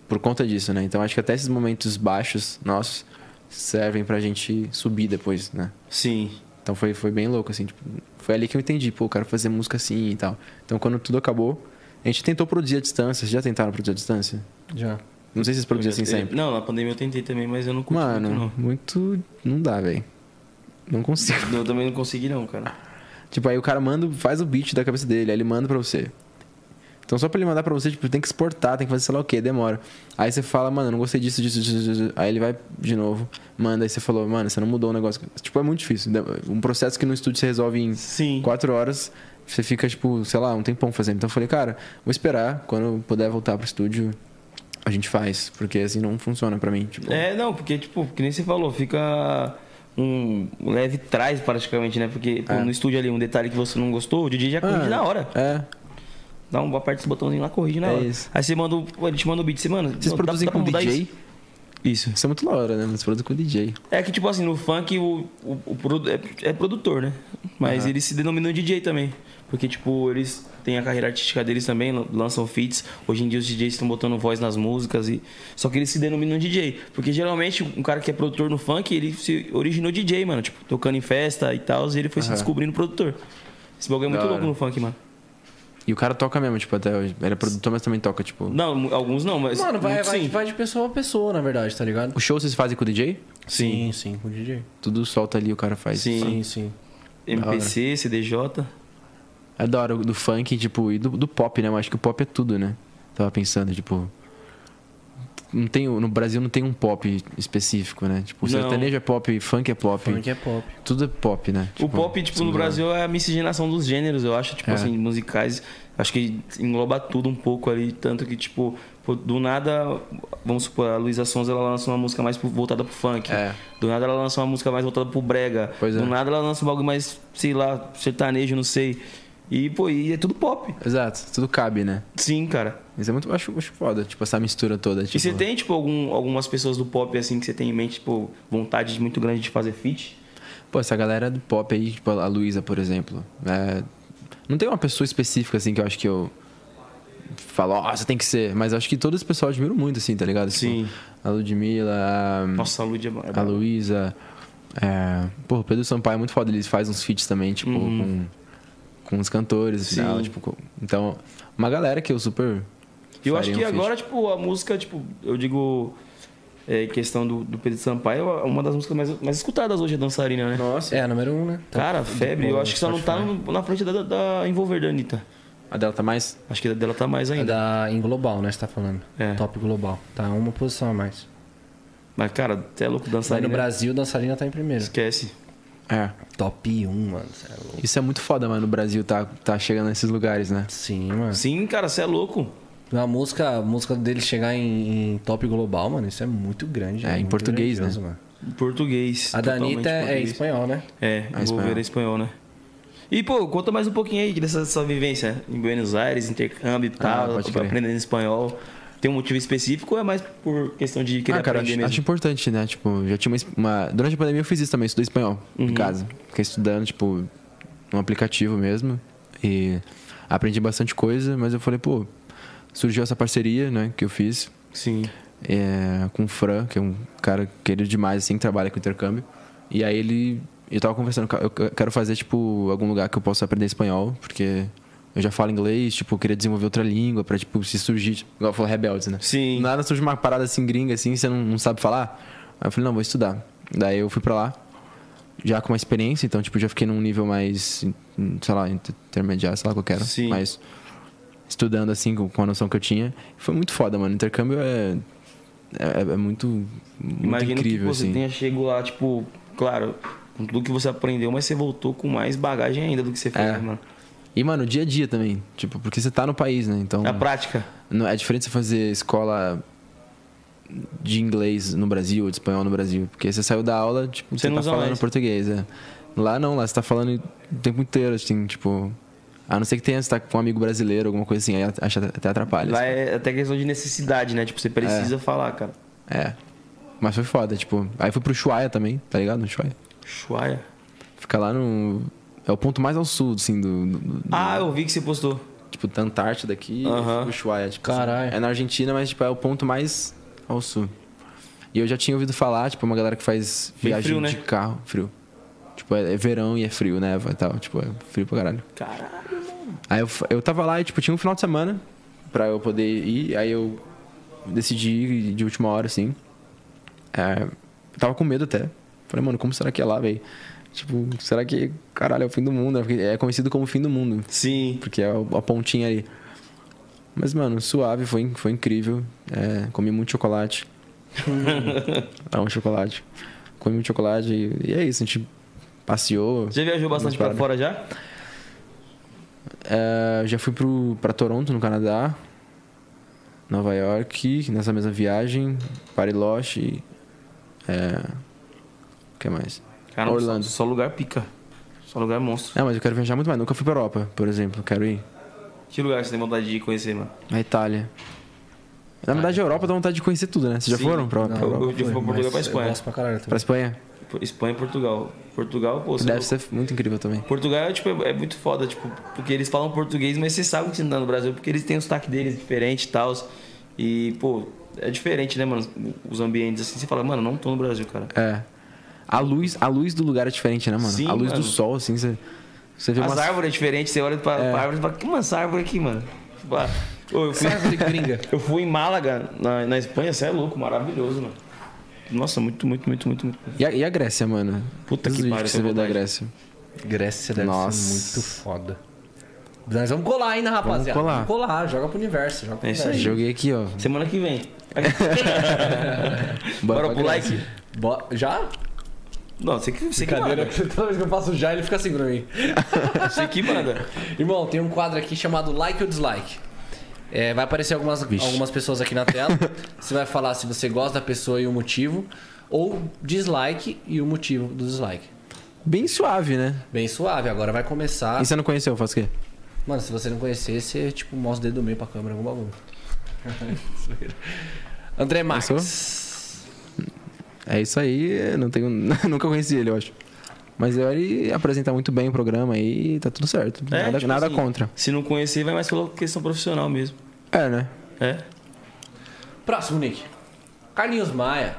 Speaker 3: por conta disso, né? Então acho que até esses momentos baixos nossos servem pra gente subir depois, né?
Speaker 2: Sim.
Speaker 3: Então foi, foi bem louco, assim, tipo, foi ali que eu entendi, pô, eu quero fazer música assim e tal. Então quando tudo acabou, a gente tentou produzir à distância, vocês já tentaram produzir à distância?
Speaker 1: Já.
Speaker 3: Não sei se vocês produzem assim
Speaker 2: Eu-
Speaker 3: sempre.
Speaker 2: Não, na pandemia eu tentei também, mas eu não curti muito,
Speaker 3: Mano, muito. Não dá, velho. Não consigo.
Speaker 2: não. Eu também não consegui, não, cara.
Speaker 3: Tipo, aí o cara manda, faz o beat da cabeça dele, aí ele manda pra você. Então só pra ele mandar pra você, tipo, tem que exportar, tem que fazer sei lá o que, demora. Aí você fala, mano, não gostei disso, disso, disso, disso. Aí ele vai de novo, manda, aí você falou, mano, você não mudou o negócio. Tipo, é muito difícil. Um processo que no estúdio você resolve em
Speaker 2: Sim.
Speaker 3: quatro horas, você fica, tipo, sei lá, um tempão fazendo. Então eu falei, cara, vou esperar, quando eu puder voltar pro estúdio, a gente faz, porque assim não funciona pra mim. Tipo,
Speaker 2: É, não, porque, tipo, que nem você falou, fica um leve trás praticamente, né? Porque pô, no estúdio ali, um detalhe que você não gostou, o DJ já corrige na hora.
Speaker 3: É.
Speaker 2: Dá um aperta esse botãozinho lá, corrige na
Speaker 3: É
Speaker 2: hora.
Speaker 3: isso.
Speaker 2: Aí você manda, o- ele te manda o beat, você, mano,
Speaker 3: Vocês
Speaker 2: dá-
Speaker 3: produzem
Speaker 2: dá pra
Speaker 3: com
Speaker 2: mudar
Speaker 3: DJ?
Speaker 2: Isso. Isso.
Speaker 3: Isso é muito da hora, né? Vocês produzem com DJ.
Speaker 2: É que, tipo assim, no funk o, o, o produ- é, é produtor, né? Mas eles se denominam DJ também. Porque, tipo, eles têm a carreira artística deles também, lan- lançam feats. Hoje em dia os DJs estão botando voz nas músicas e. Só que eles se denominam DJ. Porque geralmente um cara que é produtor no funk, ele se originou DJ, mano. Tipo, tocando em festa e tal, e ele foi se descobrindo produtor. Esse bagulho é muito
Speaker 3: Da
Speaker 2: louco
Speaker 3: hora.
Speaker 2: no funk, mano.
Speaker 3: E o cara toca mesmo, tipo, até hoje. Ele é produtor, mas também toca, tipo.
Speaker 2: Não, mu- alguns não, mas.
Speaker 1: Mano, vai,
Speaker 2: muito
Speaker 1: vai,
Speaker 2: sim.
Speaker 1: vai de pessoa a pessoa, na verdade, tá ligado?
Speaker 3: O show vocês fazem com o DJ?
Speaker 2: Sim.
Speaker 1: sim, com o DJ.
Speaker 3: Tudo solta ali, o cara faz.
Speaker 2: Sim.
Speaker 1: Sim, sim.
Speaker 2: MPC, CDJ.
Speaker 3: É da hora do funk, tipo, e do, do pop, né? Eu acho que o pop é tudo, né? Tava pensando, tipo. Não tem, no Brasil não tem um pop específico, né? Tipo,
Speaker 2: Não.
Speaker 3: sertanejo é pop, funk é pop.
Speaker 1: Funk é pop.
Speaker 3: Tudo é pop, né?
Speaker 2: O pop, tipo, no
Speaker 3: tudo-
Speaker 2: Brasil é a miscigenação dos gêneros, eu acho, tipo
Speaker 3: É.
Speaker 2: assim, musicais. Acho que engloba tudo um pouco ali, tanto que, tipo, pô, do nada, vamos supor, a Luísa Sonza ela lança uma música mais pro- voltada pro funk.
Speaker 3: É.
Speaker 2: Do nada ela lança uma música mais voltada pro brega.
Speaker 3: Pois é.
Speaker 2: Do nada ela lança um bagulho mais, sei lá, sertanejo, não sei. E, pô, e é tudo pop.
Speaker 3: Exato, tudo cabe, né?
Speaker 2: Sim, cara.
Speaker 3: Isso é muito. Acho, acho foda, tipo, essa mistura toda. Tipo,
Speaker 2: E você tem, tipo, algum- algumas pessoas do pop, assim, que você tem em mente, tipo, vontade muito grande de fazer feat?
Speaker 3: Pô, essa galera do pop aí, tipo a Luísa, por exemplo. é, Não tem uma pessoa específica, assim, que eu acho que eu falo, ó, você tem que ser. Mas acho que todo esse pessoal eu admiro muito, assim, tá ligado? Tipo,
Speaker 2: Sim.
Speaker 3: a Ludmilla, a,
Speaker 2: Nossa, a Lud é
Speaker 3: Hum. a Luísa. É... Pô, o Pedro Sampaio é muito foda, ele faz uns feats também, tipo, com, com os cantores,
Speaker 2: Uhum. Sim.
Speaker 3: assim, tal, tipo, com- Então, uma galera que eu super.
Speaker 2: Eu
Speaker 3: faria
Speaker 2: acho
Speaker 3: um
Speaker 2: que
Speaker 3: feat.
Speaker 2: agora, tipo, a música, tipo, eu digo, é, questão do, do Pedro Sampaio, é uma das músicas mais, mais escutadas hoje, a dançarina, né?
Speaker 3: Nossa.
Speaker 1: É, a número um, né?
Speaker 2: Cara, febre, eu acho que só não tá no- na frente da, da Envolver da Anitta.
Speaker 3: A dela tá mais.
Speaker 2: Acho que a dela tá mais
Speaker 1: É
Speaker 2: ainda.
Speaker 1: da, em global, né? Você tá falando.
Speaker 2: É.
Speaker 1: Top global. Tá uma posição a mais.
Speaker 2: Mas, cara, até louco
Speaker 1: Aí
Speaker 2: dançarina.
Speaker 1: no Brasil, dançarina tá em primeiro.
Speaker 2: Esquece.
Speaker 3: É.
Speaker 1: Top 1, mano. Cê é louco.
Speaker 3: Isso é muito foda, mano. O Brasil tá, tá chegando nesses lugares, né?
Speaker 1: Sim, mano.
Speaker 2: Sim, cara, você é louco.
Speaker 1: A música, a música dele chegar em, em top global, mano, isso é muito grande.
Speaker 3: É, em
Speaker 1: muito
Speaker 3: português,
Speaker 1: grandioso,
Speaker 3: né?
Speaker 1: Mano.
Speaker 2: Em Português.
Speaker 1: A da
Speaker 2: totalmente
Speaker 1: Anitta é
Speaker 2: português.
Speaker 1: espanhol, né?
Speaker 2: É,
Speaker 3: Ah,
Speaker 2: Envolver
Speaker 3: espanhol.
Speaker 2: é espanhol, né? E, pô, conta mais um pouquinho aí dessa sua vivência em Buenos Aires, intercâmbio e
Speaker 3: Ah,
Speaker 2: tal,
Speaker 3: pode crer.
Speaker 2: aprendendo espanhol. Tem um motivo específico ou é mais por questão de querer
Speaker 3: Ah, cara,
Speaker 2: aprender
Speaker 3: acho,
Speaker 2: mesmo?
Speaker 3: acho importante, né? Tipo, já tinha uma, uma- Durante a pandemia eu fiz isso também, estudei espanhol em
Speaker 2: Uhum.
Speaker 3: casa. Fiquei estudando, tipo, um aplicativo mesmo. E aprendi bastante coisa, mas eu falei, pô, surgiu essa parceria, né, que eu fiz
Speaker 2: Sim.
Speaker 3: é, com o Fran, que é um cara querido demais, assim, que trabalha com intercâmbio. E aí ele. Eu tava conversando, eu quero fazer, tipo, algum lugar que eu possa aprender espanhol, porque eu já falo inglês, tipo, eu queria desenvolver outra língua pra, tipo, se surgir. tipo, Igual eu falo rebeldes, né?
Speaker 2: Sim.
Speaker 3: Do Nada surge uma parada assim gringa, assim, você não, não sabe falar. Aí eu falei, não, vou estudar. Daí eu fui pra lá, já com uma experiência, então, tipo, já fiquei num nível mais, sei lá, intermediário, sei lá qual que era.
Speaker 2: Sim.
Speaker 3: Mas estudando assim com, com a noção que eu tinha. Foi muito foda, mano. Intercâmbio é. É, é muito, muito
Speaker 2: Imagino
Speaker 3: incrível,
Speaker 2: que você
Speaker 3: assim.
Speaker 2: tenha chegado lá, tipo, claro, com tudo que você aprendeu, mas você voltou com mais bagagem ainda do que você fez,
Speaker 3: É.
Speaker 2: né, mano.
Speaker 3: E, mano, o dia a dia também. Tipo, porque você tá no país, né? Então.
Speaker 2: Na prática.
Speaker 3: Não, é diferente você fazer escola de inglês no Brasil ou de espanhol no Brasil. Porque você saiu da aula, tipo,
Speaker 2: Você
Speaker 3: você,
Speaker 2: não
Speaker 3: tá
Speaker 2: usa
Speaker 3: falando
Speaker 2: mais.
Speaker 3: português, é. Lá não, lá você tá falando o tempo inteiro, assim, tipo. A não ser que tenha, você tá com um amigo brasileiro, alguma coisa assim, aí acho até atrapalha.
Speaker 2: Lá
Speaker 3: assim.
Speaker 2: é até questão de necessidade, né? Tipo, você precisa falar, cara.
Speaker 3: É. Mas foi foda, tipo. Aí fui pro Chuaia também, tá ligado? No Chuaia.
Speaker 2: Chuaia.
Speaker 3: Fica lá no. É o ponto mais ao sul, assim, do. do- do-
Speaker 2: Ah, eu vi que você postou.
Speaker 3: Tipo, da Antártida aqui e
Speaker 2: Aham.
Speaker 3: fica o Ushuaia. Tipo,
Speaker 1: Caralho.
Speaker 3: assim. É na Argentina, mas, tipo, é o ponto mais ao sul. E eu já tinha ouvido falar, tipo, uma galera que faz
Speaker 2: Bem
Speaker 3: viagem
Speaker 2: frio,
Speaker 3: de
Speaker 2: né?
Speaker 3: carro, frio. Tipo, é, é verão e é frio, né? E tal. Tipo, é frio pra caralho.
Speaker 2: Caralho.
Speaker 3: Aí eu, fa- eu tava lá e, tipo, tinha um final de semana pra eu poder ir. Aí eu decidi ir de última hora, assim. É, eu tava com medo até. Falei, mano, como será que é lá, velho? Tipo, será que, caralho, é o fim do mundo? né? Porque É conhecido como o fim do mundo,
Speaker 2: Sim.
Speaker 3: porque é o- a pontinha ali. Mas, mano, suave, foi, in- foi incrível. É, comi muito chocolate. Amo chocolate. Comi muito chocolate e, e é isso, a gente passeou.
Speaker 2: Já viajou bastante pra
Speaker 3: Umas
Speaker 2: fora já?
Speaker 3: Eh, É, já fui pro, pra Toronto, no Canadá. Nova York, nessa mesma viagem, Bariloche, é... o que mais?
Speaker 2: Cara,
Speaker 3: Orlando.
Speaker 2: Só, só lugar pica. Só lugar monstro.
Speaker 3: É, mas eu quero viajar muito mais. Nunca fui pra Europa, por exemplo. Quero ir.
Speaker 2: Que lugar que você tem vontade de conhecer, mano?
Speaker 3: A Itália. Na verdade, a Europa dá vontade de conhecer tudo, né? Vocês já
Speaker 2: então. Sim.
Speaker 3: foram pra, pra
Speaker 2: Não,
Speaker 3: Europa?
Speaker 2: eu já fui pra Portugal pra Espanha.
Speaker 1: Eu gosto pra caralho também.
Speaker 3: Pra Espanha?
Speaker 2: Espanha e Portugal. Portugal, pô, você é
Speaker 3: Deve ser muito incrível também.
Speaker 2: Portugal tipo, é, é muito foda, tipo, porque eles falam português, mas você sabe que você não tá no Brasil, porque eles têm o sotaque deles diferente e tal. E, pô, é diferente, né, mano? Os ambientes assim, você fala, mano, não tô no Brasil, cara.
Speaker 3: É. A luz, a luz do lugar é diferente, né, mano?
Speaker 2: Sim,
Speaker 3: a luz
Speaker 2: mano.
Speaker 3: do sol, assim, você, você vê
Speaker 2: As
Speaker 3: umas...
Speaker 2: árvores é diferente, você olha pra, pra árvore e fala, que mano, essa árvore aqui, mano? Tipo, ah, ô, eu, fui,
Speaker 1: Árvore gringa.
Speaker 2: eu fui em Málaga, na, na Espanha, você é louco, maravilhoso, mano. Nossa, muito, muito, muito, muito, muito.
Speaker 3: E a, e a Grécia, mano?
Speaker 2: Puta
Speaker 3: Os
Speaker 2: que
Speaker 3: vídeos
Speaker 2: pariu,
Speaker 3: você
Speaker 2: tô
Speaker 3: vê
Speaker 2: com
Speaker 3: da
Speaker 2: vontade.
Speaker 3: Grécia.
Speaker 1: Grécia deve
Speaker 3: Nossa.
Speaker 1: ser muito foda. Nós vamos colar, hein, né, rapaziada?
Speaker 3: colar.
Speaker 1: Vamos colar, joga pro universo. Joga pro
Speaker 2: É isso
Speaker 1: universo.
Speaker 2: aí.
Speaker 3: Joguei aqui, ó.
Speaker 2: Semana que vem.
Speaker 3: Bora
Speaker 2: Bora,
Speaker 3: pra
Speaker 2: pro like.
Speaker 1: Bo- Já?
Speaker 2: Não, você que, você que
Speaker 1: Brincadeira.
Speaker 2: manda.
Speaker 1: Toda vez que eu faço já, ele fica assim pra mim.
Speaker 2: Você que manda.
Speaker 1: Irmão, tem um quadro aqui chamado Like ou Dislike. É, vai aparecer algumas, algumas pessoas aqui na tela. você vai falar se você gosta da pessoa e o motivo. Ou dislike e o motivo do dislike.
Speaker 3: Bem suave, né?
Speaker 1: Bem suave, agora vai começar.
Speaker 3: E você não conheceu, faz o quê?
Speaker 1: Mano, se você não conhecer, você tipo, mostra o dedo do meio pra câmera, algum bagulho. André Max.
Speaker 3: É isso aí, não tenho... (laughs) nunca conheci ele, eu acho. Mas ele apresenta muito bem o programa aí e tá tudo certo.
Speaker 2: É,
Speaker 3: (laughs) nada
Speaker 2: tipo
Speaker 3: nada
Speaker 2: assim,
Speaker 3: contra.
Speaker 2: Se não conhecer, vai mais pela questão profissional mesmo.
Speaker 3: É, né?
Speaker 2: É.
Speaker 1: Próximo, Nick. Carlinhos Maia.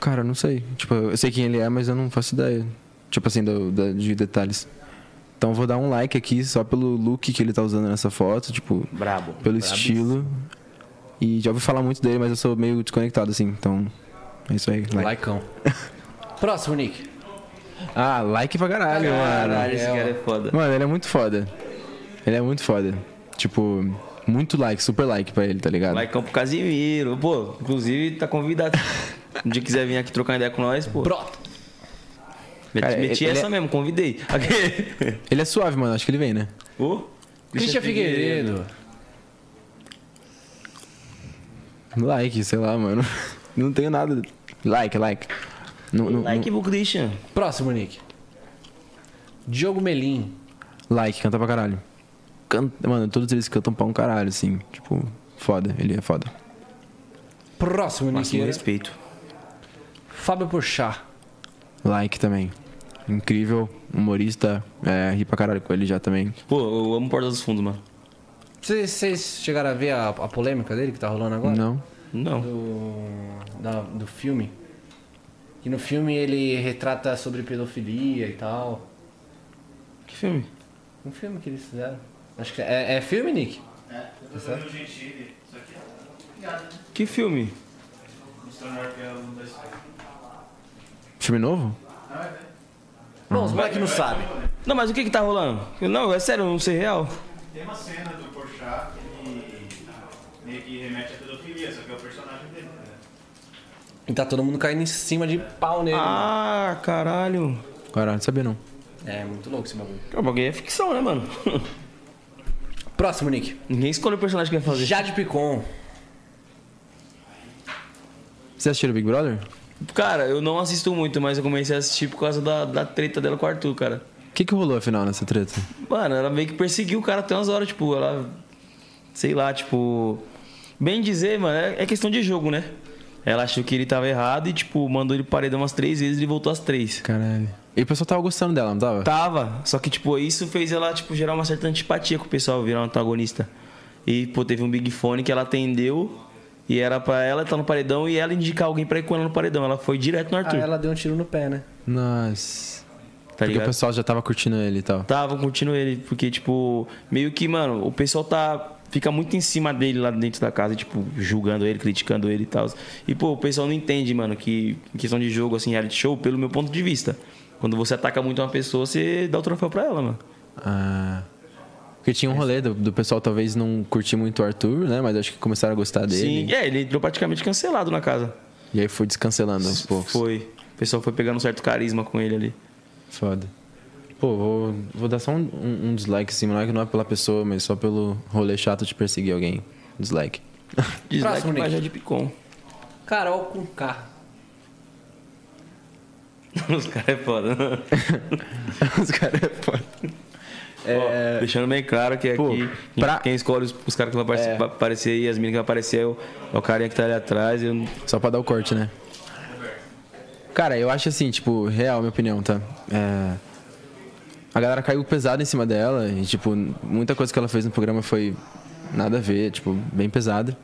Speaker 3: Cara, eu não sei. Tipo, eu sei quem ele é, mas eu não faço ideia. Tipo assim, do- da- de detalhes. Então eu vou dar um like aqui só pelo look que ele tá usando nessa foto, tipo,
Speaker 2: Brabo.
Speaker 3: pelo estilo. E já ouvi falar muito dele, mas eu sou meio desconectado, assim. Então, é isso aí. Like.
Speaker 1: Likeão. Próximo, Nick.
Speaker 3: Ah, like pra caralho,
Speaker 2: Caralho,
Speaker 3: mano.
Speaker 2: esse cara é foda.
Speaker 3: Mano, ele é muito foda. Ele é muito foda. Tipo, muito like, super like pra ele, tá ligado?
Speaker 2: Laicão pro Casimiro. Pô, inclusive tá convidado. Um dia quiser vir aqui trocar ideia com nós, pô.
Speaker 1: Broto.
Speaker 2: Meti-
Speaker 3: Cara,
Speaker 2: meti
Speaker 3: ele- é-
Speaker 2: essa mesmo, convidei. Aqui.
Speaker 3: Ele é suave, mano. Acho que ele vem, né?
Speaker 2: (laughs) Ô, é
Speaker 1: Christian Figueiredo.
Speaker 3: Like, sei lá, mano. (laughs) Não tenho nada. Like, like. Não, não,
Speaker 2: Like pro Christian.
Speaker 1: Próximo, Nick. Diogo Melim.
Speaker 3: Like, canta pra caralho. Canta, mano, todos eles cantam pra um caralho, assim. Tipo, foda, ele é foda.
Speaker 1: Próximo,
Speaker 2: Máximo
Speaker 1: Nick.
Speaker 2: respeito.
Speaker 1: Fábio Porchat.
Speaker 3: Like também. Incrível, humorista, é, ri pra caralho com ele já também.
Speaker 2: Pô, eu amo Porta dos Fundos, mano.
Speaker 1: Vocês- Vocês chegaram a ver a, a polêmica dele que tá rolando agora?
Speaker 3: Não.
Speaker 2: Não.
Speaker 1: Do, da- do filme. Que no filme ele retrata sobre pedofilia e tal.
Speaker 2: Que filme?
Speaker 1: Um filme que eles fizeram. Acho que é, é filme, Nick? É. Tá
Speaker 2: Que filme?
Speaker 3: Filme novo?
Speaker 1: Bom, os moleques não sabem.
Speaker 2: Não, mas o que que tá rolando? Não, é sério, eu não sei real.
Speaker 5: Tem uma cena do Porchat que meio que remete à pedofilia, só que é o personagem dele, né?
Speaker 1: E tá todo mundo caindo em cima de pau nele. né?
Speaker 2: Ah, caralho.
Speaker 3: Caralho, não sabia não.
Speaker 1: É muito louco esse bagulho.
Speaker 2: Cara, o bagulho é ficção, né, mano? (laughs)
Speaker 1: Próximo, Nick.
Speaker 2: Ninguém escolhe o personagem que vai fazer.
Speaker 1: Jade Picon.
Speaker 3: Você assistiu o Big Brother?
Speaker 2: Cara, eu não assisto muito, mas eu comecei a assistir por causa da, da treta dela com o Arthur, cara.
Speaker 3: O que, que rolou afinal nessa treta?
Speaker 2: Mano, ela meio que perseguiu o cara até umas horas, tipo, ela. Sei lá, tipo. Bem dizer, mano, é, é questão de jogo, né? Ela achou que ele tava errado e, tipo, mandou ele pro paredão umas três vezes e ele voltou às três.
Speaker 3: Caralho. E o pessoal tava gostando dela, não
Speaker 2: Tá.
Speaker 3: tava?
Speaker 2: Tava, só que, tipo, isso fez ela, tipo, gerar uma certa antipatia com o pessoal, virar um antagonista. E, pô, teve um Big Fone que ela atendeu e era pra ela estar no paredão e ela indicar alguém pra ir com ela no paredão. Ela foi direto no
Speaker 1: Ah,
Speaker 2: Arthur.
Speaker 1: ela deu um tiro no pé, né?
Speaker 3: Nossa.
Speaker 2: Tá
Speaker 3: Porque o
Speaker 2: ligado?
Speaker 3: pessoal já tava curtindo ele e tal.
Speaker 2: Tava, continuo ele, porque, tipo, meio que, mano, o pessoal tá. Fica muito em cima dele lá dentro da casa, tipo, julgando ele, criticando ele e tal. E, pô, o pessoal não entende, mano, que em questão de jogo, assim, reality show, pelo meu ponto de vista. Quando você ataca muito uma pessoa, você dá o troféu pra ela, mano.
Speaker 3: Ah. Porque tinha um rolê do, do pessoal talvez não curtir muito o Arthur, né? Mas acho que começaram a gostar dele.
Speaker 2: Sim, é, ele entrou praticamente cancelado na casa.
Speaker 3: E aí foi descancelando aos poucos.
Speaker 2: Foi. O pessoal foi pegando um certo carisma com ele ali.
Speaker 3: Foda. Pô, vou, vou dar só um, um, um dislike assim, não é que não é pela pessoa, mas só pelo rolê chato de perseguir alguém. Dislike.
Speaker 2: Dislike,
Speaker 1: Próximo, Nick.
Speaker 2: mas é de picom.
Speaker 1: Carol com K.
Speaker 2: (laughs) Os caras é foda. né?
Speaker 3: (laughs) Os caras é foda.
Speaker 2: Ó, deixando bem claro que
Speaker 3: Pô,
Speaker 2: aqui
Speaker 3: pra- É.
Speaker 2: quem escolhe os, os caras que vão aparecer, vai aparecer aí, as minas que vão aparecer, é o, é o carinha que tá ali atrás. Eu, não-
Speaker 3: Só pra dar o corte, né? Cara, eu acho assim, tipo, real, minha opinião, tá? É, A galera caiu pesado em cima dela e, tipo, muita coisa que ela fez no programa foi nada a ver, tipo, bem pesada.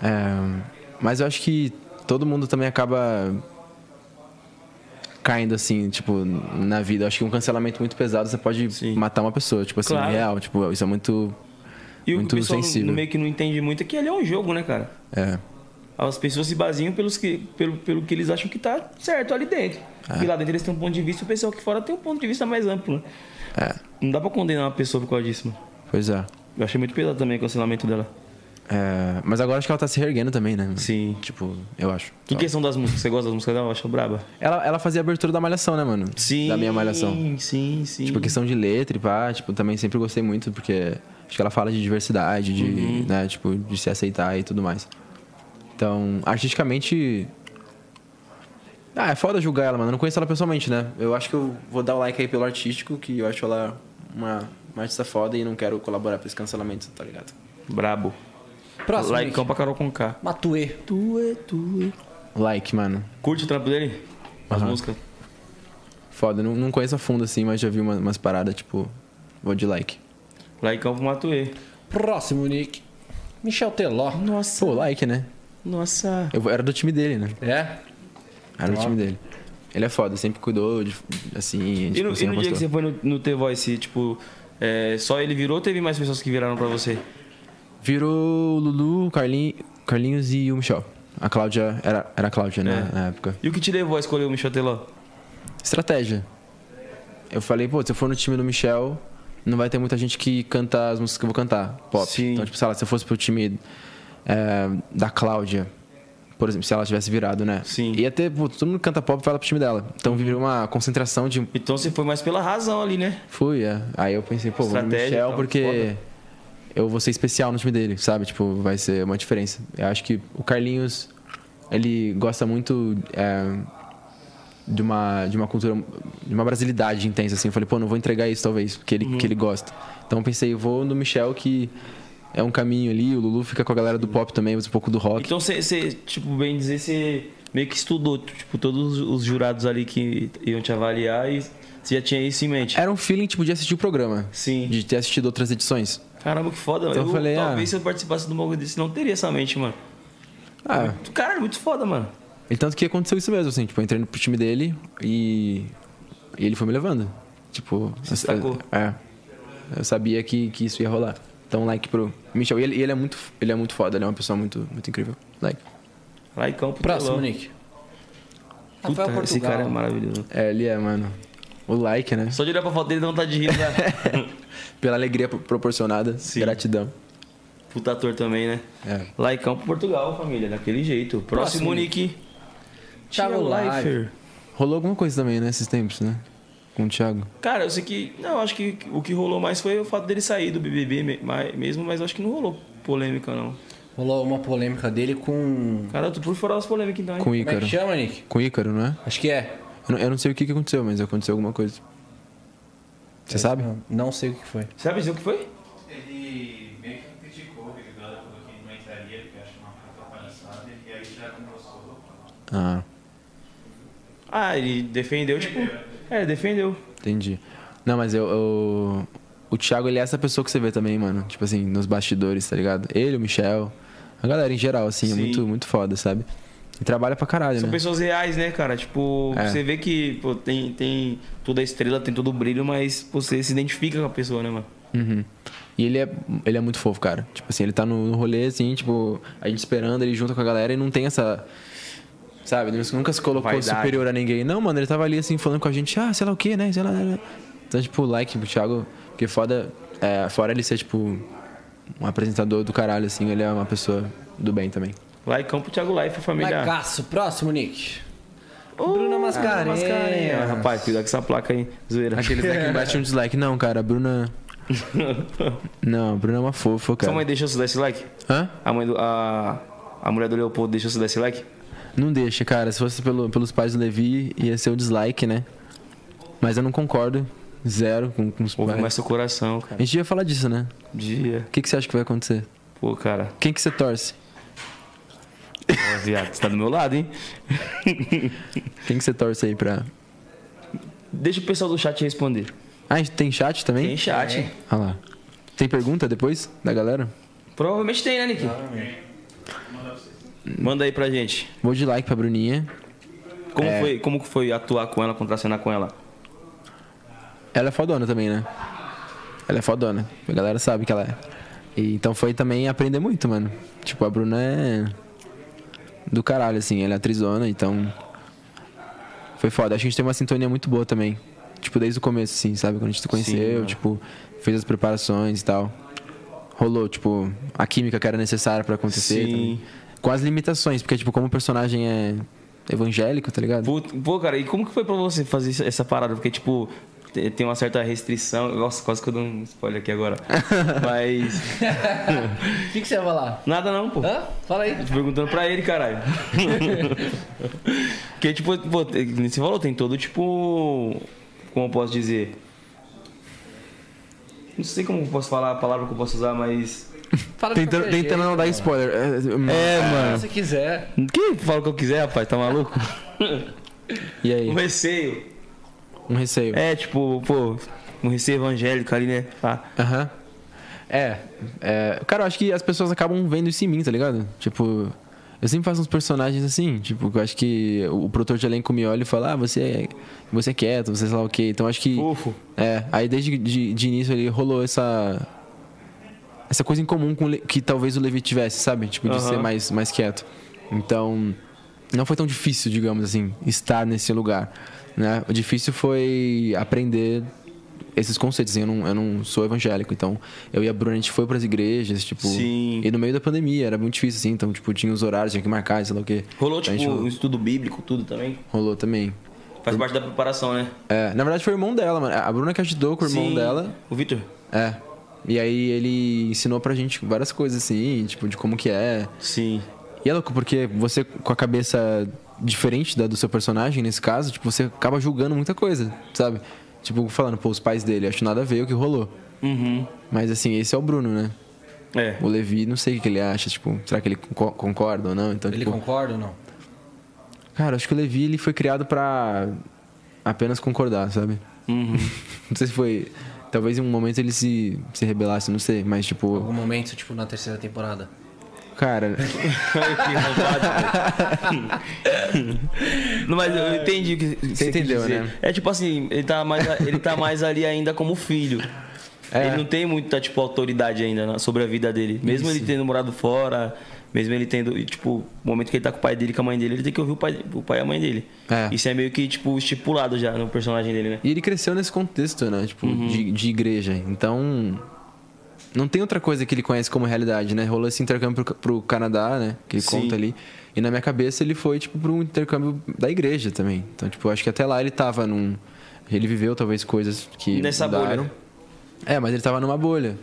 Speaker 3: É, Mas eu acho que todo mundo também acaba caindo, assim, tipo, na vida. Eu acho que um cancelamento muito pesado, você pode
Speaker 2: Sim.
Speaker 3: matar uma pessoa, tipo assim,
Speaker 2: Claro.
Speaker 3: real. Tipo, isso é muito...
Speaker 2: e o que
Speaker 3: Muito
Speaker 2: o pessoal
Speaker 3: sensível.
Speaker 2: não- meio que não entende muito é que ali é um jogo, né, cara?
Speaker 3: É,
Speaker 2: As pessoas se baseiam pelos que, pelo, pelo que eles acham que tá certo ali dentro.
Speaker 3: É.
Speaker 2: E lá dentro eles têm um ponto de vista e o pessoal aqui fora tem um ponto de vista mais amplo. né?
Speaker 3: É.
Speaker 2: Não dá pra condenar uma pessoa por causa disso, mano.
Speaker 3: pois é.
Speaker 2: Eu achei muito pesado também o cancelamento dela.
Speaker 3: É, Mas agora acho que ela tá se reerguendo também, né?
Speaker 2: Sim.
Speaker 3: Tipo, eu acho.
Speaker 2: Que questão das músicas? Você gosta das músicas dela? Eu acho braba.
Speaker 3: Ela, ela fazia a abertura da Malhação, né, mano? Da minha Malhação.
Speaker 2: Sim, sim.
Speaker 3: Tipo, a questão de letra e pá, tipo, também sempre gostei muito, porque acho que ela fala de diversidade, de, né, tipo, de se aceitar e tudo mais. Então, artisticamente. Ah, é foda julgar ela, mano. Eu não conheço ela pessoalmente, né? Eu acho que eu vou dar o like aí pelo artístico, que eu acho ela uma, uma artista foda e não quero colaborar pra esse cancelamento, tá ligado?
Speaker 2: Brabo.
Speaker 1: Próximo,
Speaker 2: Likeão pra Carol com K.
Speaker 1: Nick. Matuê.
Speaker 3: Like, mano.
Speaker 2: Curte o trampo dele? As
Speaker 3: Aham.
Speaker 2: músicas.
Speaker 3: Foda. Não, não conheço a fundo assim, mas já vi uma- umas paradas, tipo, vou de like.
Speaker 2: Likeão pro Matuê.
Speaker 1: Próximo, Nick. Michel Teló.
Speaker 2: Nossa.
Speaker 3: Pô, like, né?
Speaker 2: Nossa.
Speaker 3: Eu era do time dele, né?
Speaker 1: É?
Speaker 3: Era o time dele. Ele é foda, sempre cuidou, de, assim,
Speaker 2: E
Speaker 3: tipo,
Speaker 2: no, e
Speaker 3: sempre
Speaker 2: no dia que
Speaker 3: apostou.
Speaker 2: você foi no, no The Voice, tipo, é, só ele virou ou teve mais pessoas que viraram pra você?
Speaker 3: Virou o Lulu, Carlin- Carlinhos e o Michel. A Cláudia, era, era a Cláudia né,
Speaker 2: É.
Speaker 3: na época.
Speaker 2: E o que te levou a escolher o Michel Teló?
Speaker 3: Estratégia. Eu falei, pô, se eu for no time do Michel, não vai ter muita gente que canta as músicas que eu vou cantar, pop.
Speaker 2: Sim.
Speaker 3: Então, tipo, sei lá, se eu fosse pro time é, da Cláudia, por exemplo, se ela tivesse virado, né?
Speaker 2: Sim. Uhum.
Speaker 3: Ia ter, pô, todo mundo que canta pop vai lá pro time dela. Então, virou uma concentração de
Speaker 2: Então você foi mais pela razão ali, né?
Speaker 3: Fui, é. Aí eu pensei, pô, vou no
Speaker 2: Estratégia,
Speaker 3: Michel
Speaker 2: tá
Speaker 3: porque
Speaker 2: foda.
Speaker 3: eu vou ser especial no time dele, sabe? Tipo, vai ser uma diferença. Eu acho que o Carlinhos, ele gosta muito é, de, uma, de uma cultura, de uma brasilidade intensa, assim. Eu falei, pô, não vou entregar isso, talvez, porque ele,
Speaker 2: Uhum.
Speaker 3: que ele gosta. Então eu pensei, vou no Michel que é um caminho ali, o Lulu fica com a galera do pop também, mas um pouco do rock.
Speaker 2: Então você- você, tipo, bem dizer, você meio que estudou, tipo, todos os jurados ali que iam te avaliar e você já tinha isso em mente.
Speaker 3: Era um feeling, tipo, de assistir o programa.
Speaker 2: Então, Sim.
Speaker 3: De ter assistido outras edições.
Speaker 2: Caramba, que foda,
Speaker 3: Então
Speaker 2: mano.
Speaker 3: eu falei, ah.
Speaker 2: talvez se eu participasse de um bagulho desse, não teria essa mente, mano.
Speaker 3: Ah,
Speaker 2: Caralho, muito foda, mano.
Speaker 3: E tanto que aconteceu isso mesmo, assim, tipo, eu entrei pro time dele e, e ele foi me levando. Tipo,
Speaker 2: Se destacou.
Speaker 3: Eu, é. Eu sabia que, que isso ia rolar. Então, like pro Michel. E ele, e ele é muito ele é muito foda, ele é uma pessoa muito, muito incrível. Like.
Speaker 2: Laicão pro
Speaker 1: Próximo,
Speaker 2: telão.
Speaker 1: Nick.
Speaker 2: Puta,
Speaker 1: Rafael
Speaker 2: esse
Speaker 1: Portugal.
Speaker 2: cara é maravilhoso.
Speaker 3: É, ele é, mano. O like, né?
Speaker 2: Só de olhar pra foto dele dá vontade de rir, né?
Speaker 3: (laughs) Pela alegria pro- proporcionada,
Speaker 2: Sim.
Speaker 3: gratidão.
Speaker 2: Puta ator também, né?
Speaker 3: É.
Speaker 2: Laicão pro Portugal, família, daquele jeito. Próximo,
Speaker 1: Próximo,
Speaker 2: Nick.
Speaker 1: Thiago Leifert.
Speaker 3: Rolou alguma coisa também, né, esses tempos, né? Com o Thiago.
Speaker 2: Cara, eu sei que. Não, acho que o que rolou mais foi o fato dele sair do BBB me- mai- mesmo, mas acho que não rolou polêmica, não.
Speaker 1: Rolou uma polêmica dele com.
Speaker 2: Cara, eu tô por fora das polêmicas então. hein?
Speaker 3: Com o
Speaker 1: Como é
Speaker 3: Ícaro.
Speaker 1: que chama, Nick?
Speaker 3: Com o Ícaro, não é?
Speaker 1: Acho que é.
Speaker 3: Eu não, eu não sei o que, que aconteceu, mas aconteceu alguma coisa. Você
Speaker 2: É.
Speaker 3: sabe?
Speaker 1: Não sei o que foi.
Speaker 2: Sabe dizer o que foi?
Speaker 5: Ele meio que criticou o Big Brother, falou que ele não entraria, porque acha uma puta palhaçada, e aí já começou.
Speaker 3: Ah.
Speaker 2: Ah, ele defendeu, tipo. É, defendeu.
Speaker 3: Entendi. Não, mas eu, eu- O Thiago, ele é essa pessoa que você vê também, mano. Tipo assim, nos bastidores, tá ligado? Ele, o Michel. A galera em geral, assim, é
Speaker 2: Sim.
Speaker 3: muito, muito foda, sabe? E trabalha pra caralho,
Speaker 2: São
Speaker 3: né?
Speaker 2: pessoas reais, né, cara? Tipo,
Speaker 3: É.
Speaker 2: você vê que pô, tem, tem toda a estrela, tem todo o brilho, mas você se identifica com a pessoa, né, mano?
Speaker 3: Uhum. E ele é, ele é muito fofo, cara. Tipo assim, ele tá no, no rolê, assim, tipo, a gente esperando, ele junta com a galera e não tem essa. Sabe, ele nunca se colocou
Speaker 2: Vaidade.
Speaker 3: superior a ninguém. Não, mano, ele tava ali assim, falando com a gente, ah, sei lá o que, né? Sei lá. né? Então, tipo, like pro Thiago, porque foda. É, fora ele ser, tipo, um apresentador do caralho, assim, ele é uma pessoa do bem também.
Speaker 2: Laicão pro Thiago Life, família. Ah,
Speaker 1: Marcaço. Próximo, Nick. Bruna Mascarenhas.
Speaker 2: Mascarenha. Rapaz, cuidado com essa placa aí, zoeira.
Speaker 3: (laughs) Aqueles like embaixo um dislike. Não, cara, a Bruna. Não, o Bruno é uma fofa,
Speaker 2: (laughs)
Speaker 3: cara.
Speaker 2: Sua mãe deixou você dar esse like?
Speaker 3: Hã?
Speaker 2: A mãe do. A, a mulher do Leopoldo deixou você dar esse like?
Speaker 3: Não deixa, cara. Se fosse pelo- pelos pais do Levi, ia ser o dislike, né? Mas eu não concordo. Zero com, com os
Speaker 2: Ouve
Speaker 3: pais.
Speaker 2: mais seu coração,
Speaker 3: A
Speaker 2: cara. Um
Speaker 3: gente ia falar disso, né?
Speaker 2: Dia.
Speaker 3: O que, que você acha que vai acontecer?
Speaker 2: Pô, cara.
Speaker 3: Quem que você torce?
Speaker 2: Ó, viado, você tá do meu lado, hein? (laughs)
Speaker 3: Quem que você torce aí pra.
Speaker 2: Deixa o pessoal do chat responder.
Speaker 3: Ah, a gente tem chat também?
Speaker 2: Tem chat.
Speaker 3: Ah lá. Tem pergunta depois da galera?
Speaker 2: Provavelmente tem, né, Nick? Manda aí pra gente.
Speaker 3: Vou de like pra Bruninha.
Speaker 2: Como, foi, como que foi atuar com ela, contracenar com ela?
Speaker 3: Ela é fodona também, né? Ela é fodona. A galera sabe que ela é. E, então foi também aprender muito, mano. Tipo, a Bruna é. Do caralho, assim. Ela é atrizona, então. Foi foda. Acho que a gente tem uma sintonia muito boa também. Tipo, desde o começo, assim, sabe? Quando a gente se conheceu,
Speaker 2: mano.
Speaker 3: tipo, fez as preparações e tal. Rolou, tipo, a química que era necessária pra acontecer.
Speaker 2: Sim.
Speaker 3: também. Com as limitações, porque, tipo, como o personagem é evangélico, tá ligado?
Speaker 2: Pô, pô, cara, e como que foi pra você fazer isso- essa parada? Porque, tipo, te- tem uma certa restrição. Nossa, quase que eu dou um spoiler aqui (laughs) agora. Mas.
Speaker 1: O que, que você ia falar?
Speaker 2: Nada não, pô.
Speaker 1: Hã? Fala aí.
Speaker 2: Tô perguntando pra ele, caralho. (laughs) Porque, tipo, pô, tem- você falou, tem todo, tipo. Como eu posso dizer? Não sei como eu posso falar a palavra que eu posso usar, mas.
Speaker 1: Fala de
Speaker 3: Tentando,
Speaker 1: qualquer jeito,
Speaker 3: tentando não dar
Speaker 1: mano.
Speaker 3: spoiler. É,
Speaker 2: É,
Speaker 1: Se
Speaker 2: mano.
Speaker 1: você quiser.
Speaker 2: Que fala o que eu quiser, rapaz, tá maluco?
Speaker 3: E
Speaker 2: (laughs) um
Speaker 3: aí?
Speaker 2: receio.
Speaker 3: Um receio.
Speaker 2: É, tipo, pô, um receio evangélico ali, né? Ah.
Speaker 3: Aham. É, é. Cara, eu acho que as pessoas acabam vendo isso em mim, tá ligado? Tipo. Eu sempre faço uns personagens assim, tipo, que eu acho que o produtor de elenco me olha e fala, ah, você é, você é quieto, você sei lá o quê. Então acho que.
Speaker 2: Fofo.
Speaker 3: É, aí desde de, de início ali rolou essa. Essa coisa em comum com o Le- que talvez o Levi tivesse, sabe? Tipo, de
Speaker 2: Aham.
Speaker 3: ser mais, mais quieto. Então. Não foi tão difícil, digamos assim, estar nesse lugar. Né? O difícil foi aprender esses conceitos. assim, Eu não, eu não sou evangélico, então eu e a Bruna, a gente foi pras igrejas, tipo.
Speaker 2: Sim.
Speaker 3: E no meio da pandemia era muito difícil, assim, então, tipo, tinha os horários, tinha que marcar, sei lá o quê.
Speaker 2: Rolou,
Speaker 3: Então, a
Speaker 2: tipo,
Speaker 3: gente
Speaker 2: um estudo bíblico, tudo também.
Speaker 3: rolou também.
Speaker 2: Faz parte da preparação, né?
Speaker 3: É, na verdade foi o irmão dela, mano. A Bruna que ajudou com o irmão
Speaker 2: Sim.
Speaker 3: dela.
Speaker 2: O Victor.
Speaker 3: É. E aí ele ensinou pra gente várias coisas, assim, tipo, de como que é.
Speaker 2: Sim.
Speaker 3: E é louco, porque você, com a cabeça diferente da do seu personagem, nesse caso, tipo, você acaba julgando muita coisa, sabe? Tipo, falando, pô, os pais dele, acho nada a ver o que rolou.
Speaker 2: Uhum.
Speaker 3: Mas assim, esse é o Bruno, né?
Speaker 2: É.
Speaker 3: O Levi, não sei o que que ele acha, tipo, será que ele conco- concorda ou não? Então,
Speaker 1: Ele
Speaker 3: tipo,
Speaker 1: concorda ou não?
Speaker 3: Cara, acho que o Levi ele foi criado pra apenas concordar, sabe?
Speaker 2: Uhum.
Speaker 3: (laughs) Não sei se foi. Talvez em um momento ele se, se rebelasse, não sei, mas tipo.
Speaker 1: Algum momento, tipo, na terceira temporada.
Speaker 3: Cara,
Speaker 2: Ai, que roubado, velho. Não, mas eu entendi o que você, quis
Speaker 3: entendeu,
Speaker 2: dizer.
Speaker 3: né?
Speaker 2: É tipo assim, ele tá mais, ele tá mais ali ainda como filho.
Speaker 3: É.
Speaker 2: Ele não tem muita, tipo, autoridade ainda na- sobre a vida dele. Mesmo ele tendo morado fora, mesmo ele tendo, e, tipo, o momento que ele tá com o pai dele e com a mãe dele, ele tem que ouvir o pai, o pai e a mãe dele.
Speaker 3: É.
Speaker 2: Isso é meio que, tipo, estipulado já no personagem dele, né?
Speaker 3: E ele cresceu nesse contexto, né? Tipo,
Speaker 2: Uhum.
Speaker 3: de, de igreja. Então. Não tem outra coisa que ele conhece como realidade, né? Rolou esse intercâmbio pro, pro Canadá, né? Que ele
Speaker 2: Sim.
Speaker 3: conta ali. E na minha cabeça ele foi, tipo, pra um intercâmbio da igreja também. Então, tipo, acho que até lá ele tava num. Ele viveu talvez coisas que.
Speaker 2: Nessa
Speaker 3: mudaram.
Speaker 2: bolha.
Speaker 3: É, mas ele tava numa bolha.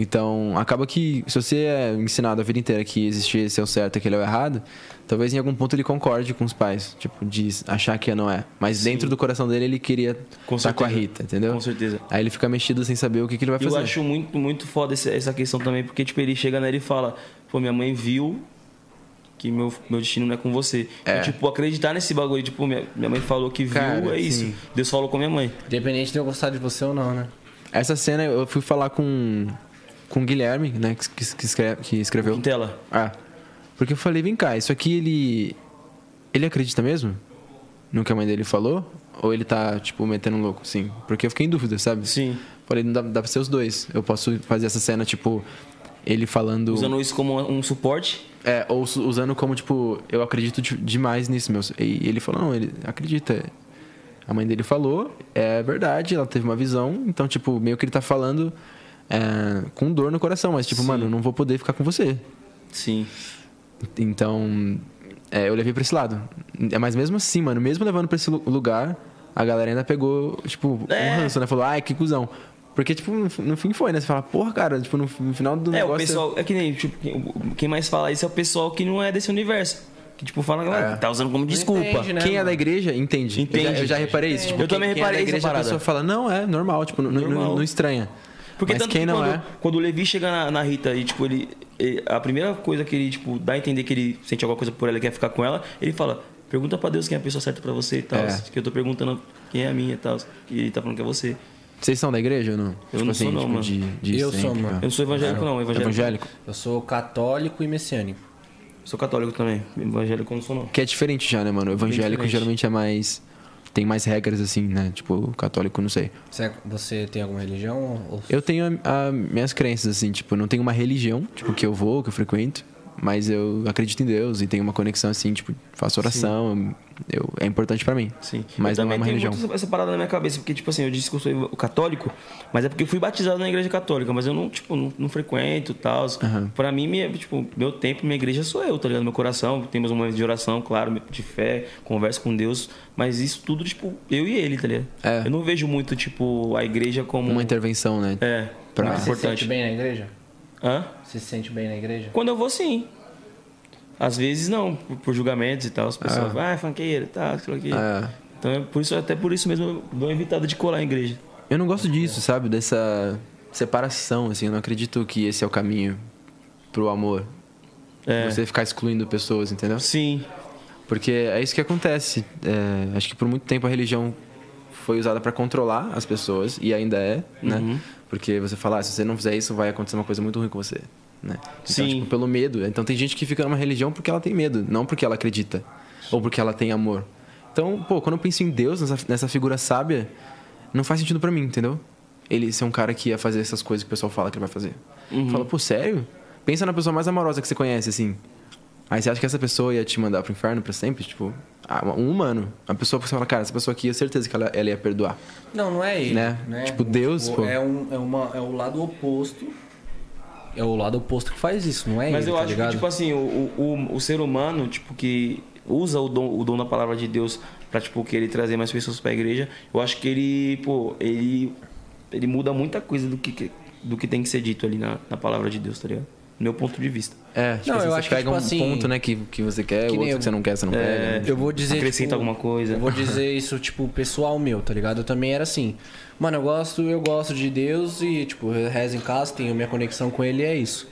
Speaker 3: Então, acaba que se você é ensinado a vida inteira que existe esse é o certo e aquele é o errado, talvez em algum ponto ele concorde com os pais, tipo, de achar que não é. Mas dentro do coração dele ele queria
Speaker 2: Com
Speaker 3: estar com a
Speaker 2: certeza.
Speaker 3: Rita, entendeu?
Speaker 2: Com certeza.
Speaker 3: Aí ele fica mexido sem saber o que, que ele vai
Speaker 2: E eu
Speaker 3: fazer.
Speaker 2: acho muito, muito foda esse- essa questão também, porque, tipo, ele chega nela e fala, pô, minha mãe viu que meu, meu destino não é com você.
Speaker 3: É.
Speaker 2: E, tipo, acreditar nesse bagulho, tipo, minha, minha mãe falou que viu,
Speaker 3: Cara,
Speaker 2: é isso.
Speaker 3: sim.
Speaker 2: Deus falou com minha mãe.
Speaker 1: Independente de eu gostar de você ou não, né?
Speaker 3: Essa cena eu fui falar com, com o Guilherme, né, que, que, que escreve- que escreveu.
Speaker 2: Quintela.
Speaker 3: Ah, porque eu falei, vem cá, isso aqui ele. Ele acredita mesmo? No que a mãe dele falou? Ou ele tá, tipo, metendo um louco, sim? Porque eu fiquei em dúvida, sabe?
Speaker 2: Sim.
Speaker 3: Falei, não dá, dá pra ser os dois. Eu posso fazer essa cena, tipo, ele falando.
Speaker 2: Usando isso como um suporte.
Speaker 3: É, ou su- usando como, tipo, eu acredito de- demais nisso, meu. E ele falou, não, ele acredita. A mãe dele falou, é verdade, ela teve uma visão, então, tipo, meio que ele tá falando é, com dor no coração, mas, tipo, mano, eu não vou poder ficar com você.
Speaker 2: Sim.
Speaker 3: Então, é, eu levei pra esse lado. É, Mas mesmo assim, mano,
Speaker 2: É.
Speaker 3: mesmo levando pra esse lu- lugar, a galera ainda pegou, tipo, um ranço, né? Falou, ai, que cuzão. Porque, tipo, no, no fim foi, né? Você fala, porra, cara, tipo, no, no final do
Speaker 2: É, o
Speaker 3: negócio...
Speaker 2: pessoal. É que nem, tipo, quem- o- quem mais fala isso é o pessoal que não é desse universo. Que, tipo, fala,
Speaker 3: É.
Speaker 2: galera, tá usando como desculpa.
Speaker 1: entende, né?
Speaker 3: Quem é da igreja entende.
Speaker 2: Entende.
Speaker 3: Eu já, eu já reparei isso. Tipo,
Speaker 2: Eu também
Speaker 3: quem- quem
Speaker 2: reparei
Speaker 3: é da
Speaker 2: essa
Speaker 3: igreja,
Speaker 2: parada.
Speaker 3: A pessoa fala, não, é normal, tipo, não- não-
Speaker 2: Normal.
Speaker 3: Não, não estranha.
Speaker 2: Porque
Speaker 3: Mas
Speaker 2: tanto
Speaker 3: quem
Speaker 2: que
Speaker 3: não
Speaker 2: quando,
Speaker 3: é...
Speaker 2: quando o Levi chega na, na Rita e, tipo, ele, ele- A primeira coisa que ele, tipo, dá a entender que ele sente alguma coisa por ela e quer ficar com ela, ele fala. Pergunta pra Deus quem é a pessoa certa pra você e tal.
Speaker 3: É.
Speaker 2: Que eu tô perguntando quem é a minha e tal. E ele tá falando que é você.
Speaker 3: Vocês são da igreja ou não? Tipo assim,
Speaker 2: Eu não sou não, mano.
Speaker 3: de, de
Speaker 1: Eu sou,
Speaker 3: sempre,
Speaker 1: mano.
Speaker 2: Eu não sou evangélico, não.
Speaker 3: cara.
Speaker 2: Evangélico.
Speaker 3: Ah. Evangélico.
Speaker 1: Eu sou católico e messiânico.
Speaker 2: Sou católico também. Evangélico eu não sou, não.
Speaker 3: Que é diferente já, né, mano? O evangélico
Speaker 2: diferente.
Speaker 3: geralmente é mais... Tem mais regras, assim, né? Tipo, o católico, não sei.
Speaker 1: Você, você tem alguma religião? Ou...
Speaker 3: Eu tenho a- a- minhas crenças, assim, tipo, não tenho uma religião, tipo, que eu vou, que eu frequento, mas eu acredito em Deus e tenho uma conexão, assim, tipo, faço oração, eu, é importante pra mim.
Speaker 2: Sim.
Speaker 3: Mas
Speaker 2: eu
Speaker 3: não é
Speaker 2: também
Speaker 3: uma
Speaker 2: tenho
Speaker 3: religião.
Speaker 2: muito essa- essa parada na minha cabeça, porque, tipo assim, eu disse que eu sou ev- católico, mas é porque eu fui batizado na igreja católica, mas eu não, tipo, não, não frequento e tal. Pra mim, minha, tipo, meu tempo, minha igreja sou eu, tá ligado? Meu coração, tem meus momentos de oração, claro, de fé, converso com Deus, mas isso tudo, tipo, eu e ele, tá ligado?
Speaker 3: É.
Speaker 2: Eu não vejo muito, tipo, a igreja como...
Speaker 3: Uma intervenção, né?
Speaker 2: É,
Speaker 3: Pra-
Speaker 2: muito
Speaker 1: Você se sente
Speaker 2: importante.
Speaker 1: bem na igreja?
Speaker 2: Hã?
Speaker 1: Você se sente bem na igreja?
Speaker 2: Quando eu vou, sim. Às vezes não, por, por julgamentos e tal. As
Speaker 1: É.
Speaker 2: pessoas, ah, funkeiro, tá, aquilo aqui.
Speaker 3: É.
Speaker 2: Então, é por isso, até por isso mesmo, eu dou uma evitada de colar a igreja.
Speaker 3: Eu não gosto disso, sabe? Dessa separação, assim, eu não acredito que esse é o caminho pro amor.
Speaker 2: É.
Speaker 3: Você ficar excluindo pessoas, entendeu?
Speaker 2: Sim,
Speaker 3: Porque é isso que acontece. É, acho que por muito tempo a religião foi usada para controlar as pessoas, e ainda é, né? Porque você fala, ah, se você não fizer isso, vai acontecer uma coisa muito ruim com você, né? Então,
Speaker 2: Sim.
Speaker 3: tipo, pelo medo. Então tem gente que fica numa religião porque ela tem medo, não porque ela acredita, ou porque ela tem amor. Então, pô, quando eu penso em Deus, nessa, nessa figura sábia, não faz sentido para mim, entendeu? Ele ser um cara que ia fazer essas coisas que o pessoal fala que ele vai fazer.
Speaker 1: Uhum.
Speaker 3: Fala, pô, sério? Pensa na pessoa mais amorosa que você conhece, assim. Aí você acha que essa pessoa ia te mandar pro inferno pra sempre? Tipo, ah, um humano. Uma pessoa que você fala, cara, essa pessoa aqui, eu certeza que ela, ela ia perdoar.
Speaker 1: Não, não é ele.
Speaker 3: Né? Tipo, Deus, pô.
Speaker 1: É, um, é, uma, é o lado oposto. É o lado oposto que faz isso, não é
Speaker 2: mas
Speaker 1: ele,
Speaker 2: eu
Speaker 1: tá
Speaker 2: acho
Speaker 1: ligado?
Speaker 2: que, tipo assim, o, o, o, o ser humano, tipo, que usa o dom, o dom da palavra de Deus pra, tipo, querer trazer mais pessoas pra igreja, eu acho que ele, pô, ele, ele muda muita coisa do que- que, do que tem que ser dito ali na, na palavra de Deus, tá ligado? No meu ponto de vista.
Speaker 3: É, tipo,
Speaker 1: Não,
Speaker 3: assim,
Speaker 1: eu
Speaker 3: você
Speaker 1: acho que,
Speaker 3: pega
Speaker 1: tipo,
Speaker 3: um
Speaker 1: assim,
Speaker 3: ponto, né, que, que você quer, o
Speaker 1: nem
Speaker 3: outro
Speaker 1: eu- É.
Speaker 3: que você não quer, você não pega. né?
Speaker 1: Eu vou dizer.
Speaker 2: é,
Speaker 1: tipo,
Speaker 2: Acrescenta alguma coisa.
Speaker 1: Eu vou dizer isso, tipo, pessoal meu, tá ligado? Eu também era assim. Mano, eu gosto, eu gosto de Deus e, tipo, eu rezo em casa, tenho minha conexão com ele e é isso.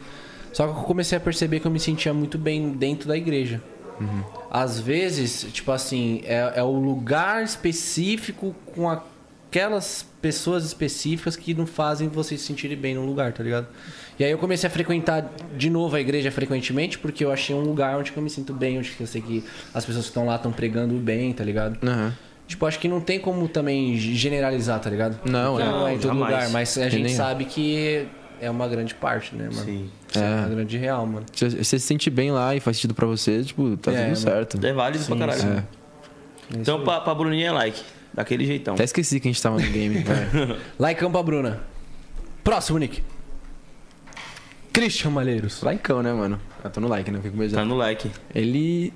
Speaker 1: Só que eu comecei a perceber que eu me sentia muito bem dentro da igreja. Às vezes, tipo assim, é, é o lugar específico com aquelas pessoas específicas que não fazem você se sentir bem no lugar, tá ligado? E aí eu comecei a frequentar de novo a igreja frequentemente, porque eu achei um lugar onde que eu me sinto bem, onde que eu sei que as pessoas que estão lá estão pregando bem, tá ligado?
Speaker 3: Aham.
Speaker 1: Tipo, acho que não tem como também generalizar, tá ligado?
Speaker 3: Não,
Speaker 1: Porque
Speaker 3: é.
Speaker 1: não é em todo
Speaker 2: Jamais.
Speaker 1: lugar, mas a
Speaker 3: Que
Speaker 1: gente
Speaker 3: nem-
Speaker 1: sabe que é uma grande parte, né, mano?
Speaker 2: Sim.
Speaker 1: É. uma grande real, mano.
Speaker 3: Se Você, se sente bem lá e faz sentido pra você, tipo, tá
Speaker 1: É,
Speaker 3: tudo
Speaker 1: mano.
Speaker 3: certo.
Speaker 2: É válido pra caralho.
Speaker 3: É.
Speaker 2: Então, pra, pra Bruninha é like. Daquele jeitão.
Speaker 3: Até esqueci que a gente tava no game, velho.
Speaker 1: Lá em Campo a Bruna. Próximo, Nick. Christian Malheiros.
Speaker 3: Likeão, né, mano? Eu tô no like, né? Fico com medo de-
Speaker 2: Tá no like.
Speaker 3: Ele.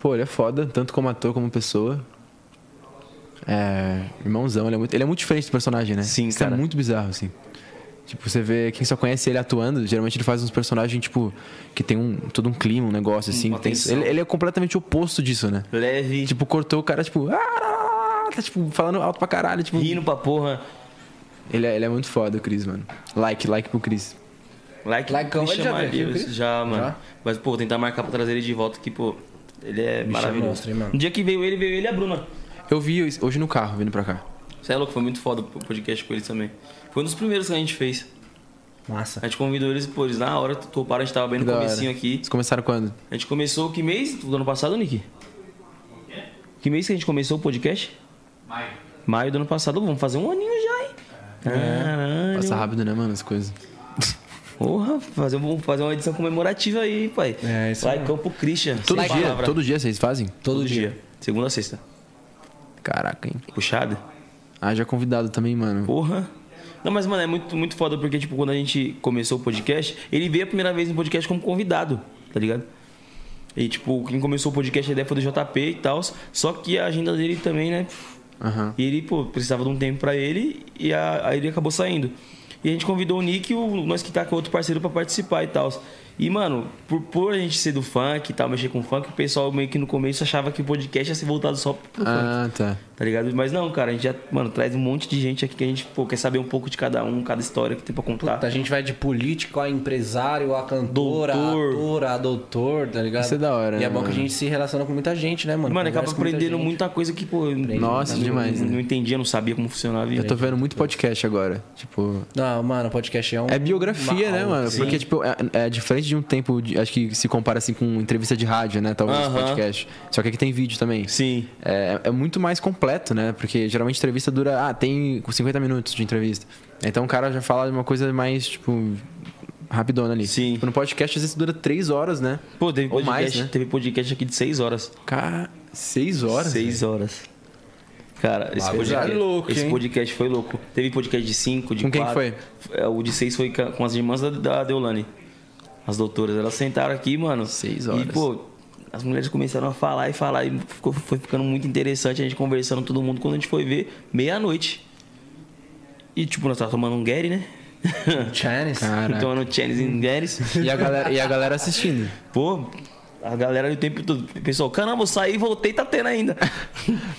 Speaker 3: Pô, ele é foda, tanto como ator como pessoa. É. Irmãozão, ele é muito, ele é muito diferente do personagem, né?
Speaker 2: Sim,
Speaker 3: Isso
Speaker 2: cara.
Speaker 3: é muito bizarro, assim. Tipo, você vê quem só conhece ele atuando, geralmente ele faz uns personagens, tipo, que tem um. todo um clima, um negócio, assim.
Speaker 2: Uma
Speaker 3: tem-
Speaker 2: tensão.
Speaker 3: ele, ele é completamente oposto disso, né?
Speaker 2: Leve,
Speaker 3: Tipo, cortou o cara, tipo. "Ah", Tá, tipo, falando alto pra caralho, tipo.
Speaker 2: rindo pra porra.
Speaker 3: Ele é, ele é muito foda, o Cris, mano. Like, like pro Cris.
Speaker 2: Like,
Speaker 1: Like,
Speaker 2: me
Speaker 1: ele já
Speaker 2: chama
Speaker 1: veio aqui,
Speaker 2: Deus.
Speaker 1: viu, Cris?
Speaker 2: Já, mano.
Speaker 1: Já?
Speaker 2: Mas, pô, tentar marcar pra trazer ele de volta que, pô, ele é maravilhoso.
Speaker 1: monstro, hein, mano?
Speaker 2: No dia que veio ele, veio ele e a Bruna.
Speaker 3: Eu vi isso hoje no carro, vindo pra cá.
Speaker 2: Você é louco, foi muito foda o podcast com eles também. Foi um dos primeiros que a gente fez.
Speaker 1: Massa.
Speaker 2: A gente convidou eles, pô, eles na hora toparam, a gente tava bem no
Speaker 3: Da hora.
Speaker 2: comecinho aqui.
Speaker 3: Vocês começaram quando?
Speaker 2: A gente começou que mês do ano passado, Nick? Que mês que a gente começou o podcast?
Speaker 5: Maio.
Speaker 2: Maio do ano passado. Vamos fazer um aninho já, hein?
Speaker 1: É,
Speaker 2: Caralho.
Speaker 3: Passa rápido, né, mano, as coisas.
Speaker 2: Porra, fazer, um- fazer uma edição comemorativa aí, pai.
Speaker 1: É, isso
Speaker 2: Vai,
Speaker 1: mesmo.
Speaker 2: Campo Christian. sem
Speaker 3: Todo dia,
Speaker 2: palavra.
Speaker 3: todo dia vocês fazem?
Speaker 2: Todo dia. Segunda a sexta.
Speaker 3: Caraca, hein?
Speaker 2: Puxada?
Speaker 3: Ah, já convidado também, mano.
Speaker 2: Porra. Não, mas, mano, é muito, muito foda porque, tipo, quando a gente começou o podcast, ele veio a primeira vez no podcast como convidado, tá ligado? é E, tipo, quem começou o podcast, a ideia foi do JP e tal. Só que a agenda dele também, né?
Speaker 3: Aham.
Speaker 2: E ele, pô, precisava de um tempo pra ele e a- aí ele acabou saindo. E a gente convidou o Nick e o Nós Que Tá com outro parceiro pra participar e tal. E, mano, por, por a gente ser do funk e tal, mexer com funk, o pessoal meio que no começo achava que o podcast ia ser voltado só pro funk
Speaker 3: Ah, tá.
Speaker 2: tá ligado? Mas não, cara, a gente já, mano, traz um monte de gente aqui que a gente, pô, quer saber um pouco de cada um, cada história que tem pra contar.
Speaker 1: Puta, a gente vai de político a empresário, a cantora,
Speaker 2: Doutor.
Speaker 1: a atora, a doutor, tá ligado?
Speaker 3: Isso é da hora,
Speaker 1: E
Speaker 3: né,
Speaker 1: é bom que
Speaker 3: mano?
Speaker 1: a gente se relaciona com muita gente, né, mano?
Speaker 2: mano, acaba
Speaker 1: Conversa com muita
Speaker 2: aprendendo
Speaker 1: gente.
Speaker 2: muita coisa que, pô, eu-
Speaker 3: Nossa,
Speaker 2: eu não-
Speaker 3: demais,
Speaker 2: Não,
Speaker 3: né?
Speaker 2: entendia, não sabia como funcionava. e-
Speaker 3: Eu tô vendo muito podcast agora. Tipo.
Speaker 1: Não, mano, o podcast é um. assim.
Speaker 3: É biografia,
Speaker 1: uma
Speaker 3: né,
Speaker 1: aula.
Speaker 3: mano?
Speaker 2: sim.
Speaker 3: Porque, tipo, é, é diferente de um tempo. de- acho que se compara assim com entrevista de rádio, né? Talvez
Speaker 2: Aham.
Speaker 3: podcast. Só que aqui tem vídeo também.
Speaker 2: Sim.
Speaker 3: É, é muito mais completo, né? Porque geralmente entrevista dura. Ah, tem 50 minutos de entrevista. Então o cara já fala de uma coisa mais, tipo. Rapidona ali.
Speaker 2: Sim.
Speaker 3: Tipo, no podcast às vezes dura 3 horas, né?
Speaker 2: Pô, teve
Speaker 3: Ou
Speaker 2: podcast,
Speaker 3: mais, né?
Speaker 2: teve podcast aqui de 6 horas.
Speaker 3: Cara, 6 horas?
Speaker 2: Seis horas. Cara, esse, podcast,
Speaker 1: é louco,
Speaker 2: esse
Speaker 1: hein?
Speaker 2: podcast foi louco. Teve podcast de 5, de
Speaker 3: Com quem que
Speaker 2: 4. O de 6 foi ca- com as irmãs da, da Deolane. As doutoras. Elas sentaram aqui, mano.
Speaker 3: Seis
Speaker 2: E,
Speaker 3: horas.
Speaker 2: pô, as mulheres começaram a falar e falar. E ficou- foi ficando muito interessante. A gente conversando, todo mundo. Quando a gente foi ver, meia-noite. E, tipo, nós tava tomando um Gary, né? (laughs)
Speaker 1: Chinese.
Speaker 3: Caraca.
Speaker 2: tomando Chinese and Gary's.
Speaker 3: E a galera, e a galera assistindo.
Speaker 2: Pô, a galera o tempo todo. Pessoal, caramba, eu saí, voltei, tá tendo ainda.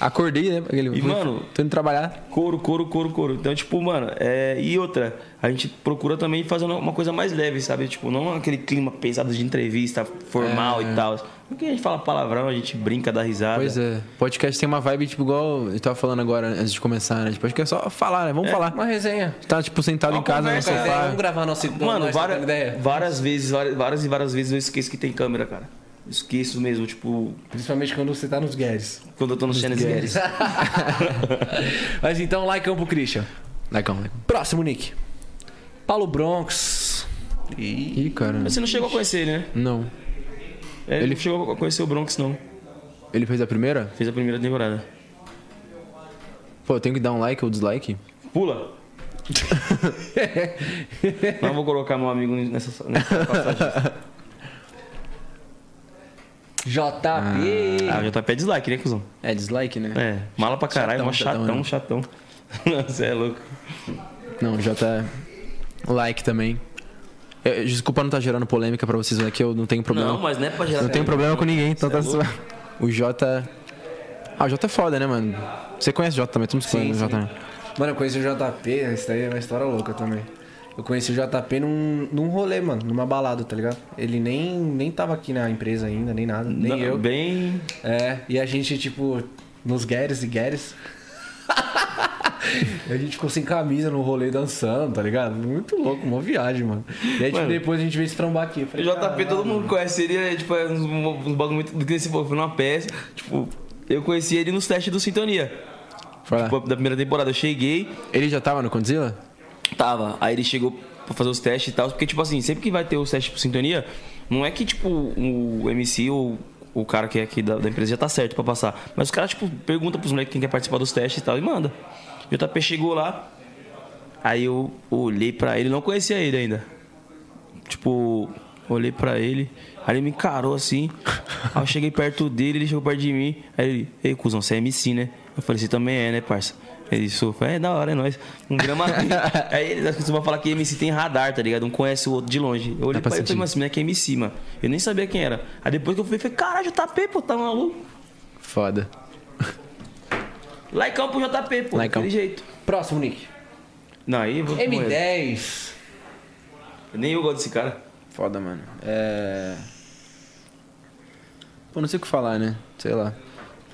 Speaker 3: Acordei, né? Aquele,
Speaker 2: E, mano,
Speaker 3: tô indo trabalhar.
Speaker 2: Couro, couro, couro, couro. Então, tipo, mano, é... e outra, a gente procura também fazer uma coisa mais leve, sabe? Tipo, não aquele clima pesado de entrevista formal e tal. Porque a gente fala palavrão, a gente brinca, dá risada.
Speaker 3: É. Pois é. Podcast tem uma vibe, tipo, igual eu tava falando agora antes de começar, né? Tipo, acho que é só falar, né? Vamos falar.
Speaker 1: Uma resenha.
Speaker 3: Tá, tipo, sentado
Speaker 2: Uma
Speaker 3: em casa
Speaker 2: conversa, né?
Speaker 3: no
Speaker 1: Uma ideia,
Speaker 3: sofá.
Speaker 1: né? Vamos gravar nosso.
Speaker 3: então,
Speaker 2: Mano,
Speaker 1: nós
Speaker 3: tá
Speaker 2: várias,
Speaker 1: trocando ideia.
Speaker 2: várias vezes, várias, várias e várias vezes eu esqueço que tem câmera, cara. Esqueço mesmo, tipo,
Speaker 1: Principalmente quando você tá nos Guedes.
Speaker 2: quando eu tô no
Speaker 1: (laughs)
Speaker 2: Chenes Guedes.
Speaker 1: Mas então, lá em Campo Christian.
Speaker 3: Legal, legal.
Speaker 1: Próximo, Nick. Paulo Bronx. E...
Speaker 3: Ih, cara.
Speaker 2: Mas você não chegou a conhecer ele, né?
Speaker 3: Não.
Speaker 2: É, Ele
Speaker 3: Ele-
Speaker 2: não chegou a conhecer o Bronx, não.
Speaker 3: Ele fez a primeira?
Speaker 2: Fez a primeira temporada.
Speaker 3: Pô, eu tenho que dar um like ou dislike? (laughs)
Speaker 2: Pula! Não vou colocar meu amigo nessa, nessa
Speaker 3: (laughs)
Speaker 2: passagem.
Speaker 1: JP.
Speaker 2: Ah, já tá pé dislike, né, cuzão?
Speaker 3: É, dislike, né?
Speaker 2: É, mala pra caralho, mó
Speaker 3: Chatão,
Speaker 2: chatão, chatão. (laughs) Você é louco.
Speaker 3: Não, já tá. Like também. Eu- eu- desculpa não tá gerando polêmica pra vocês aqui, eu não tenho problema.
Speaker 2: Não, mas não é pra gerar.
Speaker 3: Não tem problema com ninguém, então tá
Speaker 2: Cê é louco.
Speaker 3: suave. O Jota. Ah, o Jota é foda, né, mano? Você conhece o Jota também, todo mundo conhece o Jota, né?
Speaker 1: Ah. Mano, eu conheci o JP, isso daí é uma história louca também. Eu conheci o JP num, num rolê, mano, numa balada, tá ligado? Ele nem, nem tava aqui na empresa ainda, nem nada, nem
Speaker 2: Não,
Speaker 1: eu.
Speaker 2: Bem.
Speaker 1: É, e a gente, tipo, nos Guedes e Guedes. (laughs) a gente ficou sem camisa no rolê dançando, tá ligado? Muito louco, uma viagem, mano. E aí, tipo,
Speaker 2: Mano.
Speaker 1: depois a gente veio se trombar aqui. Eu
Speaker 2: O
Speaker 1: falei, "Ah,
Speaker 2: JP todo mundo conhece ele, é, tipo, é uns, uns bagulho muito do que esse povo foi numa peça. Tipo, eu conheci ele nos testes do Sintonia.
Speaker 3: Fala.
Speaker 2: Tipo, da primeira temporada. Eu cheguei,
Speaker 3: Ele já tava no Condzilla?
Speaker 2: Tava. Aí ele chegou pra fazer os testes e tal. Porque, tipo assim, sempre que vai ter os testes por sintonia, não é que, tipo, o MC ou o cara que é aqui da, da empresa já tá certo pra passar. Mas os caras, tipo, perguntam pros moleques quem quer participar dos testes e tal e manda. E o JP chegou lá. Aí eu olhei pra ele, não conhecia ele ainda. Tipo, olhei pra ele. Aí ele me encarou assim. Aí eu cheguei perto dele, ele chegou perto de mim. Aí ele, ei, cuzão, você é MC, né? Eu falei, você também é, né, parça? Ele sofa, é da hora, é nóis. Um grama.
Speaker 3: (laughs)
Speaker 2: aí ele costuma falar que MC tem radar, tá ligado? Um conhece o outro de longe. Eu olhei
Speaker 3: pra
Speaker 2: pra ele e
Speaker 3: sentir.
Speaker 2: falei, mas esse moleque é MC, mano. Eu nem sabia quem era. Aí depois que eu fui, eu falei, caralho, JP, pô, tá maluco?
Speaker 3: Foda.
Speaker 2: Laicão pro JP, pô,
Speaker 3: Laicão.
Speaker 2: daquele jeito.
Speaker 1: Próximo, Nick.
Speaker 2: Não, aí eu vou.
Speaker 1: M10.
Speaker 2: Nem eu gosto desse cara.
Speaker 3: Foda, mano. É. Pô, não sei o que falar, né? Sei lá.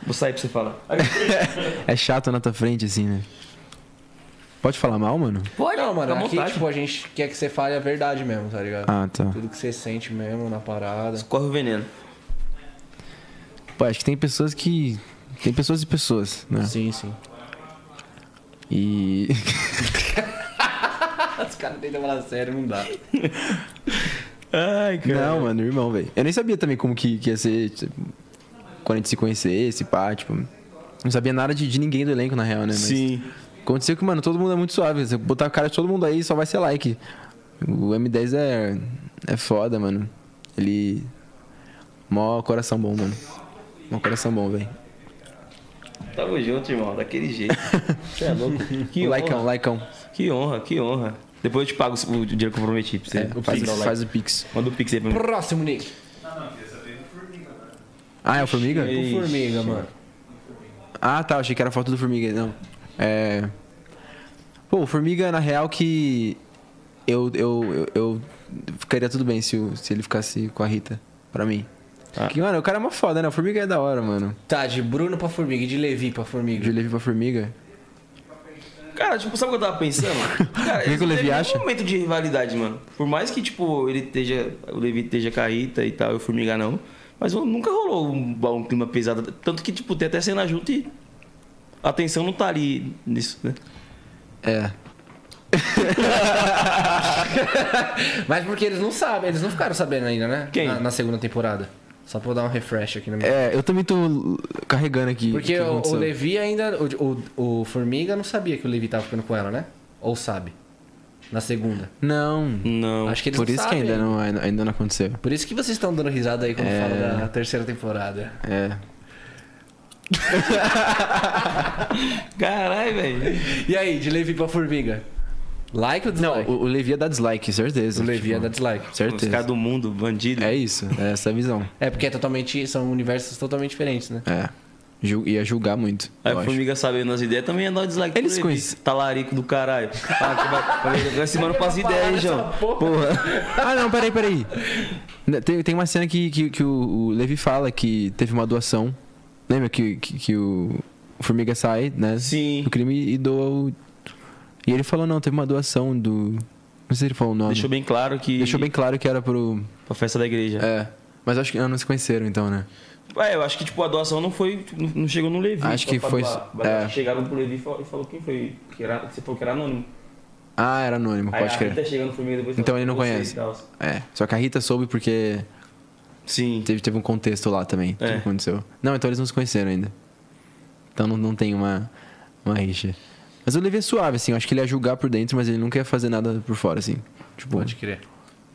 Speaker 2: Vou sair pra você
Speaker 3: (laughs)
Speaker 2: falar.
Speaker 3: É chato na tua frente, assim, né? Pode falar mal, mano?
Speaker 2: Pode,
Speaker 1: Não, mano,
Speaker 2: fica à
Speaker 1: aqui,
Speaker 2: vontade.
Speaker 1: tipo, a gente quer que você fale a verdade mesmo, tá ligado?
Speaker 3: Ah, tá.
Speaker 1: Tudo que você sente mesmo na parada.
Speaker 2: Corre o veneno.
Speaker 3: Pô, acho que tem pessoas que. Tem pessoas e pessoas, né?
Speaker 1: Sim, sim.
Speaker 3: E. (laughs)
Speaker 1: Os caras tentam falar sério, não dá.
Speaker 2: Ai,
Speaker 3: Não, mano, irmão, velho. Eu nem sabia também como que, que ia ser. tipo, Quando a gente se conhecesse, pá, tipo. Não sabia nada de, de ninguém do elenco, na real, né? Mas
Speaker 2: Sim.
Speaker 3: Aconteceu que, mano, todo mundo é muito suave. Se eu botar a cara de todo mundo aí, só vai ser like. O M10 é. É foda, mano. Ele. Mó coração bom, mano. Mó coração bom, velho.
Speaker 2: Tamo junto, irmão, daquele
Speaker 3: (laughs)
Speaker 2: jeito. Você é louco. Que
Speaker 3: Laicão,
Speaker 2: honra,
Speaker 3: laicão.
Speaker 2: que honra, que honra. Depois eu te pago o dinheiro que eu prometi pra você.
Speaker 3: É,
Speaker 2: Pra
Speaker 3: faz,
Speaker 2: virar o like.
Speaker 3: faz o pix.
Speaker 2: Manda o pix aí pra mim.
Speaker 1: Próximo, Nick.
Speaker 5: Não, não, eu queria saber do Formiga, né?
Speaker 3: Ah, é o Formiga?
Speaker 2: Ixi.
Speaker 1: Formiga, mano.
Speaker 3: Ah, tá, achei que era a foto do Formiga. Não. É. Pô, o Formiga, na real, que. Eu. Eu. Eu, eu ficaria tudo bem se, o- se ele ficasse com a Rita. Pra mim.
Speaker 2: Ah.
Speaker 3: Que, mano, o cara é uma foda, né? O Formiga é da hora, mano.
Speaker 1: Tá, de Bruno pra Formiga e de Levi pra Formiga.
Speaker 3: De Levi pra Formiga.
Speaker 2: Cara, tipo, sabe o que eu tava pensando?
Speaker 3: (laughs)
Speaker 2: Cara,
Speaker 3: que o
Speaker 2: não
Speaker 3: Levi
Speaker 2: teve nenhum
Speaker 3: acha?
Speaker 2: momento de rivalidade, mano. Por mais que, tipo, ele esteja. O Levi esteja caíta e tal, eu formiga não. Mas nunca rolou um, um clima pesado. Tanto que, tipo, tem até cena junto e. A tensão não tá ali nisso, né?
Speaker 3: É.
Speaker 1: (laughs) Mas porque eles não sabem, eles não ficaram sabendo ainda, né?
Speaker 2: Quem?
Speaker 1: Na, na segunda temporada. Só pra eu dar um refresh aqui na minha.
Speaker 3: É, eu também tô carregando aqui. o
Speaker 1: porque
Speaker 3: que
Speaker 1: o, o
Speaker 3: aconteceu.
Speaker 1: Levi ainda. O, o, o Formiga não sabia que o Levi tava ficando com ela, né? Ou sabe? Na segunda.
Speaker 3: Não.
Speaker 2: Não.
Speaker 1: Hum. Acho que eles
Speaker 3: Por
Speaker 1: não
Speaker 3: isso
Speaker 1: sabem.
Speaker 3: que ainda não, ainda não aconteceu.
Speaker 1: Por isso que vocês estão dando risada aí quando
Speaker 3: É.
Speaker 1: falam da terceira temporada.
Speaker 3: É.
Speaker 2: Caralho, velho.
Speaker 1: E aí, de Levi pra Formiga? Like ou
Speaker 3: Não,
Speaker 1: dislike?
Speaker 3: o, o Levi é da dislike, certeza.
Speaker 1: o Levi
Speaker 3: Tipo,
Speaker 1: é da dislike.
Speaker 2: Os caras
Speaker 3: Certeza.
Speaker 2: do mundo, bandido.
Speaker 3: É isso, é essa a visão.
Speaker 1: É porque é totalmente. São universos totalmente diferentes, né?
Speaker 3: É. Ju- ia julgar muito.
Speaker 2: Aí
Speaker 3: eu
Speaker 2: a
Speaker 3: acho.
Speaker 2: É, formiga sabendo as ideias também é dar um dislike.
Speaker 3: Eles
Speaker 2: pro
Speaker 3: com
Speaker 2: Levi.
Speaker 3: isso.
Speaker 2: Talarico do caralho. Ah, que vai- vai- vai- Esse mano passa ideia, hein, João?
Speaker 3: Ah, não, peraí, peraí. Né, Tem, tem uma cena que, que, que o, o Levi fala que teve uma doação. Lembra que, que, que o o Formiga sai, né?
Speaker 2: Sim.
Speaker 3: Do crime e doa o. E ele falou, não, teve uma doação do. Não sei se ele falou o nome.
Speaker 2: Deixou bem claro que.
Speaker 3: Deixou bem claro que era pro.
Speaker 2: Pra festa da igreja.
Speaker 3: É. Mas acho que ah, não se conheceram então, né?
Speaker 2: É, eu acho que tipo, a doação não foi. não- Não chegou no Levi.
Speaker 3: Acho
Speaker 2: só
Speaker 3: que
Speaker 2: pra
Speaker 3: foi-
Speaker 2: doar. Mas
Speaker 3: é.
Speaker 2: acho que chegaram pro Levi e falou, e falou quem foi. Que era, você falou que era anônimo.
Speaker 3: Ah, era anônimo,
Speaker 2: Aí
Speaker 3: pode
Speaker 2: a Rita
Speaker 3: crer.
Speaker 2: chegando pro meio depois.
Speaker 3: Então
Speaker 2: fala,
Speaker 3: ele não
Speaker 2: "Você e
Speaker 3: conhece."
Speaker 2: tal.
Speaker 3: É. Só que a Rita soube porque
Speaker 2: Sim.
Speaker 3: teve, teve um contexto lá também.
Speaker 2: É.
Speaker 3: Tudo que aconteceu. Não, então eles não se conheceram ainda. Então não, não tem uma, uma rixa. Mas o Levi é suave, assim. Eu acho que ele ia julgar por dentro, mas ele nunca ia fazer nada por fora, assim. Tipo,
Speaker 1: Pode crer.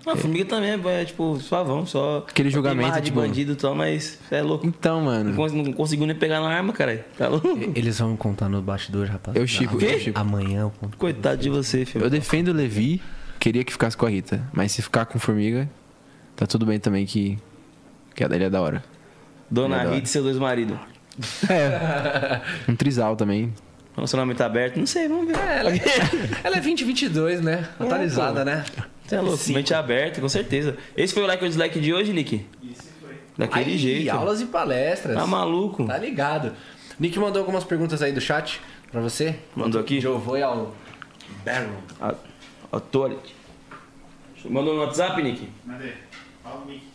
Speaker 2: A formiga também é, é, tipo, suavão, só.
Speaker 3: Aquele
Speaker 2: só tem
Speaker 3: julgamento,
Speaker 2: marra de
Speaker 3: tipo-
Speaker 2: bandido e tal, mas é louco.
Speaker 3: então,
Speaker 2: Não,
Speaker 3: mano.
Speaker 2: cons- não conseguiu nem pegar na arma, cara. Tá louco?
Speaker 3: É,
Speaker 1: Eles vão contar no bastidor, rapaz.
Speaker 3: Eu chipo,
Speaker 2: quê?
Speaker 3: eu chipo.
Speaker 1: Amanhã eu conto.
Speaker 2: Coitado de você, filho.
Speaker 3: é. Eu defendo o Levi, queria que ficasse com a Rita. Mas se ficar com Formiga, tá tudo bem também que. Que a dele é da hora.
Speaker 2: Dona
Speaker 3: Verdade.
Speaker 2: Rita e seu dois maridos.
Speaker 3: É. (laughs) Um trisal também.
Speaker 2: Relacionamento aberto? Não sei, vamos ver.
Speaker 1: É, Ela é (laughs) 2022, né? Atualizada, né?
Speaker 2: Você é louco. Mente aberta, com certeza. Esse foi o like ou dislike de hoje, Nick?
Speaker 5: Isso foi.
Speaker 2: Daquele
Speaker 1: Aí,
Speaker 2: jeito.
Speaker 1: aulas e palestras.
Speaker 2: Tá maluco?
Speaker 1: Tá ligado. Nick mandou algumas perguntas aí do chat pra você.
Speaker 2: Mandou aqui?
Speaker 1: Eu vou ao Barron.
Speaker 2: A, a Toilet. Mandou no WhatsApp, Nick?
Speaker 5: Mas aí, fala o Mickey.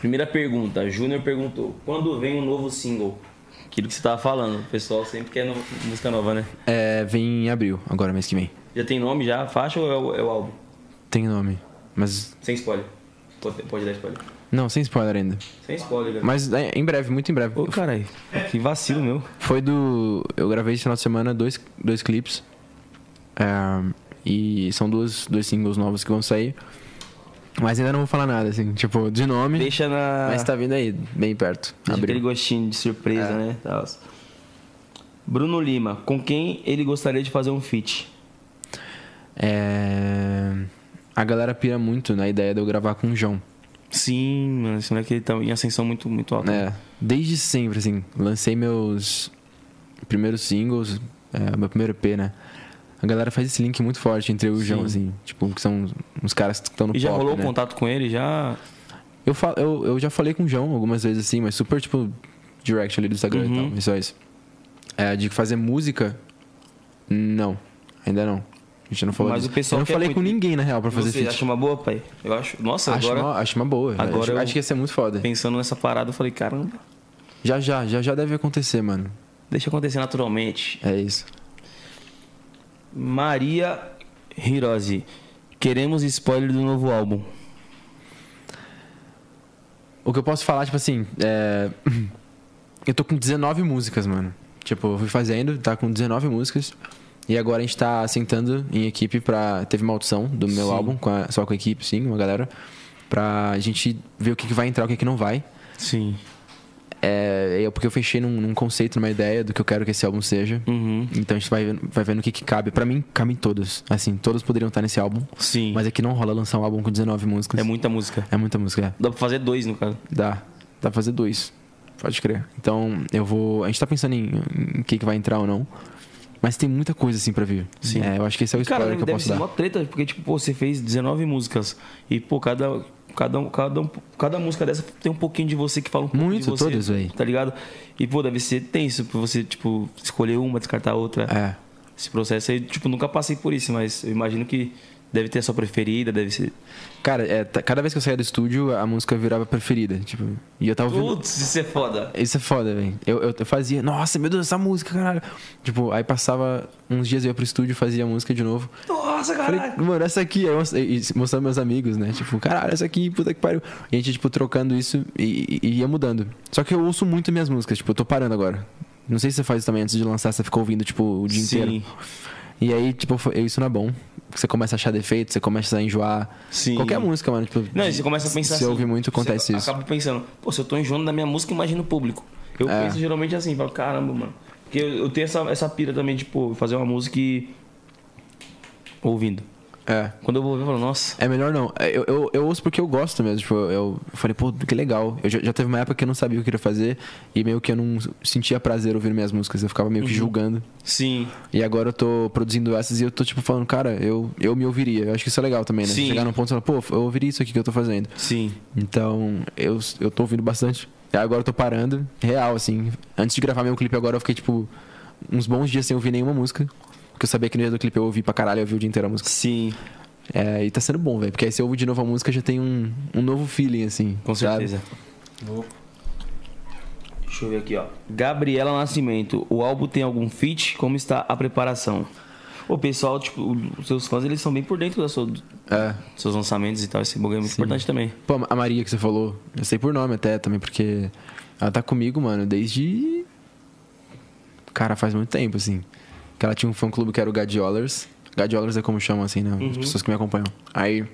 Speaker 2: Primeira pergunta. Júnior perguntou: Quando vem um novo single? Aquilo que você tava falando. O pessoal sempre quer no- música nova, né?
Speaker 3: É, vem em abril, agora mês que vem.
Speaker 2: Já tem nome, já? Faixa ou é o, é o álbum?
Speaker 3: Tem nome. Mas.
Speaker 2: Sem spoiler. Pode, pode dar spoiler.
Speaker 3: Não, sem spoiler ainda.
Speaker 2: Sem spoiler, galera.
Speaker 3: Mas é, em breve, muito em breve.
Speaker 2: Ô, caralho. Que vacilo, meu.
Speaker 3: Foi do. Eu gravei esse final de semana dois, dois clipes. É, e são duas, dois singles novos que vão sair. Mas ainda não vou falar nada, assim, tipo, de nome.
Speaker 2: Deixa na...
Speaker 3: Mas tá vindo aí, bem perto.
Speaker 2: Deixa
Speaker 3: Abril.
Speaker 2: aquele gostinho de surpresa,
Speaker 3: É.
Speaker 2: né? Tal. Bruno Lima, com quem ele gostaria de fazer um feat?
Speaker 3: É, A galera pira muito na ideia de eu gravar com o João.
Speaker 2: Sim, mano, esse moleque ele tá em ascensão muito, muito alta.
Speaker 3: É, desde sempre, assim. Lancei meus primeiros singles, é, meu primeiro EP, né? A galera faz esse link muito forte entre eu e o João, assim. Tipo, que são uns caras que estão no
Speaker 2: E já
Speaker 3: pop,
Speaker 2: rolou
Speaker 3: né?
Speaker 2: contato com ele? Já.
Speaker 3: Eu, falo, eu, eu já falei com o João algumas vezes assim, mas super tipo direct ali do Instagram
Speaker 2: Uhum.
Speaker 3: e tal, e só isso. É, de fazer música, não, ainda não. A gente não falou
Speaker 2: Mas
Speaker 3: disso.
Speaker 2: o pessoal
Speaker 3: eu não
Speaker 2: quer
Speaker 3: falei
Speaker 2: muito-
Speaker 3: com ninguém na real pra fazer
Speaker 2: Você
Speaker 3: feat.
Speaker 2: acha uma boa, pai? Eu acho. Nossa,
Speaker 3: Acho,
Speaker 2: agora
Speaker 3: uma, acho uma boa.
Speaker 2: Agora
Speaker 3: acho,
Speaker 2: eu-
Speaker 3: acho que ia ser muito foda.
Speaker 2: pensando nessa parada, eu falei, caramba,
Speaker 3: Já já, já já deve acontecer, mano.
Speaker 2: deixa acontecer naturalmente.
Speaker 3: É isso.
Speaker 2: Maria Hirose, queremos spoiler do novo álbum.
Speaker 3: O que eu posso falar, tipo assim, é... (clears throat) eu tô com 19 músicas, mano. Tipo, eu fui fazendo, tá com 19 músicas. E agora a gente tá sentando em equipe pra. Teve uma audição do meu álbum, com a- só com a equipe, sim, uma galera. Pra gente ver o que, que vai entrar, o que, que não vai.
Speaker 2: Sim.
Speaker 3: É, é porque eu fechei num, num conceito, numa ideia do que eu quero que esse álbum seja.
Speaker 2: Uhum.
Speaker 3: Então a gente vai, vendo- vai vendo o que, que cabe. Pra mim, cabem todos. Assim, todos poderiam estar nesse álbum.
Speaker 2: Sim.
Speaker 3: Mas é que não rola lançar um álbum com 19 músicas.
Speaker 2: É muita música.
Speaker 3: É muita música, é.
Speaker 2: Dá pra fazer dois, no caso.
Speaker 3: Dá. Dá pra fazer dois. Pode crer. Então, eu vou. A gente tá pensando em em o que, que vai entrar ou não. Mas tem muita coisa assim pra vir.
Speaker 2: Sim.
Speaker 3: É, eu acho que esse é o spoiler
Speaker 2: Cara,
Speaker 3: que eu
Speaker 2: deve
Speaker 3: posso
Speaker 2: ser
Speaker 3: dar.
Speaker 2: uma treta, porque, tipo, pô, você fez 19 músicas. E, pô, cada, cada, um- cada, um- cada música dessa tem um pouquinho de você que fala um pouco
Speaker 3: Muito,
Speaker 2: de você.
Speaker 3: todas, véi.
Speaker 2: Tá ligado? E, pô, deve ser tenso pra você, tipo, escolher uma, descartar a outra.
Speaker 3: É.
Speaker 2: Esse processo aí, tipo, nunca passei por isso, mas eu imagino que deve ter a sua preferida, deve ser.
Speaker 3: Cara, é, tá- cada vez que eu saía do estúdio, a música virava preferida. Tipo, e eu tava ouvindo.
Speaker 2: Putz, isso é foda.
Speaker 3: Isso é foda, velho. Eu, eu, eu fazia, nossa, meu Deus, essa música, caralho. Tipo, aí passava uns dias eu ia pro estúdio, fazia a música de novo.
Speaker 2: Nossa,
Speaker 3: Falei,
Speaker 2: caralho.
Speaker 3: mano, essa aqui, aí mos- e- e mostrando meus amigos, né? Tipo, caralho, essa aqui, puta que pariu. E a gente, tipo, trocando isso e, e- e ia mudando. Só que eu ouço muito minhas músicas, tipo, eu tô parando agora. Não sei se você faz isso também antes de lançar, você fica ouvindo, tipo, o dia
Speaker 2: Sim,
Speaker 3: inteiro. E aí, tipo, foi- isso não é bom. Você começa a achar defeito, você começa a enjoar.
Speaker 2: sim.
Speaker 3: Qualquer música, mano. Tipo,
Speaker 2: Não, e você começa a pensar
Speaker 3: Se
Speaker 2: assim.
Speaker 3: ouve muito, acontece
Speaker 2: você
Speaker 3: isso.
Speaker 2: Acaba pensando, pô, se eu tô enjoando da minha música, imagina o público. Eu
Speaker 3: É.
Speaker 2: penso geralmente assim, falo, caramba, mano. Porque eu, eu tenho essa, essa pira também de, pô, fazer uma música e. ouvindo.
Speaker 3: É.
Speaker 2: Quando eu vou ouvir, eu falo, nossa.
Speaker 3: É melhor não. É, Eu, eu, eu ouço porque eu gosto mesmo. Tipo, eu, eu falei, pô, que legal. Eu já, já teve uma época que eu não sabia o que eu queria fazer e meio que eu não sentia prazer ouvindo minhas músicas. Eu ficava meio que julgando.
Speaker 2: Sim,
Speaker 3: E agora eu tô produzindo essas e eu tô, tipo, falando, cara, eu, eu me ouviria. Eu acho que isso é legal também, né?
Speaker 2: Sim.
Speaker 3: Chegar num ponto e falar, pô, eu ouviria isso aqui que eu tô fazendo.
Speaker 2: sim.
Speaker 3: Então, eu, eu tô ouvindo bastante. E Agora eu tô parando, real, assim. Antes de gravar meu clipe agora, eu fiquei, tipo, uns bons dias sem ouvir nenhuma música. Porque eu sabia que no dia do clipe eu ouvi pra caralho, eu ouvi o dia inteiro a música.
Speaker 2: Sim,
Speaker 3: É, e tá sendo bom, velho. Porque aí você ouve de novo a música já tem um, um novo feeling, assim.
Speaker 2: com
Speaker 3: sabe?
Speaker 2: certeza. Deixa eu ver aqui, ó. Gabriela Nascimento, o álbum tem algum feat? Como está a preparação? O pessoal, tipo, os seus fãs, eles são bem por dentro da sua- dos
Speaker 3: É.
Speaker 2: seus lançamentos e tal. Esse bagulho é muito importante também.
Speaker 3: Pô, a Maria que você falou, eu sei por nome até também, porque ela tá comigo, mano, desde. Cara, faz muito tempo, assim. Que ela tinha um fã clube que era o Gadiolers. Gadiolers é como chamam, assim, né?
Speaker 2: Uhum.
Speaker 3: As pessoas que me acompanham. Aí.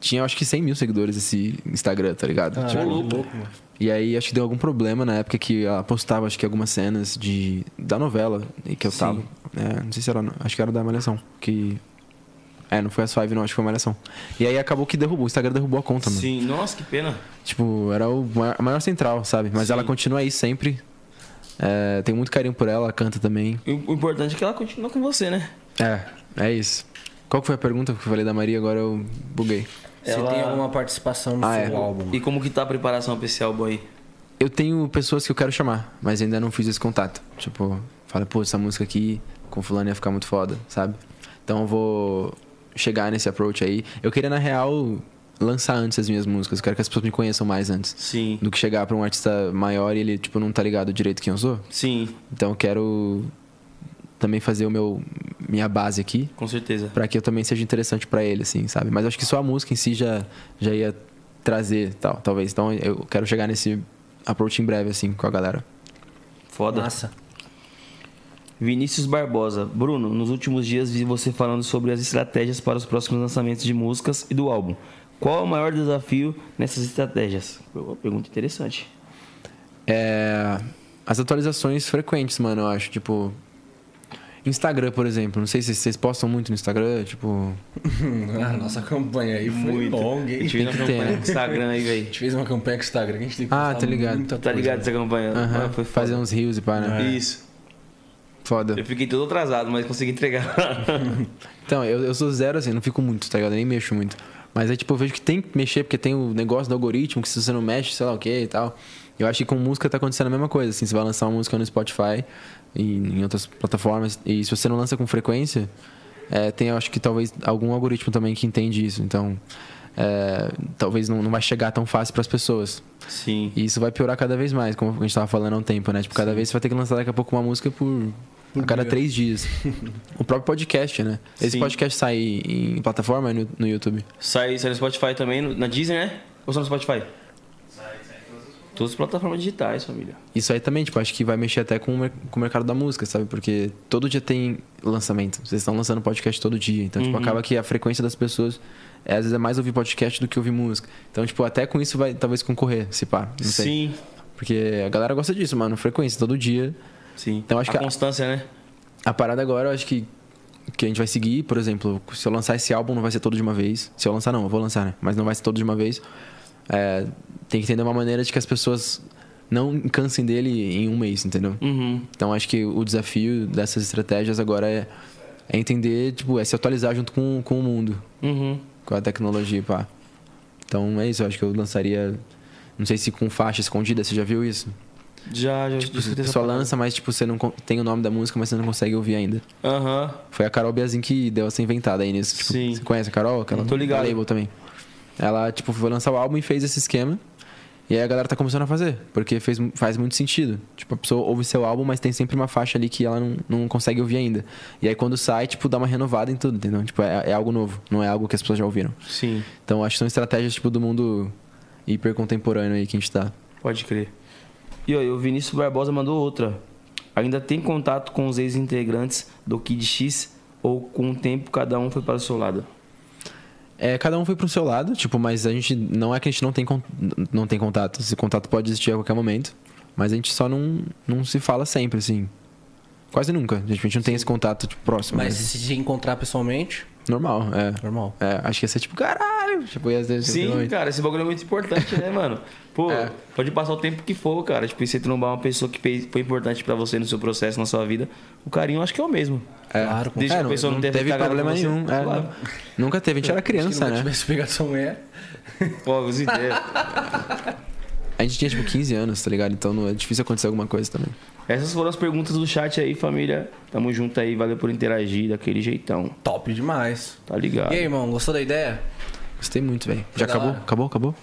Speaker 3: Tinha, acho que 100 mil seguidores esse Instagram, tá ligado? Tipo, E aí acho que deu algum problema na época que ela postava acho que algumas cenas de da novela e que eu tava. É, não sei se era, acho que era da Malhação, que é, não foi as Five não, acho que foi Malhação. E aí acabou que derrubou, o Instagram derrubou a conta, mano.
Speaker 2: Sim, nossa, que pena.
Speaker 3: Tipo, era o maior, a maior central, sabe? Mas
Speaker 2: Sim.
Speaker 3: ela continua aí sempre. É, tenho muito carinho por ela, ela canta também.
Speaker 2: E O importante é que ela continua com você, né?
Speaker 3: É, é isso. Qual que foi a pergunta que eu falei da Maria? Agora eu buguei.
Speaker 2: Ela-
Speaker 1: Se tem alguma participação no
Speaker 3: Ah,
Speaker 1: seu
Speaker 3: é.
Speaker 1: álbum.
Speaker 2: E como que tá a preparação pra esse álbum aí?
Speaker 3: Eu tenho pessoas que eu quero chamar, mas ainda não fiz esse contato. Tipo, fala, pô, essa música aqui com fulano ia ficar muito foda, sabe? Então eu vou chegar nesse approach aí. Eu queria, na real, lançar antes as minhas músicas. Eu quero que as pessoas me conheçam mais antes.
Speaker 2: Sim.
Speaker 3: Do que chegar pra um artista maior e ele, tipo, não tá ligado direito quem eu sou.
Speaker 2: Sim,
Speaker 3: Então eu quero também fazer o meu minha base aqui
Speaker 2: com certeza.
Speaker 3: Pra que eu também seja interessante pra ele, assim, sabe? Mas eu acho que só a música em si já, já ia trazer tal, talvez. Então eu quero chegar nesse approach em breve, assim, com a galera.
Speaker 2: Foda.
Speaker 1: Massa.
Speaker 2: Vinícius Barbosa. Bruno, nos últimos dias vi você falando sobre as estratégias para os próximos lançamentos de músicas e do álbum. Qual é o maior desafio nessas estratégias? Uma pergunta interessante.
Speaker 3: É, as atualizações frequentes, mano, eu acho, tipo. Instagram, por exemplo. Não sei se vocês postam muito no Instagram, tipo.
Speaker 1: Ah, nossa campanha aí foi longa, hein?
Speaker 2: Eu tive uma
Speaker 3: Tem que ter,
Speaker 2: campanha
Speaker 3: né?
Speaker 2: no Instagram aí, velho.
Speaker 1: gente fez uma campanha com o Instagram que a gente tem que
Speaker 3: Ah,
Speaker 1: postar
Speaker 3: tá ligado.
Speaker 1: muita
Speaker 2: Tá
Speaker 1: coisa. né?
Speaker 2: ligado essa campanha?
Speaker 3: aham,
Speaker 2: Ah, foi foda.
Speaker 3: fazer uns rios e pá, né?
Speaker 2: Isso.
Speaker 3: Foda.
Speaker 2: Eu fiquei todo atrasado, mas consegui entregar. (laughs)
Speaker 3: Então, eu, eu sou zero assim, não fico muito, tá ligado? Eu nem mexo muito. Mas é tipo, eu vejo que tem que mexer, porque tem o negócio do algoritmo, que se você não mexe, sei lá o que e tal. Eu acho que com música tá acontecendo a mesma coisa, assim, você vai lançar uma música no Spotify e em outras plataformas, e se você não lança com frequência, é, tem, eu acho que talvez algum algoritmo também que entende isso. Então, é, talvez não, não vai chegar tão fácil pras pessoas.
Speaker 2: Sim.
Speaker 3: E isso vai piorar cada vez mais, como a gente tava falando há um tempo, né? Tipo, cada vez você vai ter que lançar daqui a pouco uma música por. a cada três dias. o próprio podcast, né? Esse
Speaker 2: Sim.
Speaker 3: podcast sai em plataforma e no, no YouTube.
Speaker 2: Sai, sai no Spotify também, no- na Disney, né? Ou só no Spotify? Sai, sai em todas as plataformas digitais, família.
Speaker 3: Isso aí também, tipo, acho que vai mexer até com o, mer- com o mercado da música, sabe? Porque todo dia tem lançamento. Vocês estão lançando podcast todo dia. Então,
Speaker 2: Uhum.
Speaker 3: tipo, acaba que a frequência das pessoas. é, às vezes é mais ouvir podcast do que ouvir música. Então, tipo, até com isso vai talvez concorrer, se pá. Não sei.
Speaker 2: Sim.
Speaker 3: Porque a galera gosta disso, mano. Frequência, todo dia.
Speaker 2: Sim.
Speaker 3: Então, acho
Speaker 2: a
Speaker 3: que a-
Speaker 2: constância, né?
Speaker 3: A parada agora, eu acho que que a gente vai seguir, por exemplo, se eu lançar esse álbum não vai ser todo de uma vez. Se eu lançar não, eu vou lançar, né? Mas não vai ser todo de uma vez. É, tem que entender uma maneira de que as pessoas não cansem dele em um mês, entendeu?
Speaker 2: Uhum.
Speaker 3: Então acho que o desafio dessas estratégias agora é, é entender, tipo, é se atualizar junto com, com o mundo,
Speaker 2: Uhum.
Speaker 3: com a tecnologia, e pá. Então é isso, eu acho que eu lançaria. Não sei se com faixa escondida, você já viu isso?
Speaker 2: Já, já tipo,
Speaker 3: Você só lança, mas tipo, você não con- tem o nome da música, mas você não consegue ouvir ainda.
Speaker 2: Aham.
Speaker 3: Foi a Carol Biazin que deu essa inventada aí nisso. Tipo,
Speaker 2: Sim.
Speaker 3: Você conhece a Carol? Aquela
Speaker 2: Tô ligado.
Speaker 3: da label também. Ela, tipo, foi lançar o álbum e fez esse esquema. E aí a galera tá começando a fazer, porque fez, faz muito sentido. Tipo, a pessoa ouve seu álbum, mas tem sempre uma faixa ali que ela não, não consegue ouvir ainda. E aí quando sai, tipo, dá uma renovada em tudo, entendeu? Tipo, é, é algo novo, não é algo que as pessoas já ouviram.
Speaker 2: Sim.
Speaker 3: Então acho que são estratégias, tipo, do mundo hiper contemporâneo aí que a gente tá.
Speaker 2: Pode crer. E ó, e o Vinícius Barbosa mandou outra. Ainda tem contato com os ex-integrantes do Kid X ou com o tempo cada um foi para o seu lado?
Speaker 3: É, cada um foi pro seu lado, tipo, mas a gente não é que a gente não tem, con- não tem contato. Esse contato pode existir a qualquer momento, mas a gente só não, não se fala sempre, assim. Quase nunca. A gente não tem esse contato tipo, próximo.
Speaker 1: Mas
Speaker 3: né?
Speaker 1: se se encontrar pessoalmente,
Speaker 3: normal, é.
Speaker 1: normal.
Speaker 3: É, acho que ia ser tipo, caralho. Tipo, ia ser,
Speaker 2: Sim, cara, esse bagulho é muito importante, né, mano? Pô,
Speaker 3: É.
Speaker 2: pode passar o tempo que for, cara. Tipo, e você trombar uma pessoa que fez- foi importante pra você no seu processo, na sua vida, o carinho acho que é o mesmo.
Speaker 3: É.
Speaker 1: Claro, com
Speaker 2: Desde que a
Speaker 3: não-
Speaker 2: pessoa não
Speaker 3: não
Speaker 2: tenha
Speaker 3: teve
Speaker 2: cagado
Speaker 3: problema
Speaker 2: com você.
Speaker 3: nenhum. é,
Speaker 2: Claro.
Speaker 3: não. Nunca teve, a gente era
Speaker 1: Se
Speaker 3: criança,
Speaker 1: não
Speaker 3: né?
Speaker 1: tivesse é pegado sua mulher,
Speaker 2: Pô, é. as ideias.
Speaker 3: A gente tinha tipo 15 anos, tá ligado? Então não, é difícil acontecer alguma coisa também.
Speaker 2: Essas foram as perguntas do chat aí, família. Tamo junto aí, valeu por interagir daquele jeitão.
Speaker 1: top demais.
Speaker 2: Tá ligado?
Speaker 1: E aí, irmão, gostou da ideia?
Speaker 3: Gostei muito, velho. Já
Speaker 1: da
Speaker 3: acabou?
Speaker 1: hora.
Speaker 3: Acabou? Acabou?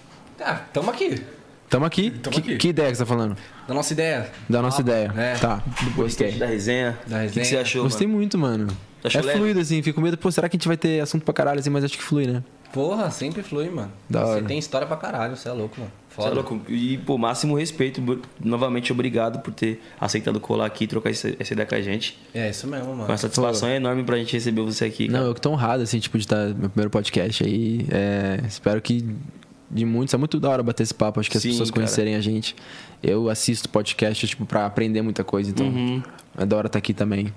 Speaker 1: Ah, tamo aqui.
Speaker 3: Tamo aqui? que,
Speaker 1: aqui.
Speaker 3: que ideia que você tá falando?
Speaker 1: Da nossa ideia.
Speaker 3: Da nossa ideia.
Speaker 1: é.
Speaker 3: Tá. Gostei.
Speaker 2: Da resenha.
Speaker 1: Da
Speaker 2: O que,
Speaker 1: resenha.
Speaker 2: que você achou?
Speaker 3: Gostei muito, mano.
Speaker 2: Achou
Speaker 3: é
Speaker 2: leve?
Speaker 3: fluido, assim. Fico com medo, pô, será que a gente vai ter assunto pra caralho, assim, mas acho que flui, né?
Speaker 1: Tá. Porra, sempre flui, mano.
Speaker 3: Da
Speaker 1: você
Speaker 3: hora.
Speaker 1: tem história pra caralho, você é louco, mano.
Speaker 2: Você é
Speaker 1: Foda.
Speaker 2: louco? E, pô, máximo respeito. bu- Novamente, obrigado por ter aceitado colar aqui e trocar esse- essa ideia com a gente.
Speaker 1: É isso mesmo, mano.
Speaker 2: Uma satisfação é enorme pra gente receber você aqui.
Speaker 3: Não,
Speaker 2: Cara.
Speaker 3: eu que tô honrado, assim, tipo, de estar no meu primeiro podcast aí. É, espero que de muitos. É muito da hora bater esse papo, acho que as
Speaker 2: Sim,
Speaker 3: pessoas
Speaker 2: cara.
Speaker 3: conhecerem a gente. Eu assisto podcast, tipo, pra aprender muita coisa, então é da hora estar aqui também.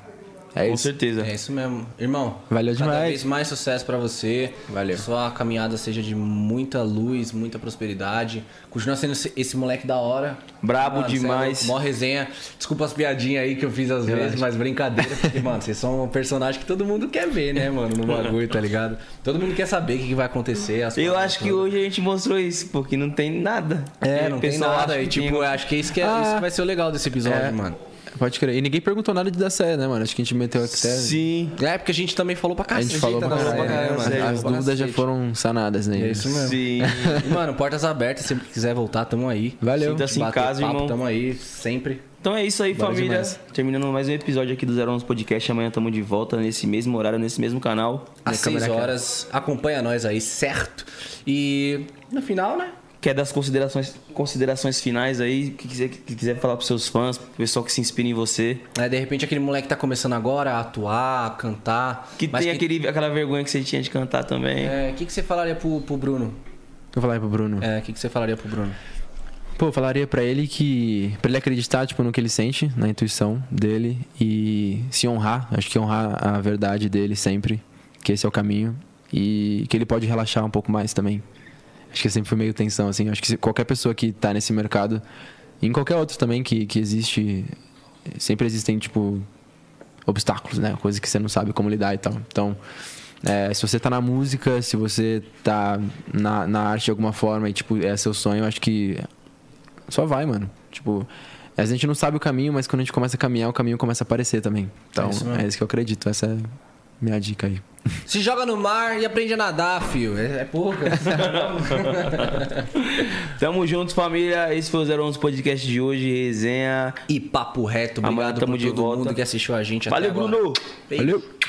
Speaker 3: É
Speaker 2: Com
Speaker 3: isso.
Speaker 2: certeza.
Speaker 1: É isso mesmo. Irmão,
Speaker 3: Valeu
Speaker 1: Cada
Speaker 3: demais.
Speaker 1: vez mais sucesso pra você.
Speaker 3: Valeu.
Speaker 1: Sua caminhada seja de muita luz, muita prosperidade. Continua sendo esse, esse moleque da hora.
Speaker 2: Brabo
Speaker 1: Mano, cê é
Speaker 2: demais.
Speaker 1: louco, Mó resenha. Desculpa as piadinhas aí que eu fiz às vezes, mas brincadeira. Porque, mano, vocês são um personagem que todo mundo quer ver, né, mano? No bagulho, tá ligado? Todo mundo quer saber o que, que vai acontecer. as
Speaker 2: Eu
Speaker 1: paradas
Speaker 2: acho que
Speaker 1: todas.
Speaker 2: hoje a gente mostrou isso, porque não tem nada.
Speaker 1: É, não
Speaker 2: O
Speaker 1: tem
Speaker 2: pessoal
Speaker 1: nada.
Speaker 2: acha
Speaker 1: E,
Speaker 2: que
Speaker 1: tipo,
Speaker 2: tem-
Speaker 1: eu acho que isso que, é, isso que vai ser o legal desse episódio,
Speaker 3: É.
Speaker 1: mano.
Speaker 3: Pode crer. E ninguém perguntou nada de dar série, né, mano? Acho que a gente meteu até.
Speaker 2: Sim,
Speaker 1: É, porque a gente também falou pra
Speaker 3: A
Speaker 1: cacete.
Speaker 3: gente falou pra
Speaker 1: tá falando
Speaker 3: caralho.
Speaker 2: caralho,
Speaker 3: né,
Speaker 2: mano?
Speaker 3: mano? As
Speaker 2: Sério,
Speaker 3: dúvidas já
Speaker 1: cacete.
Speaker 3: foram sanadas, né?
Speaker 1: É isso mesmo.
Speaker 2: sim.
Speaker 1: E, (laughs) mano, portas abertas, sempre que quiser voltar, tamo aí.
Speaker 3: Valeu.
Speaker 2: Sinta-se em
Speaker 1: Bater
Speaker 2: casa,
Speaker 1: papo,
Speaker 2: irmão.
Speaker 1: Tamo aí, sempre.
Speaker 2: Então é isso aí,
Speaker 3: Valeu
Speaker 2: família.
Speaker 3: demais.
Speaker 2: Terminando mais um episódio aqui do Zero Onze Podcast. Amanhã tamo de volta nesse mesmo horário, nesse mesmo canal.
Speaker 1: Às
Speaker 3: câmera
Speaker 1: 6
Speaker 3: é cara.
Speaker 1: horas. Acompanha nós aí, certo? E no final, né?
Speaker 2: Quer das considerações, considerações finais aí? O que quiser, que quiser falar pros seus fãs, pro pessoal que se inspira em você.
Speaker 1: Aí, É, de repente aquele moleque tá começando agora a atuar, a cantar.
Speaker 2: Que
Speaker 1: mas
Speaker 2: tem Aquele, aquela vergonha que você tinha de cantar também.
Speaker 1: É, O que, que você falaria pro, pro Bruno?
Speaker 3: Vou falar aí pro Bruno.
Speaker 1: É, o que, que você falaria pro Bruno?
Speaker 3: Pô, eu falaria pra ele que. pra ele acreditar, tipo, no que ele sente, na intuição dele e se honrar. Acho que honrar a verdade dele sempre, que esse é o caminho. E que ele pode relaxar um pouco mais também. Acho que sempre foi meio tensão, assim. Acho que se- qualquer pessoa que tá nesse mercado, e em qualquer outro também que, que existe, sempre existem, tipo, obstáculos, né? Coisas que você não sabe como lidar e tal. Então, é, se você tá na música, se você tá na, na arte de alguma forma e, tipo, é seu sonho, eu acho que só vai, mano. Tipo, a gente não sabe o caminho, mas quando a gente começa a caminhar, o caminho começa a aparecer também. Então, é isso que eu acredito. Essa é minha dica aí.
Speaker 1: Se joga no mar e aprende a nadar, fio. É, é (laughs) pouca.
Speaker 2: Tamo junto, família. Esse foi o 011 Podcast de hoje. Resenha.
Speaker 1: e papo reto.
Speaker 2: Amanhã
Speaker 1: Obrigado
Speaker 2: tamo
Speaker 1: por
Speaker 2: de
Speaker 1: todo
Speaker 2: volta.
Speaker 1: mundo que assistiu a gente até
Speaker 2: Valeu,
Speaker 1: agora.
Speaker 2: Bruno.
Speaker 1: Beijo.
Speaker 3: Valeu!